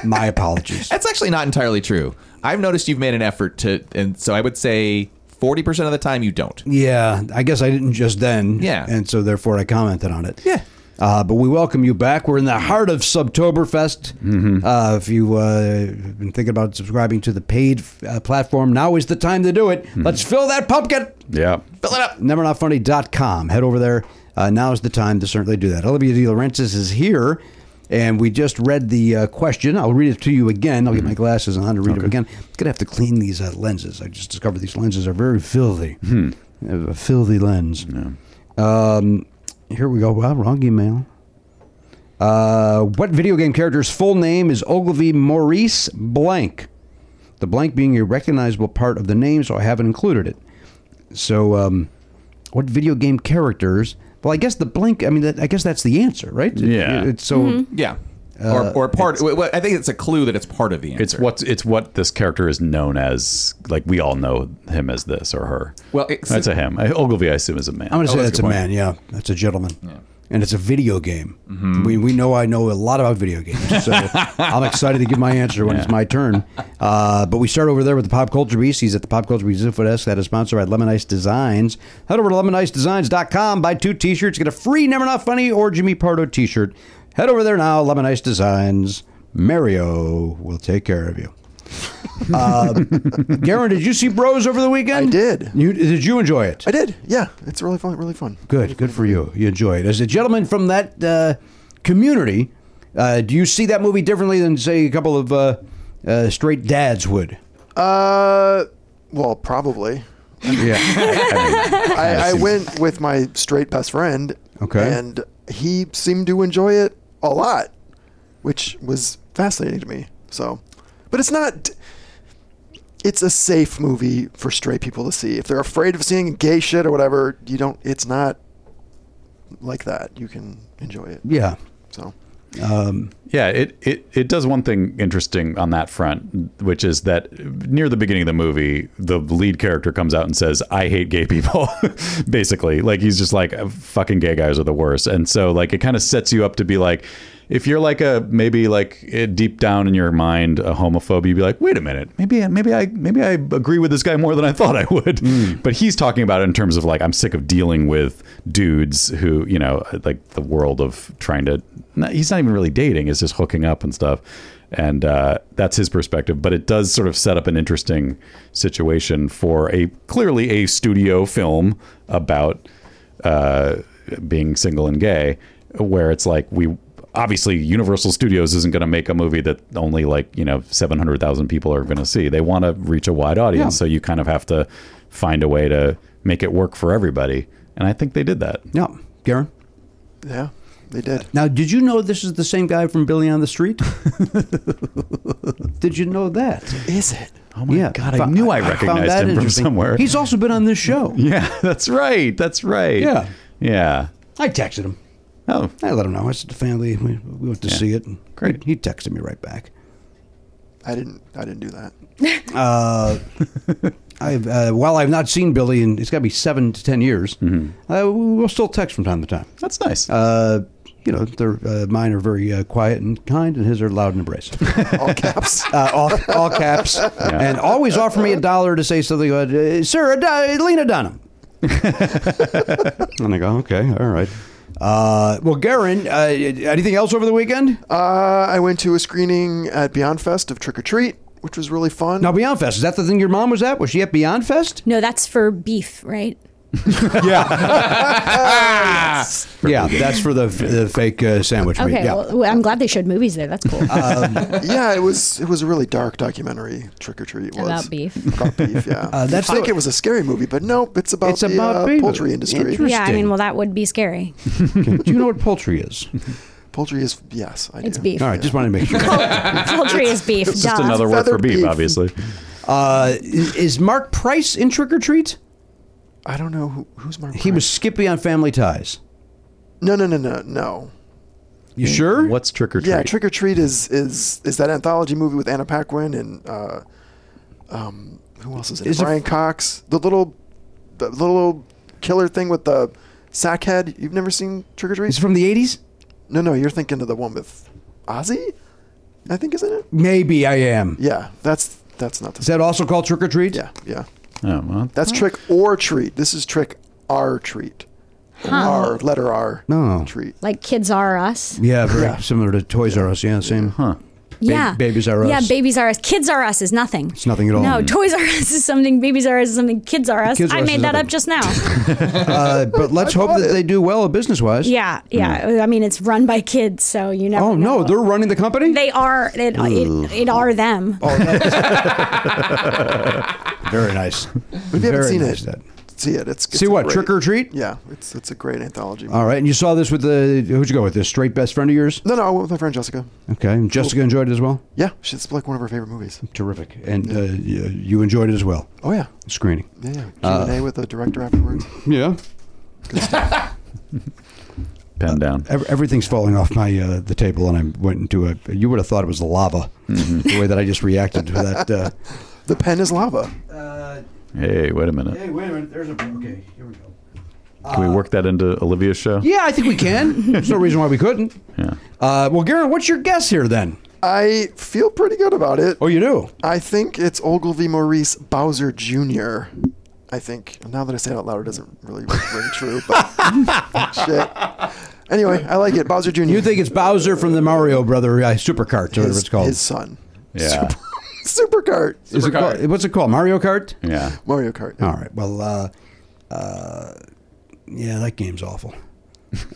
My apologies. That's actually not entirely true. I've noticed you've made an effort to, and so I would say forty percent of the time you don't. Yeah, I guess I didn't just then. Yeah. And so therefore I commented on it. Yeah. Uh, but we welcome you back. We're in the heart of Subtoberfest. Mm-hmm. Uh, if you uh, been thinking about subscribing to the paid uh, platform, now is the time to do it. Mm-hmm. Let's fill that pumpkin. Yeah. Fill it up. NeverNotFunny.com. Head over there. Uh, now is the time to certainly do that. Olivia De Laurentiis is here, and we just read the uh, question. I'll read it to you again. I'll get my glasses on to read it again. I'm gonna have to clean these uh, lenses. I just discovered these lenses are very filthy. A filthy lens. Um, here we go. Wow, wrong email. Uh, what video game character's full name is Ogilvy Maurice Blank? The blank being a recognizable part of the name, so I haven't included it. So, um, what video game characters? Well, I guess the blank. I mean, that, I guess that's the answer, right? It- Yeah. it's so Yeah. Uh, or, or part. well, I think it's a clue that it's part of the answer. It's what it's what this character is known as. Like we all know him as this or her. Well, it's- that's a him. I, Ogilvy, I assume, is a man. I'm going to say Oh, that's a good point. man. Yeah, Mm-hmm. that's a gentleman. And it's a video game. We, we know I know a lot about video games, *laughs* so I'm excited to give my answer when it's my turn. Uh, but we start over there with the Pop Culture Beast. He's at the Pop Culture Beast info desk that is sponsored by Lemon Ice Designs. Head over to lemonicedesigns.com, buy two t-shirts, get a free Never Not Funny or Jimmy Pardo t-shirt. Head over there now, Lemon Ice Designs. Mario will take care of *laughs* you. Uh, Garen, did you see Bros over the weekend? I did. You, did you enjoy it? I did. Yeah, it's really fun. Really fun. Good, good for you. You enjoy it. As a gentleman from that uh, community, uh, do you see that movie differently than say a couple of uh, uh, straight dads *laughs* would? Uh, well, probably. I, I went with my straight best friend. Okay. And he seemed to enjoy it a lot, which was fascinating to me. So, but it's not. It's a safe movie for straight people to see. If they're afraid of seeing gay shit or whatever, you don't. It's not like that. You can enjoy it. Yeah. So Um, Yeah, it, it, it does one thing interesting on that front, which is that near the beginning of the movie, the lead character comes out and says, I hate gay people, *laughs* basically. Like, he's just like, fucking gay guys are the worst. And so, like, it kind of sets you up to be like, if you're like a maybe like eh, deep down in your mind a homophobe, you'd be like, wait a minute, maybe maybe I maybe I agree with this guy more than I thought I would. But he's talking about it in terms of like I'm sick of dealing with dudes who you know like the world of trying to. Not, he's not even really dating; it's just hooking up and stuff. And uh, that's his perspective, but it does sort of set up an interesting situation for a clearly a studio film about uh, being single and gay, where it's like we obviously Universal Studios isn't going to make a movie that only like you know seven hundred thousand people are going to see. They want to reach a wide audience, Yeah. so you kind of have to find a way to make it work for everybody. And I think they did that. Yeah, Garen. Yeah, they did. Now, did you know this is the same guy from Billy on the Street? did you know that? Is it? Oh *laughs* my God, I knew I found recognized that him from interesting. somewhere. He's also been on this show. Yeah, that's right. That's right. Yeah. Yeah. I texted him. Oh, I let him know. I said the family. We, we went to see it. And Great. He texted me right back. I didn't. I didn't do that. Uh, I've uh, while I've not seen Billy in it's got to be seven to ten years. Uh, we'll still text from time to time. That's nice. Uh, you know, their uh, mine are very uh, quiet and kind, and his are loud and abrasive. *laughs* All caps. *laughs* uh, all, all caps, and always offer me a dollar to say something. About, uh, Sir, uh, Lena Dunham. and I go, okay, all right. Uh, well, Garen, uh, anything else over the weekend? Uh, I went to a screening at Beyond Fest of Trick or Treat, which was really fun. Now, Beyond Fest, is that the thing your mom was at? Was she at Beyond Fest? *laughs* No, that's for beef, right? yeah, that's *laughs* for the, the fake uh, sandwich meat. Okay, Yeah. Uh, well, I'm glad they showed movies there. That's *laughs* cool. yeah, it was it was a really dark documentary. Trick or Treat was About beef. About beef, yeah. *laughs* Uh, that's I think the- it was a scary movie, but nope, it's about It's the about uh, beef. poultry industry. Interesting. yeah, I mean, well, that would be scary. Do you know what poultry *laughs* is? Poultry is yes, I It's do. beef. All right, just wanted to make *laughs* sure. Poultry is beef. it's just duh. another word for Feather beef, beef. obviously. Uh, is is Mark Price in Trick or Treat? I don't know who, who's Mark. He was Skippy on Family Ties. no, no, no, no, no. You sure? What's trick or treat? Yeah, Trick or Treat is is is that anthology movie with Anna Paquin and uh, um, who else is in it? Is it- Brian Cox. The little, the little killer thing with the sack head. You've never seen Trick or Treat? Is it from the 80s? No, no, you're thinking of the one with Ozzy. I think isn't it? Maybe I am. Yeah, that's that's not the Is that also called Trick or Treat? Yeah, yeah. Oh, well, That's trick or treat. This is trick R treat. R letter R. No. Treat. Like kids are us. Yeah, very Yeah. similar to Toys R Us. Yeah, same. Huh. yeah. Babies Are Us. Yeah, babies are us. Kids are us is nothing. It's nothing at all. No, Toys R Us is something. Babies are us is something. Kids are us. Kids R I Us is made that nothing. up *laughs* just now. Uh, *laughs* but let's hope that they do well business wise. yeah, yeah. I mean, it's run by kids, so you never know. Oh, no, they're running the company? They are. It, it, it are them. Oh, *laughs* Very nice. If you haven't Very seen nice, it, that. see it. It's, it's See a what? great- Trick or Treat? Yeah, it's it's a great anthology. All right. And you saw this with the, who'd you go with? The straight best friend of yours? No, no, I went with my friend Jessica. Okay. And Jessica enjoyed it as well? Yeah, she's like one of her favorite movies. Terrific. And uh, you you enjoyed it as well? Oh yeah, Screening. yeah, yeah. Q Uh. and A with the director afterwards. Yeah. pen down. Ev- Everything's falling off my uh, the table, and I went into a. You would have thought it was lava, Mm-hmm. the way that I just reacted to that. Uh, The pen is lava. Hey, wait a minute. wait a minute. There's a okay. Here we go. Can we work that into Olivia's show? Yeah, I think we can. There's no reason why we couldn't. Yeah. Uh, well, Garrett, what's your guess here then? I feel pretty good about it. Oh, you do. I think it's Ogilvy Maurice Bowser Jr. I think now that I say it out loud, it doesn't really ring true. But *laughs* shit. Anyway, I like it. Bowser Jr. You think it's Bowser from the Mario Brother uh, Supercart or whatever his, it's called? his son. Yeah. Super Kart. Is it called- what's it called? Mario Kart. Yeah. Mario Kart. All right. Well, uh, uh, yeah, that game's awful.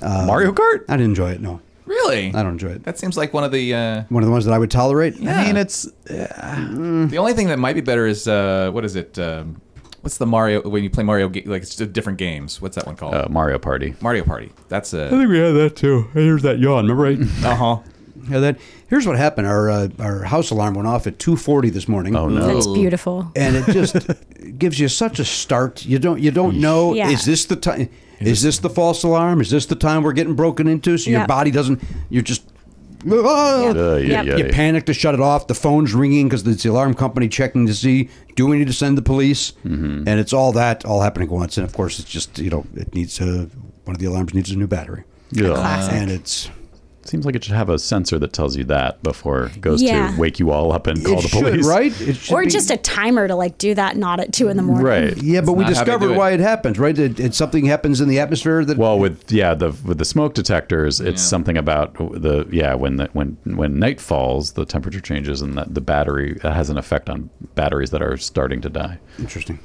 Mario Kart? uh, I didn't enjoy it. No, Really? I don't enjoy it. That seems like one of the. Uh, One of the ones that I would tolerate. I mean, it's Hmm. the only thing that might be better is uh, what is it? Um, what's the Mario when you play Mario ga- like it's just different games? What's that one called? uh, Mario Party. Mario Party. That's I a. think we had that too. Here's that yawn. Remember, right? Uh huh. Yeah, that. Here's what happened. Our uh, our house alarm went off at 2:40 this morning. Oh, *laughs* no. That's beautiful. And it *laughs* just gives you such a start. You don't you don't know Yeah. is this the time? Is this the false alarm? Is this the time we're getting broken into? So your Yeah. body doesn't. You're just "Ah!" Yeah. Yep. Uh, Yeah, yeah, you yeah. panic to shut it off. The phone's ringing because it's the alarm company checking to see do we need to send the police, Mm-hmm. and it's all that all happening at once. And of course, it's just you know it needs a one of the alarms needs a new battery. Yeah. Classic. and it's Seems like it should have a sensor that tells you that before it goes Yeah. to wake you all up and call the should, police. right? It should or be- just a timer to like do that not at two in the morning. Right. Yeah, but we discovered why it happens, right? It, it, something happens in the atmosphere that Well, with yeah, the with the smoke detectors, it's something about the yeah when the, when when night falls, the temperature changes and that the battery that has an effect on batteries that are starting to die. Interesting.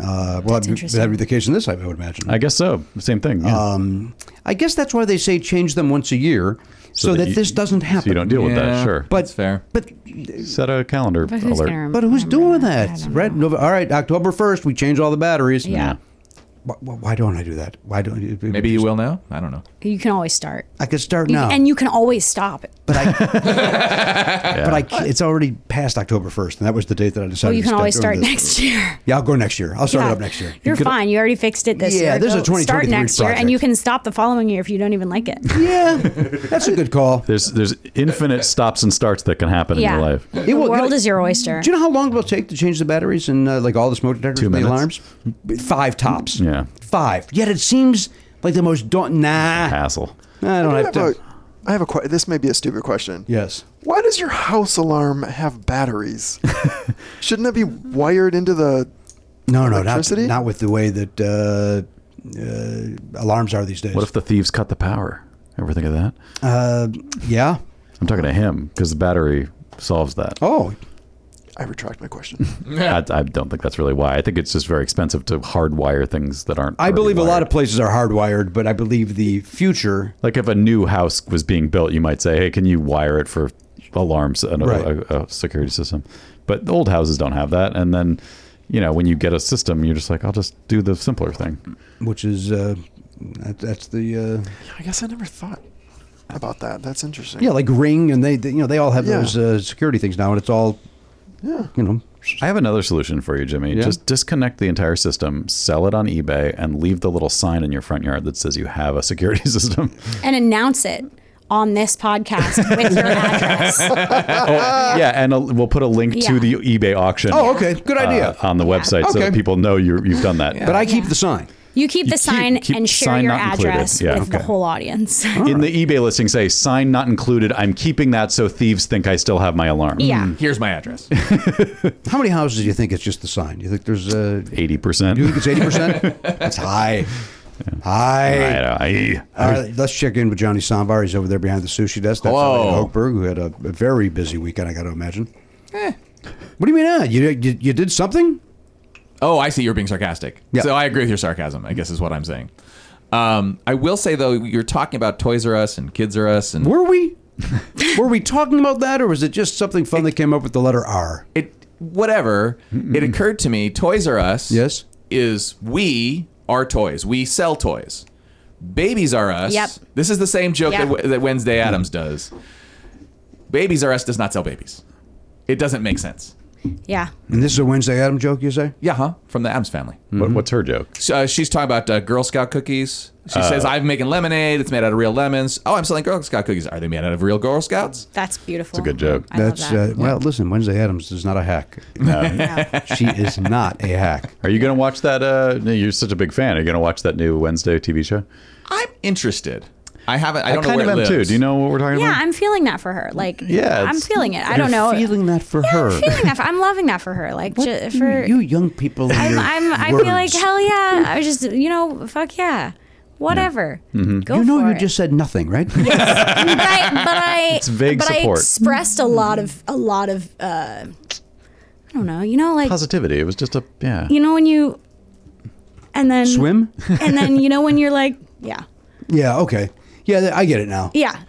Uh, well, that'd be, that'd be the case in this, I would imagine. I guess so. Same thing. Yeah. Um, I guess that's why they say change them once a year, so, that that, you- this doesn't happen. so you don't deal with that. Sure, But that's fair. But set a calendar But who's gonna alert. rem- but who's doing that? Right? Nov all right, October first, we change all the batteries. Yeah. Why, why don't I do that? Why don't you? Maybe you will now. I don't know. You can always start. I could start You- now, And you can always stop it. but I, ca- it's already past October first, and that was the date that I decided. Well, you to can always start start doing this. next *laughs* year. Yeah, I'll go next year. I'll start Yeah. it up next year. You're fine. You already fixed it this Yeah, year. this is a Go Start 2023 next year, project. and you can stop the following year if you don't even like it. *laughs* Yeah, that's a good call. There's there's infinite stops and starts that can happen yeah. in your life. The world is your oyster. Do you know how long it will take to change the batteries and uh, like all the smoke detectors Two and the minutes? alarms? Five tops. Yeah, Five. Yet it seems like the most daunting. Nah. hassle. I don't have I have to. a- I have a que- this may be a stupid question. Yes. Why does your house alarm have batteries? *laughs* Shouldn't it be wired into the No, no, not, Electricity? not with the way that uh, uh, alarms are these days. What if the thieves cut the power? Ever think of that? uh, yeah. I'm talking to him because the battery solves that. Oh. I retract my question. I, I don't think that's really why. I think it's just very expensive to hardwire things that aren't. I already believe a wired. lot of places are hardwired, but I believe the future. Like if a new house was being built, you might say, "Hey, can you wire it for alarms and a, Right. a, a security system?" But the old houses don't have that, and then you know when you get a system, you're just like, "I'll just do the simpler thing." Which is. Uh, that, that's the uh, I guess I never thought about that. That's interesting. yeah, like Ring, and they, they you know they all have Yeah. those uh, security things now, and it's all Yeah. you know I have another solution for you, Jimmy. Yeah? Just disconnect the entire system, sell it on eBay, and leave the little sign in your front yard that says you have a security *laughs* system. And announce it on this podcast *laughs* with your address. yeah, and a, we'll put a link Yeah. to the eBay auction. Oh, okay. Good Uh, idea. on the website so that Okay. people know you you've done that. But I keep the sign. You keep You the keep- sign keep and share sign your not included. address Yeah. with the Okay. whole audience. *laughs* in the eBay listing say sign not included. I'm keeping that so thieves think I still have my alarm. Hmm. Yeah. Hmm. Mm. Here's my address. How many houses do you think it's just the sign? You think there's uh, Eighty You percent. think it's eighty percent? That's high. High. All right, let's check in with Johnny Sambar. He's over there behind the sushi desk. That's Hello. Hello. Hochberg, who had a, a very busy weekend, I got to imagine. What do you mean? Uh, you, you you did something? Oh, I see. You're being sarcastic. Yeah. So I agree with your sarcasm. I guess is what I'm saying. Um, I will say though, you're talking about Toys R Us and Kids R Us, and Were we? Were we talking about that, or was it just something fun that came up with the letter R? it whatever. It occurred to me, Toys R Us. Yes. Is we are toys. We sell toys. Babies are us. Yep. This is the same joke Yeah. that, that Wednesday Adams does. Babies are us does not sell babies. It doesn't make sense. yeah. And this is a Wednesday Adam joke, you say? Yeah, huh? From the Adams family. Mm-hmm. What, what's her joke? So, uh, she's talking about uh, Girl Scout cookies. She says, "I'm making lemonade. It's made out of real lemons. Oh, I'm selling Girl Scout cookies. Are they made out of real Girl Scouts? That's beautiful. It's a good joke. Oh, I love that. Uh, well, listen, Wednesday Adams is not a hack. she is not a hack. Are you gonna watch that? Uh, you're such a big fan. Are you gonna watch that new Wednesday TV show? I'm interested. I haven't. I don't know kind where of it am too. lives. Do you know what we're talking yeah, about? I'm feeling that for her. Like, Yeah, I'm it's- feeling it. I You're don't know. Feeling that for yeah, her. I'm *laughs* feeling that. For, I'm loving that for her. Like, ju- You- for you, young people. and I'm, your I'm, I feel like words. hell yeah. I was just, you know, fuck yeah, whatever. Go Mm-hmm. you know, for you it. just said nothing, right? *laughs* but I, but I, vague but support. I expressed a lot of, a lot of, uh, I don't know. You know, like Positivity. It was just a yeah. you know when you, and then Swim? and then you know when *laughs* you're like, yeah, yeah. Okay. Yeah, th- I get it now. yeah,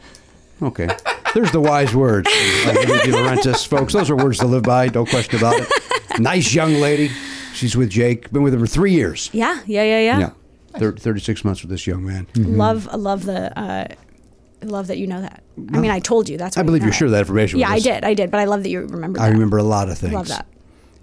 Okay. There's the wise *laughs* words, like Rudy De Laurentiis, folks. Those are words to live by. No question about it. Nice young lady. She's with Jake. Been with him for three years. yeah, yeah, yeah, yeah. Yeah. Mm-hmm. Thir- Thirty-six months with this young man. Love, love the, uh, love that you know that. I mean, I told you. That's. I why you believe know you're sure it. that information. Yeah, I was- did. I did. But I love that you remember. I remember a lot of things. Love that.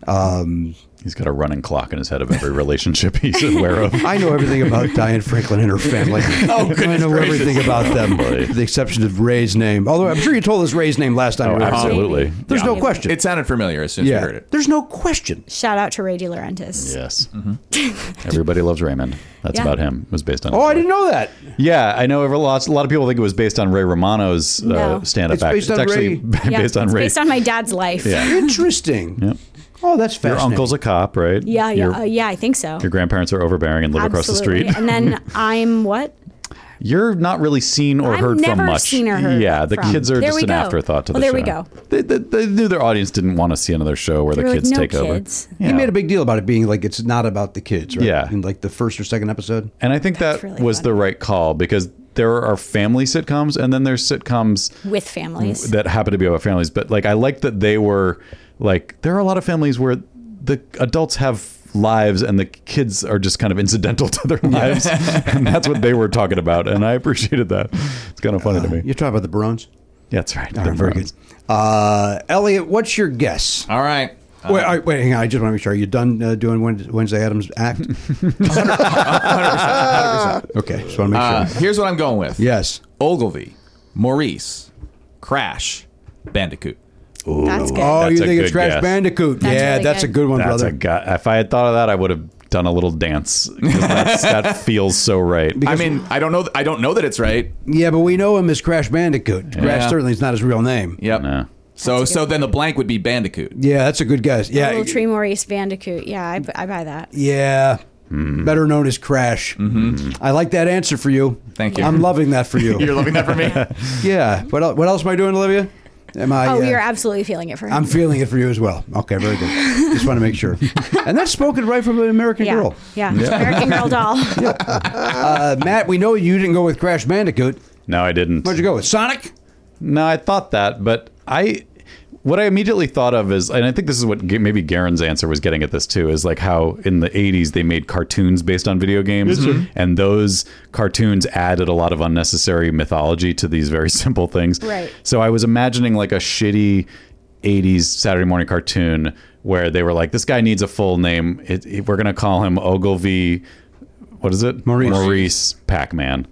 Um, He's got a running clock in his head of every relationship *laughs* he's aware *laughs* of. I know everything about Diane Franklin and her family. *laughs* Oh, goodness I know gracious. everything about them, Boy. with the exception of Ray's name. Although I'm sure you told us Ray's name last time. Oh, we were here. absolutely. There's no question. It sounded familiar as soon as Yeah. we heard it. There's no question. Shout out to Ray DeLaurentis. Yes. Mm-hmm. *laughs* Everybody loves Raymond. That's Yeah. about him. It was based on. Oh, I didn't know that. Yeah, I know. A lot, a lot of people think it was based on Ray Romano's No. uh, stand-up It's act. based it's on actually Ray. b- Yeah, *laughs* based on it's Ray. Based on my dad's life. Yeah. Interesting. Yep. Oh, that's Your fascinating. uncle's a cop, right? Yeah, yeah, Your, uh, yeah. I think so. your grandparents are overbearing and live Absolutely. across the street. and then I'm what? *laughs* You're not really seen or I've heard never from much. seen or heard yeah, the from. kids are There just we an go. afterthought to Well, the there we show. They, they, they knew their audience didn't want to see another show where They the were like, kids "No take kids." over. He made a big deal about it being like it's not about the kids, right? Yeah. In like the first or second episode. And I think that was the right call because there are family sitcoms and then there's sitcoms With families. that happen to be about families. But like, I like that they were like, there are a lot of families where the adults have lives and the kids are just kind of incidental *laughs* to their lives. and that's what they were talking about. And I appreciated that. It's kind of funny to me. You're talking about the Barones? Yeah, that's right. Uh, All right, very good. Uh, Elliot, what's your guess? All right. Uh-huh. wait, all right, wait, hang on. I just want to make sure. Are you done uh, doing Wednesday, Wednesday Adams *laughs* act? Okay, just want to make sure. Uh, here's what I'm going with. yes. Ogilvy, Maurice, Crash, Bandicoot. That's good. Oh, That's you a think it's good Crash guess. Bandicoot? That's yeah, really that's good. a good one, That's brother. a guy. If I had thought of that, I would have done a little dance. 'cause *laughs* that's- that feels so right. I mean, I don't know. I don't know that it's right. yeah, but we know him as Crash Bandicoot. Crash certainly is not his real name. Yep. So so then the blank would be Bandicoot. Yeah, that's a good guess. Yeah, Little Tree Maurice Vandecoot. Yeah, I, I buy that. yeah. Hmm. Better known as Crash. Mm-hmm. I like that answer for you. Thank you. I'm *laughs* loving that for *laughs* you. You're loving that for *laughs* me. yeah. What else, what else am I doing, Olivia? Am I? oh, uh, you're absolutely feeling it for him. I'm feeling it for you as well. Okay, very good. Just want to make sure. And that's spoken right from an American yeah. girl. Yeah. American *laughs* Girl doll. Uh, Matt, we know you didn't go with Crash Bandicoot. no, I didn't. Where'd you go with Sonic? No, I thought that, but I what I immediately thought of is, and I think this is what Ga- maybe Garen's answer was getting at this too, is like how in the '80s they made cartoons based on video games, and those cartoons added a lot of unnecessary mythology to these very *laughs* simple things. Right. So I was imagining like a shitty '80s Saturday morning cartoon where they were like, "This guy needs a full name. It, it- we're gonna call him Ogilvy." What is it? Maurice. Maurice Pac-Man.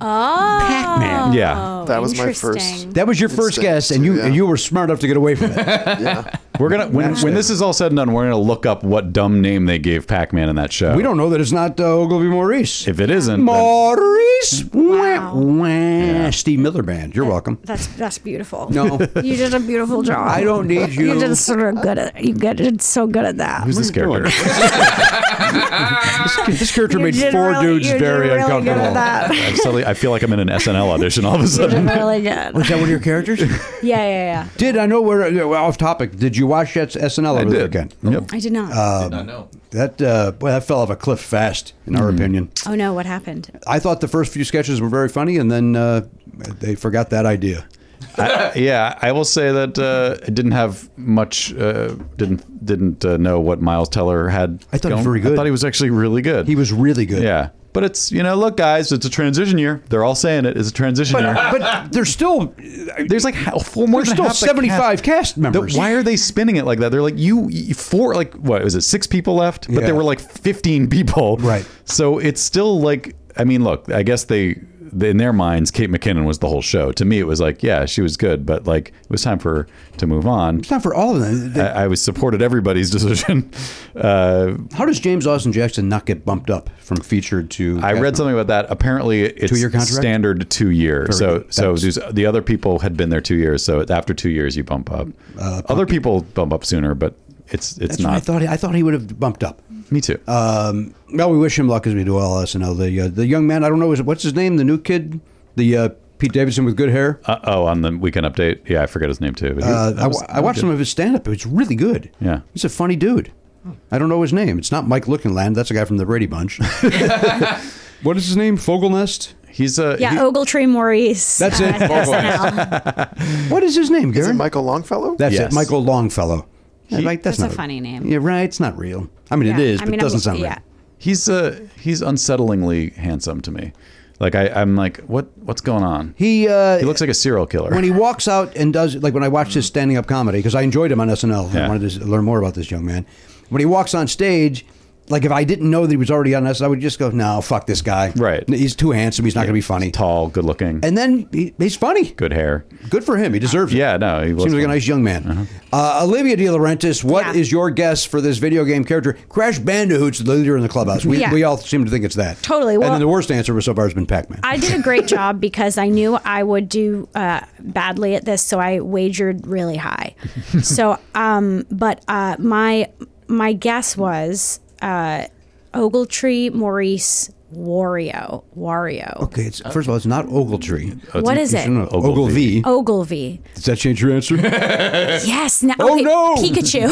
Oh. Pac-Man. Yeah. That was my interesting. first. That was your first Instinct, guess, and you yeah. and you were smart enough to get away from it. Yeah. We're gonna when, when this is all said and done, we're gonna look up what dumb name they gave Pac-Man in that show. we don't know that it's not uh, Ogilvy Maurice. If it isn't, then- Maurice, Wow. Wah, wah. Steve Miller Band. You're welcome. That's that's beautiful. No. You did a beautiful job. I don't need you. You did sort of good at you get it's so good at that. who's this character? this, this character You made did four really- dudes you did very really good uncomfortable. at that. I'm suddenly, *laughs* I feel like I'm in an SNL audition all of *laughs* a You did sudden. really good. Was that one of your *laughs* characters? Yeah, yeah, yeah. did I know we're uh, we're off topic? Did you watch that SNL over the did. weekend? Yep. I did not. Uh, Did not know. That uh, boy, that fell off a cliff fast, in Hmm. our opinion. oh no, what happened? I thought the first few sketches were very funny, and then uh, they forgot that idea. I- yeah, I will say that uh, I didn't have much. Uh, didn't didn't uh, know what Miles Teller had. I thought he was going. very good. I thought he was actually really good. He was really good. Yeah, but it's you know, look, guys, it's a transition year. They're all saying it. It's a transition But, year. but there's still There's like ha- four more. There's than still half the 75 cast members. why are they spinning it like that? They're like you, you four like what was it? Six people left, but Yeah. there were like 15 people. Right. So it's still like I mean, look, I guess they in their minds, Kate McKinnon was the whole show. To me, it was like yeah, she was good, but like it was time for her to move on. it's not for all of them. They- I, I was supported everybody's *laughs* decision. Uh, How does James Austin Jackson not get bumped up from featured to? I read cast member? something about that. Apparently, it's Two-year contract? standard two year. so, good. so That's- these- the other people had been there two years. So after two years, you bump up. other people bump up sooner, but it's Uh, That's it's what I not. thought. I thought he would have bumped up. Me too. Um, well, we wish him luck as we do all SNL. The uh, the young man, I don't know, is what's his name? The new kid, the uh, Pete Davidson with good hair. Uh, oh, on the weekend update. Yeah, I forget his name too. But he- Uh, that I, was- wa- I watched some of his stand up. It's really good. Yeah. he's a funny dude. Hmm. I don't know his name. It's not Mike Lookinland. That's a guy from the Brady *laughs* Bunch. *laughs* what is his name? Fogelnest. He's a Yeah, he- Ogletree Maurice. uh, That's it. SNL. What is his name, Is it Garen? Michael Longfellow? That's it, Yes. Michael Longfellow. Yeah, like, That's not a funny name. Yeah, right. It's not real. I mean, it Yeah, is, but it I'm- doesn't sound real. yeah. he's a he's unsettlingly handsome to me. Like I, I'm like, what what's going on? He uh, He looks like a serial killer. when he walks out and does like when I watched his standing up comedy because I enjoyed him on SNL. I Yeah. wanted to s- learn more about this young man. When he walks on stage, like if I didn't know that he was already on us, I would just go, "No, fuck this guy. Right? He's too handsome. He's not going to be funny. Tall, good looking, and then he, he's funny. Good hair. Good for him. He deserves it. Yeah, no, he was Seems like a funny. Uh-huh. nice young man. Uh, Olivia De Laurentiis, what is your guess for this video game character? Crash Bandicoot's the leader in the clubhouse. We, Yeah. we all seem to think it's that. Totally. and Well- then the worst answer so far has been Pac Man. I did a great job because I knew I would do uh, badly at this, so I wagered *laughs* really high. so, um, but uh, my my guess was uh, Ogletree, Maurice, Wario, Wario. Okay, it's, first of all, it's not Ogletree. Oh, What is it? Oh, No, no, Ogilvy. Ogilvy. Does that change your *laughs* answer? Yes. Now, Oh, okay, no! *laughs* Pikachu.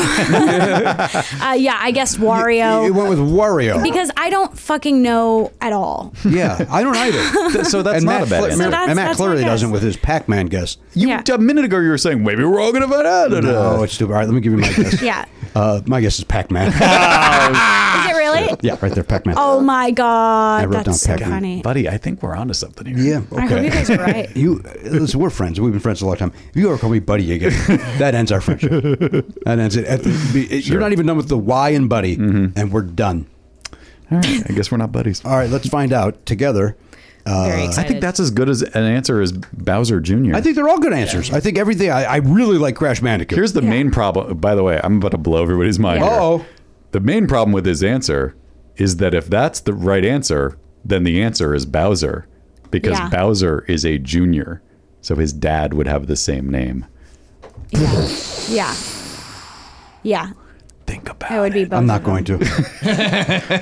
uh, yeah, I guessed It Wario went with Wario. because I don't fucking know at all. *laughs* yeah, I don't either. *laughs* So that's and not Matt a bad Fle- answer. So that's- and Matt that's my clearly guess. doesn't with his Pac Man guess. You a minute ago you were saying maybe we're all gonna find out. *laughs* No, it's stupid. All right, let me give you my guess. *laughs* Yeah. Uh, my guess is Pac *laughs* Man. Oh. *laughs* Is it really? yeah, right there, Pac Man. Oh my I god, wrote that's so down Pac-Man. funny. buddy, I think we're onto something here. Yeah, I hope okay. you guys *laughs* are right. You, uh, listen, we're friends. We've been friends a long time. If you ever call me buddy *laughs* again, that ends our friendship. That ends it. At the, be- it- You're not even done with the why and buddy, and we're done. All right, I guess we're not buddies. All right, let's find out together. Uh, Very I think that's as good as an answer as Bowser Jr. I think they're all good answers. I think everything. I, I really like Crash Bandicoot. Here's the main problem. By the way, I'm about to blow everybody's mind. Yeah. here. Uh-oh. The main problem with his answer is that if that's the right answer, then the answer is Bowser because Yeah. Bowser is a junior. So his dad would have the same name. Yeah. Yeah. Think about it. would be both. I'm not going to.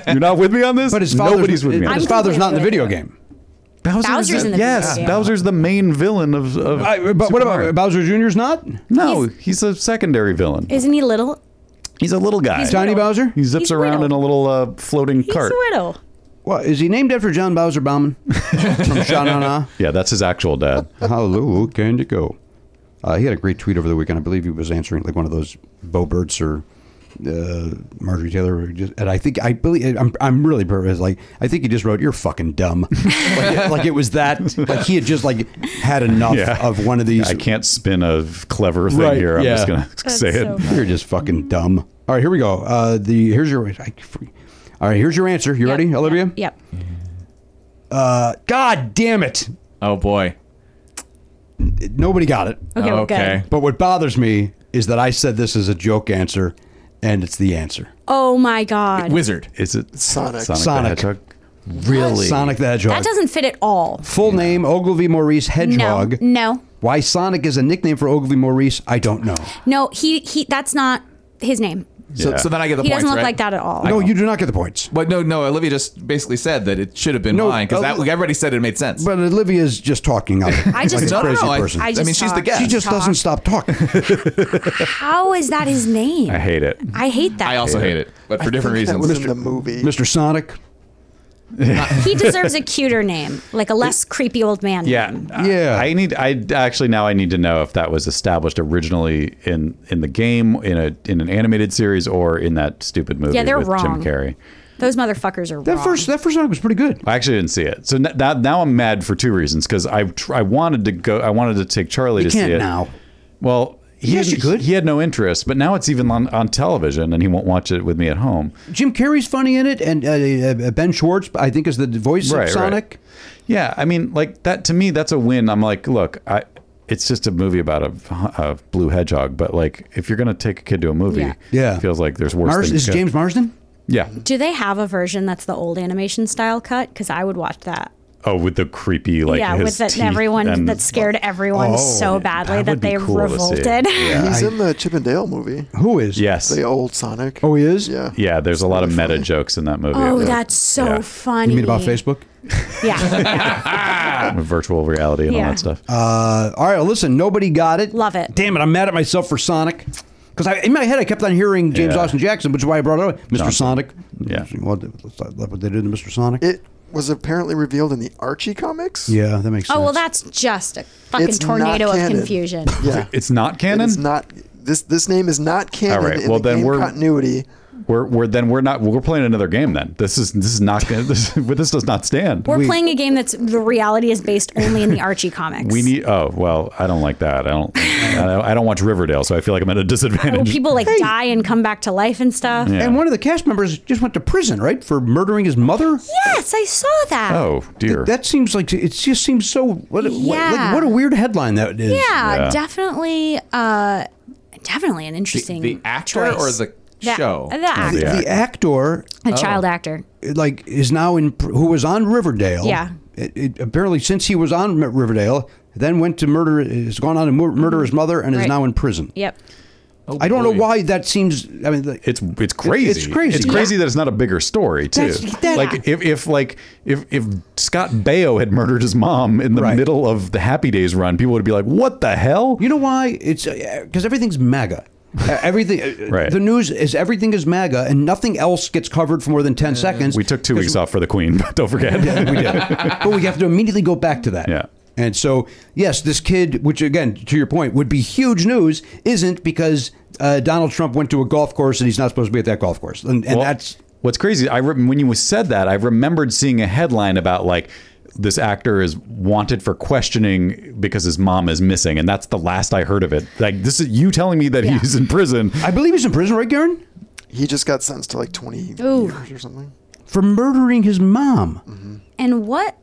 *laughs* You're not with me on this? But his father's, Nobody's with me. on His this. father's not in the video game. Bowser Bowser's is in the yes, video game. Bowser's the main villain of. of I- but what about Bowser Jr.'s not? No, he's, a secondary villain. Isn't he little? He's a little guy. He's Tiny little. Bowser? He zips He's around little. in a little uh, floating cart. little. What is he named after? John Bowser *laughs* Bauman from Sha Na Na. Yeah, that's his actual dad. How low can you go? Uh, he had a great tweet over the weekend. I believe he was answering like one of those Bo Burt's or uh, Marjorie Taylor. or Just, and I think I believe I'm I'm really per- it's like I think he just wrote "You're fucking dumb," *laughs* like, it, like it was that. Like he had just like had enough Yeah. of one of these. I can't spin a clever thing Right, here. I'm yeah. just gonna *laughs* say it. You're just fucking dumb. All right, here we go. Uh, the here's your. I, all right, here's your answer. You ready, Olivia? Yep. Uh, God damn it! Oh boy. Nobody got it. Okay, well, good. Okay. But what bothers me is that I said this is a joke answer, and it's the answer. Oh my god. Wizard. Is it Sonic. Sonic, Sonic. the Hedgehog? Really? Sonic the Hedgehog. That doesn't fit at all. Full name Ogilvy Maurice Hedgehog. No. No. Why Sonic is a nickname for Ogilvy Maurice, I don't know. No, he he that's not his name. So, Yeah. so then I get the He points, doesn't look right? like that at all. No, you do not get the points. But no, no. Olivia just basically said that it should have been No, mine because that Oli- I already said it made sense. But Olivia's just talking out. *laughs* I just like a talk. crazy No, I- person. I just I mean, she's the talk. guest. she just talk. doesn't stop talking. *laughs* How is that his name? I hate it. I hate that. I also hate it, but for different That reasons. was in the movie. Mr. Sonic. he deserves a cuter name, like a less creepy old man. Yeah. name. I- Yeah. I need. I actually now I need to know if that was established originally in in the game, in a in an animated series, or in that stupid movie Yeah, they're with Jim wrong. Carrey. Those motherfuckers are That wrong. first that first Sonic was pretty good. I actually didn't see it. So n- that, now I'm mad for two reasons because I tr- I wanted to go. I wanted to take Charlie You to can't see it. now. Well. He Yes, didn't- you could. He had no interest, but now it's even on, on television, and he won't watch it with me at home. Jim Carrey's funny in it, and uh, uh, Ben Schwartz, I think, is the voice Right, right. of Sonic. Yeah, I mean, like that to me, that's a win. I'm like, look, I, it's just a movie about a, a blue hedgehog, but like, if you're gonna take a kid to a movie, Yeah. Yeah. it feels like there's worse. Mars, things is to- James Marsden? Yeah. Do they have a version that's the old animation style cut? Because I would watch that. Oh, with the creepy like yeah, his with that teeth everyone and- that scared everyone Oh, so badly that that, would be they cool to see. revolted. Yeah. He's I- in the Chip and Dale movie. Who is? Yes. The old Sonic. Oh, he is? yeah. Yeah, there's a lot of meta jokes in that movie. *laughs* Oh, that's so Yeah. funny. You mean about Facebook? Yeah. *laughs* yeah. virtual reality and all Yeah. that stuff. Uh, all right, well, listen, nobody got it. Love it. Damn it, I'm mad at myself for Sonic. Because I, in my head, I kept on hearing James Yeah. Austin Jackson, which is why I brought it up. Mr. Sonic. Yeah. Well, that's what they did to Mr. Sonic. It was apparently revealed in the Archie comics. yeah, that makes sense. Oh well, that's just a fucking It's not tornado of canon. *laughs* confusion. Yeah. it's not It canon. is not this. This name is not canon. All right, In well, the then game we're- continuity. We're, we're then we're not we're playing another game then this is this is not *laughs* gonna this this does not stand We're playing a game that's the reality is based only in the Archie comics. we need oh well I don't like that I don't I don't, I don't watch Riverdale so I feel like I'm at a Well, disadvantage people like die and come back to life and stuff. Yeah. And one of the cast members just went to prison, right, for murdering his mother. Yes, I saw that. *laughs* oh dear Th- that seems like it just seems so. What, what, like, Yeah. what a weird headline that is. Yeah, definitely, uh, definitely an interesting. the actor choice. or the The- show? The Oh, actor, The, the actor, a child actor. like, is now in pr- who was on Riverdale. Yeah. It, it, apparently, since he was on M- Riverdale, then went to murder. Has gone on to mur- murder his mother and is Mm-hmm. Right. now in prison. Yep. I don't know why that seems. I mean, the, it's it's crazy. It's crazy. It's crazy that it's not a bigger story too. That's- that- like if, if like if if Scott Baio had murdered his mom in the middle of the Happy Days run, people would be like, "What the hell?" You know why? It's because everything's *laughs* MAGA. Uh, Everything. Right. The news is everything is MAGA, and nothing else gets covered for more than Mm. ten seconds. We took two weeks off for the Queen. *laughs* Don't forget. Yeah, we did. but we have to immediately go back to that. Yeah. And so, yes, this kid, which again, to your point, would be huge news, isn't because uh, Donald Trump went to a golf course and he's not supposed to be at that golf course, and, and Well, that's What's crazy? I rem when you said that, I remembered seeing a headline about like this actor is wanted for questioning because his mom is missing, and that's the last I heard of it. Like this is you telling me that he's *laughs* in prison. I believe he's in prison, right, Garen? He just got sentenced to like 20 Ooh. years or something. for murdering his mom. And what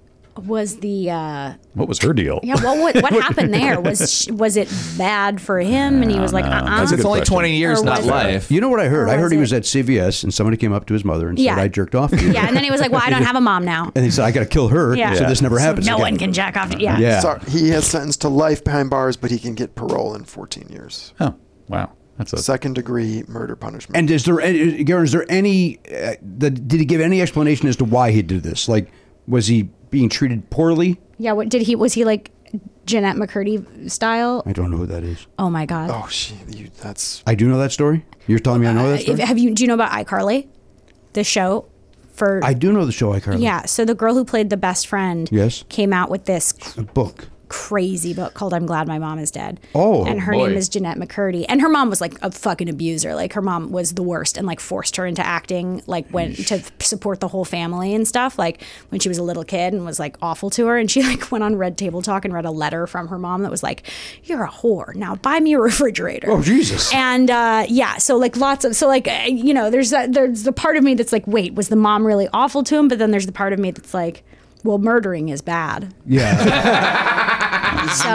was the? Uh, What was her deal? yeah, what what, *laughs* what happened there? Was sh- was it bad for him? And he was like, uh, uh Because it's only 20 years, Or not was it- life. You know what I heard? Or I heard was he Oh, it- was at CVS and somebody came up to his mother and Yeah. said, "I jerked off." to you." Yeah, and then he was like, well, I don't have a mom now. And he said, "I got to kill her, Yeah. so this never So happens." No again." one can jack off. To, yeah. Sorry, he has sentenced to life behind bars, but he can get parole in 14 years. Oh, wow. That's a second degree murder punishment. And is there, any, Garen? Is there any? Uh, the, did he give any explanation as to why he did this? Like, was he being treated poorly? Yeah. What did he? Was he like Jeanette McCurdy style? I don't know who that is. Oh my god. Oh, she, you, that's I do know that story. You're telling me I know that Uh, If- story. have you? Do you know about iCarly? The show for I do know the show iCarly. yeah. So the girl who played the best friend Yes. came out with this A book. crazy book called "I'm Glad My Mom Is Dead." Oh, and her boy. name is Jeanette McCurdy, and her mom was like a fucking abuser. Like her mom was the worst, and like forced her into acting, like when to f- support the whole family and stuff. Like when she was a little kid, and was like awful to her. And she *laughs* like went on Red Table Talk and read a letter from her mom that was like, "You're a whore. Now buy me a refrigerator." Oh, Jesus. And uh, yeah, so like lots of so like uh, you know, there's that there's the part of me that's like, wait, was the mom really awful to him? But then there's the part of me that's like. Well, murdering is bad. *laughs* Yeah. So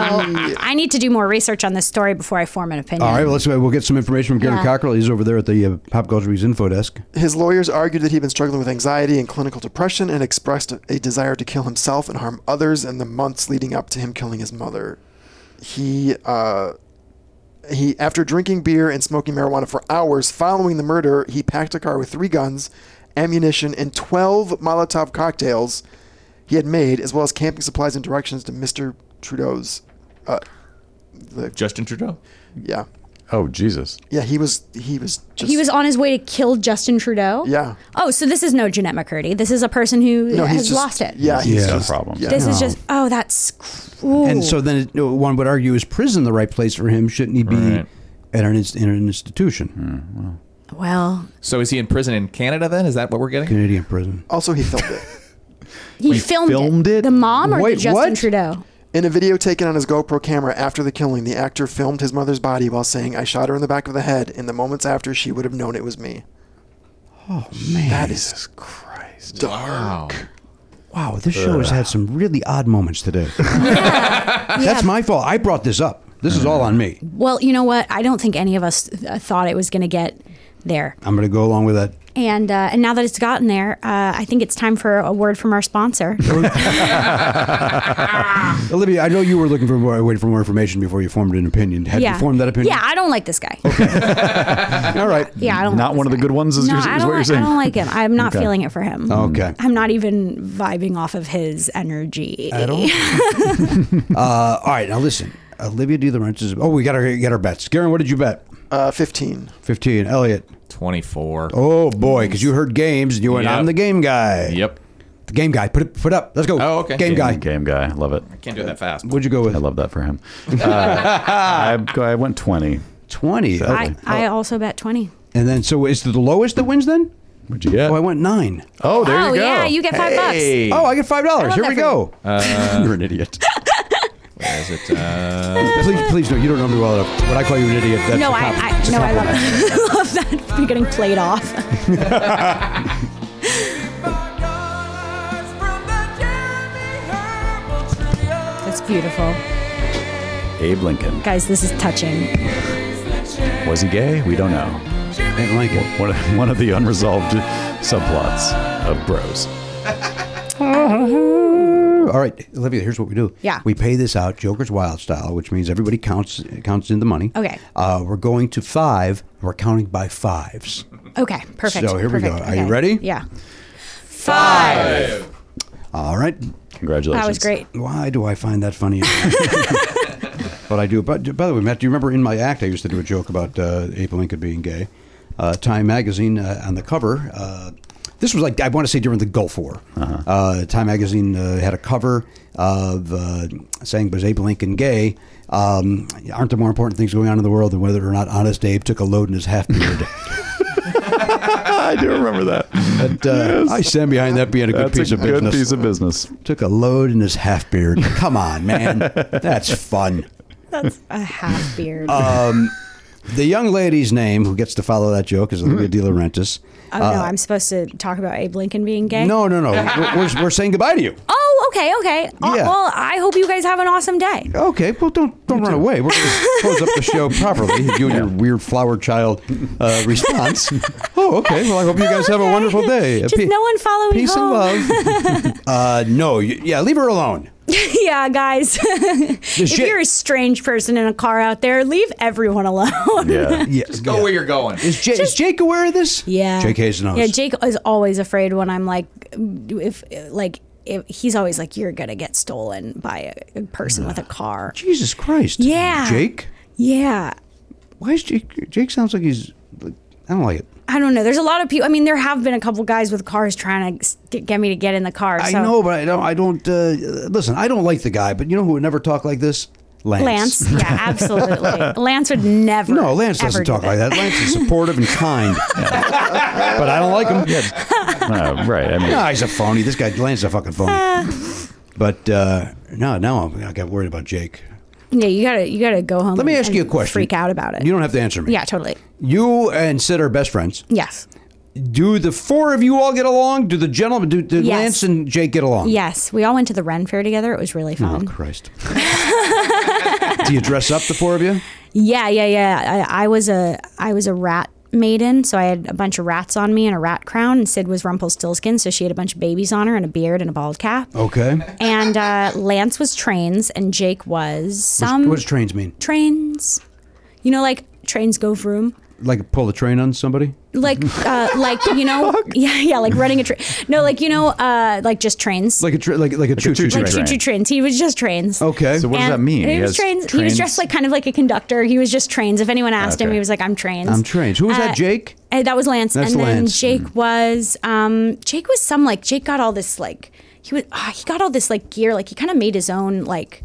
I need to do more research on this story before I form an opinion. All right. Well, let's we'll get some information from Garen Yeah. Cockrell. He's over there at the uh, Pop Culture Reviews info desk. His lawyers argued that he'd been struggling with anxiety and clinical depression and expressed a, a desire to kill himself and harm others in the months leading up to him killing his mother. He, uh, he, after drinking beer and smoking marijuana for hours following the murder, he packed a car with three guns, ammunition, and 12 Molotov cocktails he had made, as well as camping supplies and directions to Mr. Trudeau's. Uh, the, Justin Trudeau. yeah. Oh Jesus. Yeah, he was, he was just. he was on his way to kill Justin Trudeau. Yeah. Oh, so this is no Jeanette McCurdy. This is a person who No, he's has just- lost it. Yeah, he's Yeah. just- Problem. yeah. This is No. just oh, that's cr- ooh. And so then it, one would argue, is prison the right place for him? Shouldn't he be Right. at an, inst- in an institution? well, So is he in prison in Canada then? Is that what we're getting? Canadian prison. Also, he filmed it. he Wait, filmed, filmed it? The mom or the Wait, Justin what? Trudeau? In a video taken on his GoPro camera after the killing, the actor filmed his mother's body while saying, I shot her in the back of the head. In the moments after, she would have known it was me. Oh man, That is Christ. Wow. wow! This show has had some really odd moments *laughs* today. *laughs* That's my fault. I brought this up. This is all on me. Well, you know what? I don't think any of us uh, thought it was going to get there. I'm going to go along with that. And uh, and now that it's gotten there, uh, I think it's time for a word from our sponsor. Olivia, I know you were looking for more, waiting for more information before you formed an opinion. Had you formed that opinion? Yeah, I don't like this guy. All right. Yeah, I don't. Not like one of the good ones is, No, is I what don't, you're like, saying. I don't like him. I'm not Okay. feeling it for him. Okay. I'm not even vibing off of his energy. I don't. uh, all right. Now listen, Olivia De Laurentiis. Oh, we got our get our bets. Garen, what did you bet? *laughs* Uh, 15. Fifteen. Elliot. 24. Oh boy, because you heard games and you went, Yep. "I'm the game guy." Yep. The game guy. Put it. Put up. Let's go. Oh, okay. Game Yeah. guy. Game guy. Love it. Can't do it that fast. What'd you go with? I love that *laughs* for him. Uh, I, I went 20. 20. Oh. I, I also bet 20. And then, so is the lowest that wins then? What'd you Uh, get? Oh, I went nine. Oh, there you Oh, go. yeah, you get five bucks. Hey. Oh, I get five I dollars. love Here that we for go. *laughs* Uh, You're an idiot. Where is it? Uh, please, please, no, you don't know me well enough. When I call you an idiot, that's no, a I, compliment. I It's a no, I love compliment. it. love that *laughs* you're getting played off. That's beautiful, Abe Lincoln. guys. This is touching. Was he gay? We don't know. Didn't like it. One of, *laughs* one of the unresolved subplots of Bros. All right, Olivia. Here's what we do. Yeah. We pay this out, Joker's Wild style, which means everybody counts counts in the money. Okay. Uh, we're going to five. We're counting by fives. Okay, perfect. So here we go. perfect, Are you okay. ready? Yeah. Five. All right. Congratulations. That was great. Why do I find that funny? *laughs* but I do. But by the way, Matt, do you remember in my act I used to do a joke about uh, Abe Lincoln being gay? Uh, Time magazine uh, on the cover. Uh, this was like I want to say during the Gulf War. Uh-huh. uh Time magazine uh, had a cover of uh, saying, "Was Abe Lincoln gay?" Um, aren't there more important things going on in the world than whether or not Honest Abe took a load in his half *laughs* beard? I do *laughs* remember that. But, uh, I stand behind that being a good That's a piece of good business. piece of business. Took a load in his half beard. Come on, *laughs* man, that's fun. That's a half beard. Um, the young lady's name who gets to follow that joke is Olivia De Laurentiis. oh uh, no, I'm supposed to talk about Abe Lincoln being gay. no, *laughs* no, no. We're, we're, we're saying goodbye to you. Oh, okay, okay. Uh, Yeah. well, I hope you guys have an awesome day. Okay, well, don't don't run away. We're going *laughs* to close up the show properly. You and your weird flower child uh, *laughs* response. oh, okay. Well, I hope you guys have a wonderful day. Oh, Just no one follow me peace and home. love. *laughs* uh, no, you, yeah, leave her alone. *laughs* yeah, guys. if shit- you're a strange person in a car out there, leave everyone alone. *laughs* yeah. Just go where you're going. Is, J- is Jake aware of this? Yeah. Jake Hayes knows. Yeah, Jake is always afraid when I'm like, if like. If, he's always like, "You're gonna get stolen by a, a person with a car." Jesus Christ. Yeah. Jake? Yeah, Why is Jake? Jake sounds like he's. Like, I don't like it. I don't know. There's a lot of people. I mean, there have been a couple guys with cars trying to s- get get me to get in the car. I so- know, but I don't. I don't. Uh, listen, I don't like the guy, but you know who would never talk like this? Lance. Lance. Yeah, *laughs* absolutely. Lance would never. No, Lance ever doesn't do talk like that. Lance is supportive and kind, *laughs* but I don't like him. Yeah. right. I Uh, mean, no, he's a phony. This guy Lance is a fucking phony. Uh. but uh, no, now I'm, I got worried about Jake. Yeah, you gotta you gotta go home. Let me and- ask you a and question. Freak out about it. You don't have to answer me. Yeah, totally. You and Sid are best friends. Yes. Do the four of you all get along? Do the gentlemen, do, do Yes. Lance and Jake get along? Yes, we all went to the Ren Fair together. It was really Oh, fun. Christ. *laughs* Do you dress up, the four of you? Yeah, yeah, yeah. I, I was a I was a rat maiden, so I had a bunch of rats on me and a rat crown. And Sid was Rumpelstiltskin, so she had a bunch of babies on her and a beard and a bald cap. Okay. And uh, Lance was trains, and Jake was some what does trains mean? trains. You know, like trains go vroom. Like pull a train on somebody? *laughs* Like, uh, like you know, yeah, yeah, like running a train. No, like you know, uh, like just trains. Like a tra- like like a choo choo like choo-choo trains. He was just trains. Okay. So what does And that mean? He, He was has trains. He was trains? dressed like kind of like a conductor. He was just trains. If anyone asked him, Okay. he was like, "I'm trains." I'm trains. Who was that, Jake? Uh, that was Lance. That's and then Lance. Mm. Jake was um, Jake was some like Jake got all this like he was ah, he got all this like gear like he kind of made his own like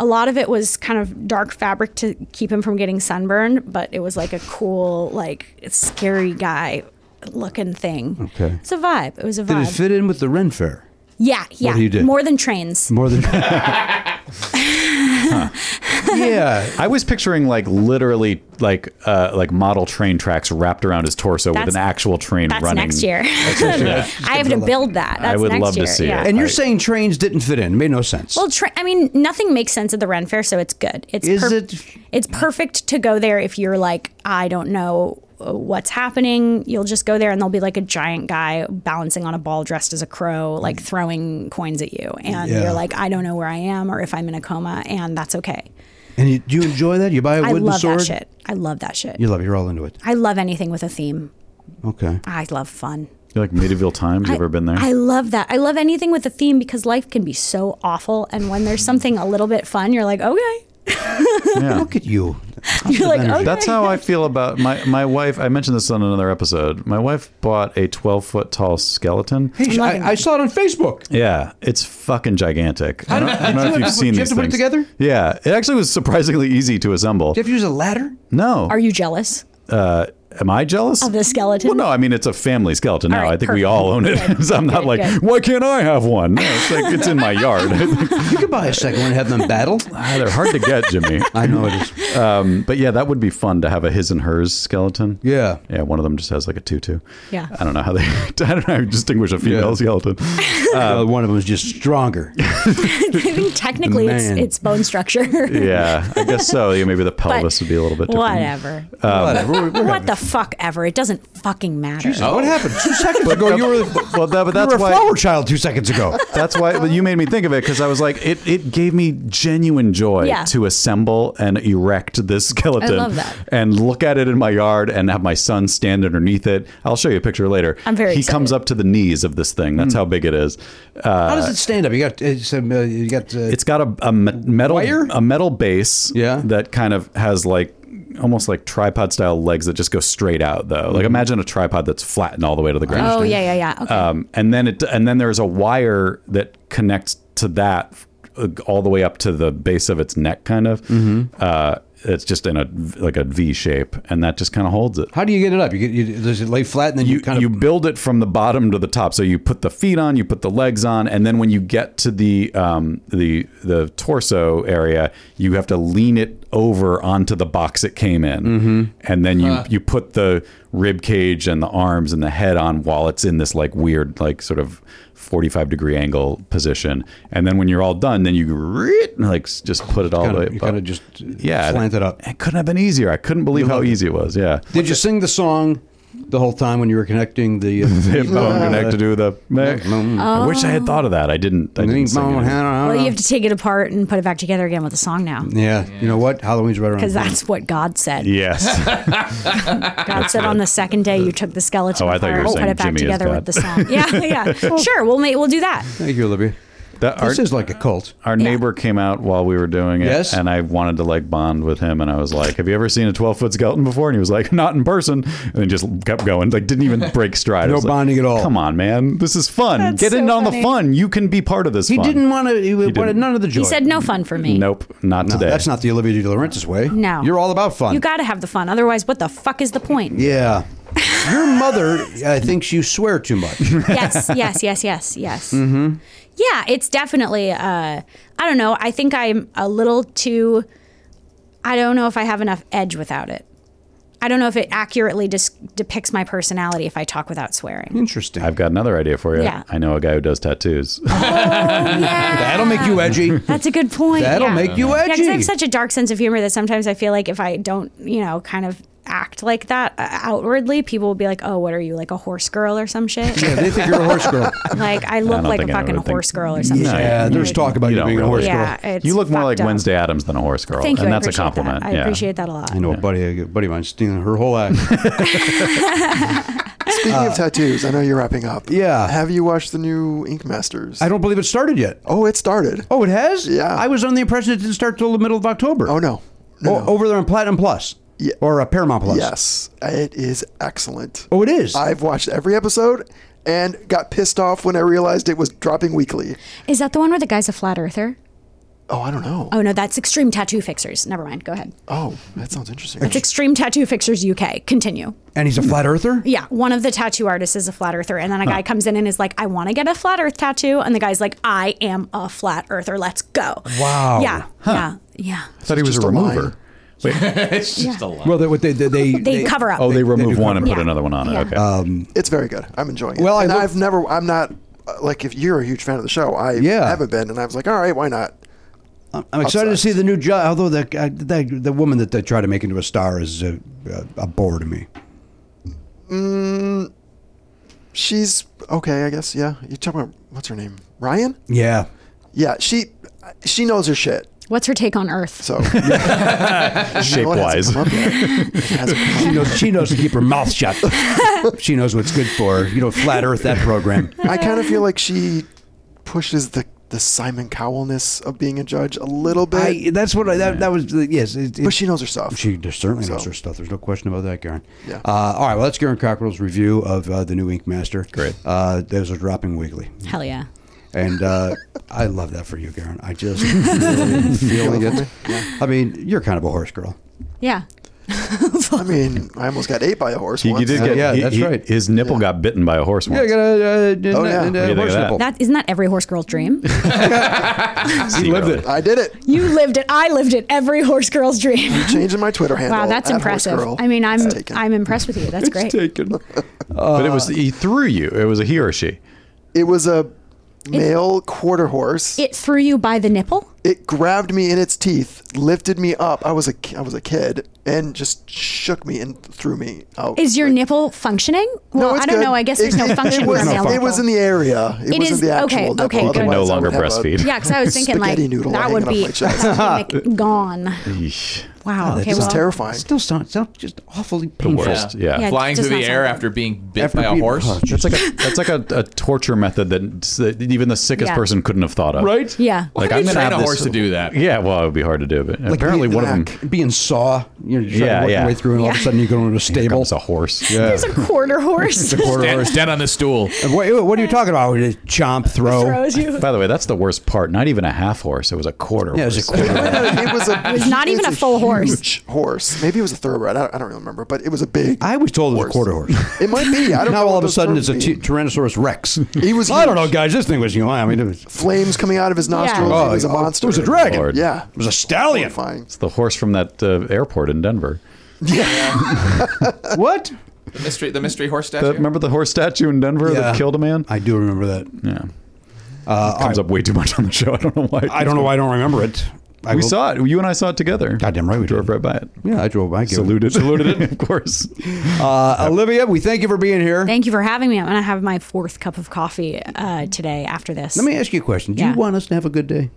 a lot of it was kind of dark fabric to keep him from getting sunburned, but it was like a cool like scary guy looking thing. Okay. It's a vibe. It was a vibe. Did it fit in with the Ren Fair? Yeah, yeah. he did. More than trains. More *laughs* than yeah. I was picturing like literally like uh, like model train tracks wrapped around his torso That's- with an actual train That's running. *laughs* next year. That's next year. I have to build that. I That's would next love to year. see it. yeah. And you're saying trains didn't fit in. It made no sense. Well, tra- I mean, nothing makes sense at the Ren Fair, so it's good. It's Is it- It's perfect to go there if you're like, I don't know uh, what's happening. You'll just go there, and there'll be like a giant guy balancing on a ball dressed as a crow, like throwing coins at you, and Yeah. you're like, I don't know where I am or if I'm in a coma, and that's okay. and you, do you enjoy that? You buy a I wooden love sword? that shit. I love that shit. You love it. You're all into it. I love anything with a theme. Okay. I love fun. You like medieval times? You ever been there? I love that. I love anything with a theme because life can be so awful, and when there's something a little bit fun, you're like, okay. Look at you. *laughs* You're like, "Oh, okay. That's how I feel about my my wife. I mentioned this on another episode. My wife bought a 12 foot tall skeleton. Hey, I, I saw it on Facebook. Yeah, it's fucking gigantic. I don't, I don't did know you if have you've to put- seen did you have these to put it things. together? Yeah, it actually was surprisingly easy to assemble. Do you have to use a ladder? No. Are you jealous? Uh, Am I jealous Of the skeleton? Well, no. I mean, it's a family skeleton. Now All right, I think we perfect. all own it. Good, *laughs* so I'm not good, like, good. why can't I have one? No, it's like it's in my *laughs* yard. *laughs* you could buy a second one and have them battle. Ah, they're hard to get, Jimmy. I know it is. *laughs* Um, but yeah, that would be fun to have a his and hers skeleton. Yeah. Yeah. One of them just has like a tutu. Yeah. I don't know how they. *laughs* I don't know how to distinguish a female skeleton. Uh, one of them is just stronger. *laughs* I think technically it's Man. it's bone structure. *laughs* yeah, I guess so. Yeah, maybe the pelvis would be a little bit different. *laughs* Whatever. Um, what the fuck ever? It doesn't fucking matter. Jesus, what happened? *laughs* Two seconds ago, you were well, that, but that's were a why, flower child two seconds *laughs* ago. That's why but you made me think of it because I was like, it, it gave me genuine joy Yeah. to assemble and erect this skeleton love that. and look at it in my yard and have my son stand underneath it. I'll show you a picture later. I'm very He comes up to the knees of this thing. That's how big it is. Uh, How does it stand up? You got it's, um, uh, you got uh, it's got a, a me- metal a metal base that kind of has like almost like tripod style legs that just go straight out though like imagine a tripod that's flattened all the way to the ground Oh yeah, yeah, yeah. Okay. um, and then it and then there's a wire that connects to that uh, all the way up to the base of its neck kind of uh, it's just in a like a v shape and that just kind of holds it how do you get it up? You get you, does it lay flat and then you, kind of you build it from the bottom to the top. So you put the feet on, you put the legs on, and then when you get to the um, the the torso area, you have to lean it over onto the box it came in, Mm-hmm. and then you Huh. you put the rib cage and the arms and the head on while it's in this like weird like sort of. 45 degree angle position and then when you're all done then you like just put it all kinda- the way you up. kinda just, uh, yeah slant it up. it couldn't have been easier i couldn't believe how easy it was yeah Did you sing the song the whole time when you were connecting *laughs* the uh, Hip meat bone to connect to do the. Oh. I wish I had thought of that. I didn't. I didn't meat sing bone? it. well, you have to take it apart and put it back together again with a song now, Yeah. you know what? Halloween's right around. because the corner. that's what God *laughs* said. Yes. God said on the second day you took the skeleton Oh, I apart thought you were and put saying it back Jimmy is together God. with the song. Yeah, *laughs* yeah. Sure, we'll make, we'll do that. Thank you, Olivia. That, This is like a cult. Our neighbor came out while we were doing it, Yes. and I wanted to like bond with him, and I was like, "Have you ever seen a twelve foot skeleton before?" And he was like, "Not in person," and then just kept going, like didn't even *laughs* break stride. I No was like, bonding at all. Come on, man, this is fun. That's Get so in on funny. the fun. You can be part of this. He fun. didn't want to. He, wanted didn't. none of the joy. He said no fun for me. Nope, not No, today. that's not the Olivia De Laurentiis way. No. you're all about fun. You got to have the fun, otherwise, what the fuck is the *laughs* point? yeah, your mother uh, thinks you swear too much. yes, yes, yes, yes, yes. Mm-hmm. Yeah, it's definitely. Uh, I don't know. I think I'm a little too. I don't know if I have enough edge without it. I don't know if it accurately dis- depicts my personality if I talk without swearing. Interesting. I've got another idea for you. Yeah. Oh, I know a guy who does tattoos. That'll make you edgy. That's a good point. *laughs* That'll yeah. make you Yeah, 'cause I edgy. have such a dark sense of humor that sometimes I feel like if I don't, you know, kind of act like that uh, outwardly, people will be like, "Oh, what are you like a horse girl or some *laughs* shit?" Yeah, they think you're a horse girl. like *laughs* *laughs* I I look don't like a think anyone fucking would think- horse girl or some No, shit. Yeah, there's talk about you, don't being a horse really. girl. Yeah, it's you look more like fucked up. Wednesday Adams than a horse girl, Thank you. and I that's a appreciate that. compliment. I yeah. appreciate that a lot. I know a buddy, a buddy of mine, stealing her whole act. Speaking of tattoos, I know you're wrapping up. *laughs* Yeah. Have you watched the new Ink Masters? I don't believe it started yet. Oh, it started. Oh, it has. Yeah. I was under the impression it didn't start till the middle of October. Oh no. O- over there on Platinum Plus. Yeah. Or uh, Paramount Plus. Yes, it is excellent. Oh, it is. I've watched every episode and got pissed off when I realized it was dropping weekly. Is that the one where the guy's a flat earther? Oh, I don't know. Oh no, that's Extreme Tattoo Fixers. Never mind. Go ahead. Oh, that sounds interesting. That's Extreme Tattoo Fixers UK. Continue. And he's a flat earther. Yeah, one of the tattoo artists is a flat earther, and then a guy comes in and is like, "I want to get a flat Earth tattoo," and the guy's like, "I am a flat earther. Let's go." Wow. Yeah. Huh. Yeah. Yeah. I thought he was a remover. Wait, it's just a lot. Well, they, what they, they, they, They cover up. oh, they remove do one and cover put it. another one on Yeah. it. Okay. It's very good. I'm enjoying it. Well, Well, I and look- I've never. I'm not uh, like if you're a huge fan of the show. I Yeah. haven't been, and I was like, all right, why not? I'm excited to see the new job. Although the, uh, the the woman that they try to make into a star is a, a, a bore to me. She's okay, I guess. Yeah, you're talking about what's her name, Ryan? Yeah. Yeah, she she knows her shit. What's her take on Earth? So Shape It hasn't wise. come up yet. It hasn't come up. She knows, she knows to keep her mouth shut. she knows what's good for her. You know, Flat Earth, that program. I kind of feel like she pushes the the Simon Cowellness of being a judge a little bit, I, that's what I, that, that was, yes. It, it- but she knows her stuff. She certainly knows So. her stuff. There's no question about that, Garen. Yeah. Uh, all right. Well, that's Garen Cockrell's review of uh, the new Ink Master. Great. Uh, those are dropping weekly, Hell yeah. and uh, I love that for you, Garen. *laughs* I just really feeling it. I mean, you're kind of a horse girl. Yeah. *laughs* I mean, I almost got ate by a horse. He, once. he did get. he- he- His nipple got bitten by a horse once. uh, Oh, yeah. and, uh, What do you think of horse that? nipple. That isn't that every horse girl's dream? He *laughs* lived it. I did it. you lived it. I lived it. Every horse girl's dream. Changing my Twitter handle. Wow, that's at impressive. Horse Girl. I mean, I'm I'm impressed with you. That's great. taken. but it was he threw you. It was a he or she. It was a male quarter horse. It threw you by the nipple. It grabbed me in its teeth, lifted me up. I was a ki- I was a kid, and just shook me and threw me out. Is your nipple functioning? Well, I don't know. I guess there's no function *laughs* It for a was, male it nipple. was in the area. It, It wasn't is- the actual okay, nipple. okay, good. Otherwise, Can no I would longer have a breastfeed. Yeah, because I was thinking like spaghetti noodle that hanging would off be my chest. *laughs* stomach gone. Wow. That okay. sounds well, terrifying. Still sounds sounds just awfully painful. Flying does through the not air sound after being bit After by a being horse. punched. That's like a that's like a, a torture method that, that even the sickest Yeah. person couldn't have thought of. Right? Yeah. Like Why I'm would you gonna train have a this- horse to do that? Yeah, well, it would be hard to do, but Like apparently being one of them. black, being saw. You know, you're trying Yeah, to work yeah. your way through, and all of a Yeah. sudden you go into a stable. It's a horse. Yeah. There's a quarter horse. *laughs* It's a *laughs* quarter Stand, horse. stand on the stool. And What, what are you talking about? Just Chomp, throw. Throws you. *laughs* By the way, that's the worst part. Not even a half horse. It was a quarter. Yeah, it horse. was a quarter *laughs* it was a It was not it's even a full horse. huge horse. Maybe it was a thoroughbred. I don't, I don't really remember, but it was a big. I was told it was a quarter horse. *laughs* It might be. I don't now know all what of a those sudden it's terms a t- mean. Tyrannosaurus Rex. *laughs* He was I don't know, huge. guys. This thing was, you know, I mean, it was, flames coming out of his nostrils. Oh, he was a oh, it monster. was a dragon. Lord. Yeah, it was a stallion. horrifying. It's the horse from that uh, airport in Denver. What? The mystery, the mystery horse The- statue. remember the horse statue in Denver Yeah. that killed a man? I do remember that. Yeah. Uh, Comes up way too much on the show. I don't know why. it I don't keeps know why I don't remember it. I we will- saw it. You and I saw it together. Goddamn right we drove right by it. Yeah, I drove by. *laughs* Saluted. Saluted *laughs* it, of course. Uh, Olivia, we thank you for being here. Thank you for having me. I'm gonna have my fourth cup of coffee uh, today after this. Let me ask you a question. Do Yeah. you want us to have a good day?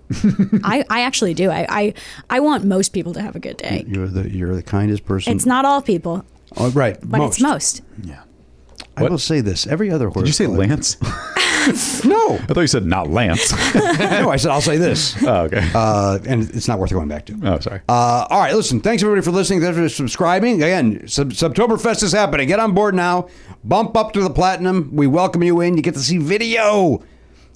I, I actually do. I, I I want most people to have a good Mm, day. You're the you're the kindest person. It's not all people, Oh, right, but most. it's most. I will say this: every other horse. Did you say Lance? *laughs* no? I thought you said not *laughs* Lance. no, I said I'll say this, *laughs* oh, okay. uh, and it's not worth going back to. Oh, sorry. Uh, all right, listen. Thanks everybody for listening. Thanks for subscribing. Again, Sub- Subtoberfest is happening. Get on board now. Bump up to the platinum. We welcome you in. You get to see video.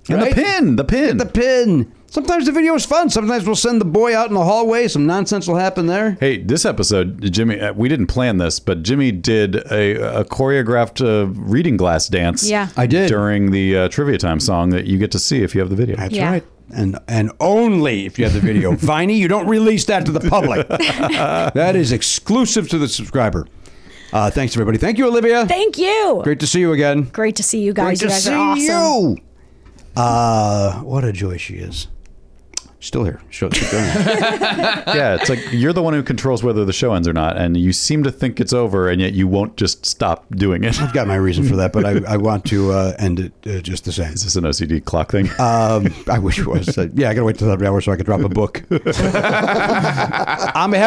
And the Right? pin, the pin. Get the pin. Sometimes the video is fun. Sometimes we'll send the boy out in the hallway. Some nonsense will happen there. Hey, this episode, Jimmy, uh, we didn't plan this, but Jimmy did a, a choreographed uh, reading glass dance. Yeah. I did. During the uh, Trivia Time song that you get to see if you have the video. That's Yeah. right. And and only if you have the *laughs* video. Viney, you don't release that to the public. that is exclusive to the subscriber. Uh, thanks everybody. Thank you, Olivia. Thank you. Great, Great to see you again. to see you guys. Great you to guys see are awesome. you. Uh, what a joy she is. Still here. Show keep going. *laughs* yeah, it's like you're the one who controls whether the show ends or not, and you seem to think it's over, and yet you won't just stop doing it. *laughs* I've got my reason for that, but I, I want to uh, end it uh, just the same. Is *laughs* this an OCD clock thing? Um, I wish it was. Uh, yeah, I gotta wait till that hour so I can drop a book. On behalf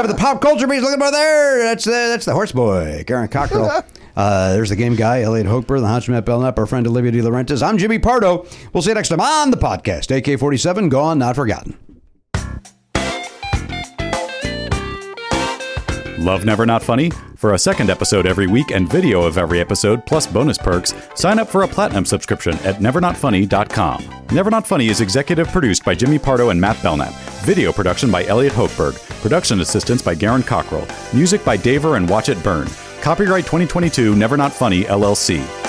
of the pop culture beast, look over there. That's the that's the horse boy, Garen Cockrell. Uh, there's the game guy, Elliot Hochberg, the Hunchman Matt Belknap, our friend Olivia De Laurentiis. I'm Jimmy Pardo. We'll see you next time on the podcast. AK 47, gone, not forgotten. Love Never Not Funny? For a second episode every week and video of every episode, plus bonus perks, sign up for a platinum subscription at nevernotfunny.com. Never Not Funny is executive produced by Jimmy Pardo and Matt Belknap, video production by Elliot Hochberg, production assistance by Garen Cockrell, music by Daver and Watch It Burn. Copyright 2022 Never Not Funny, LLC.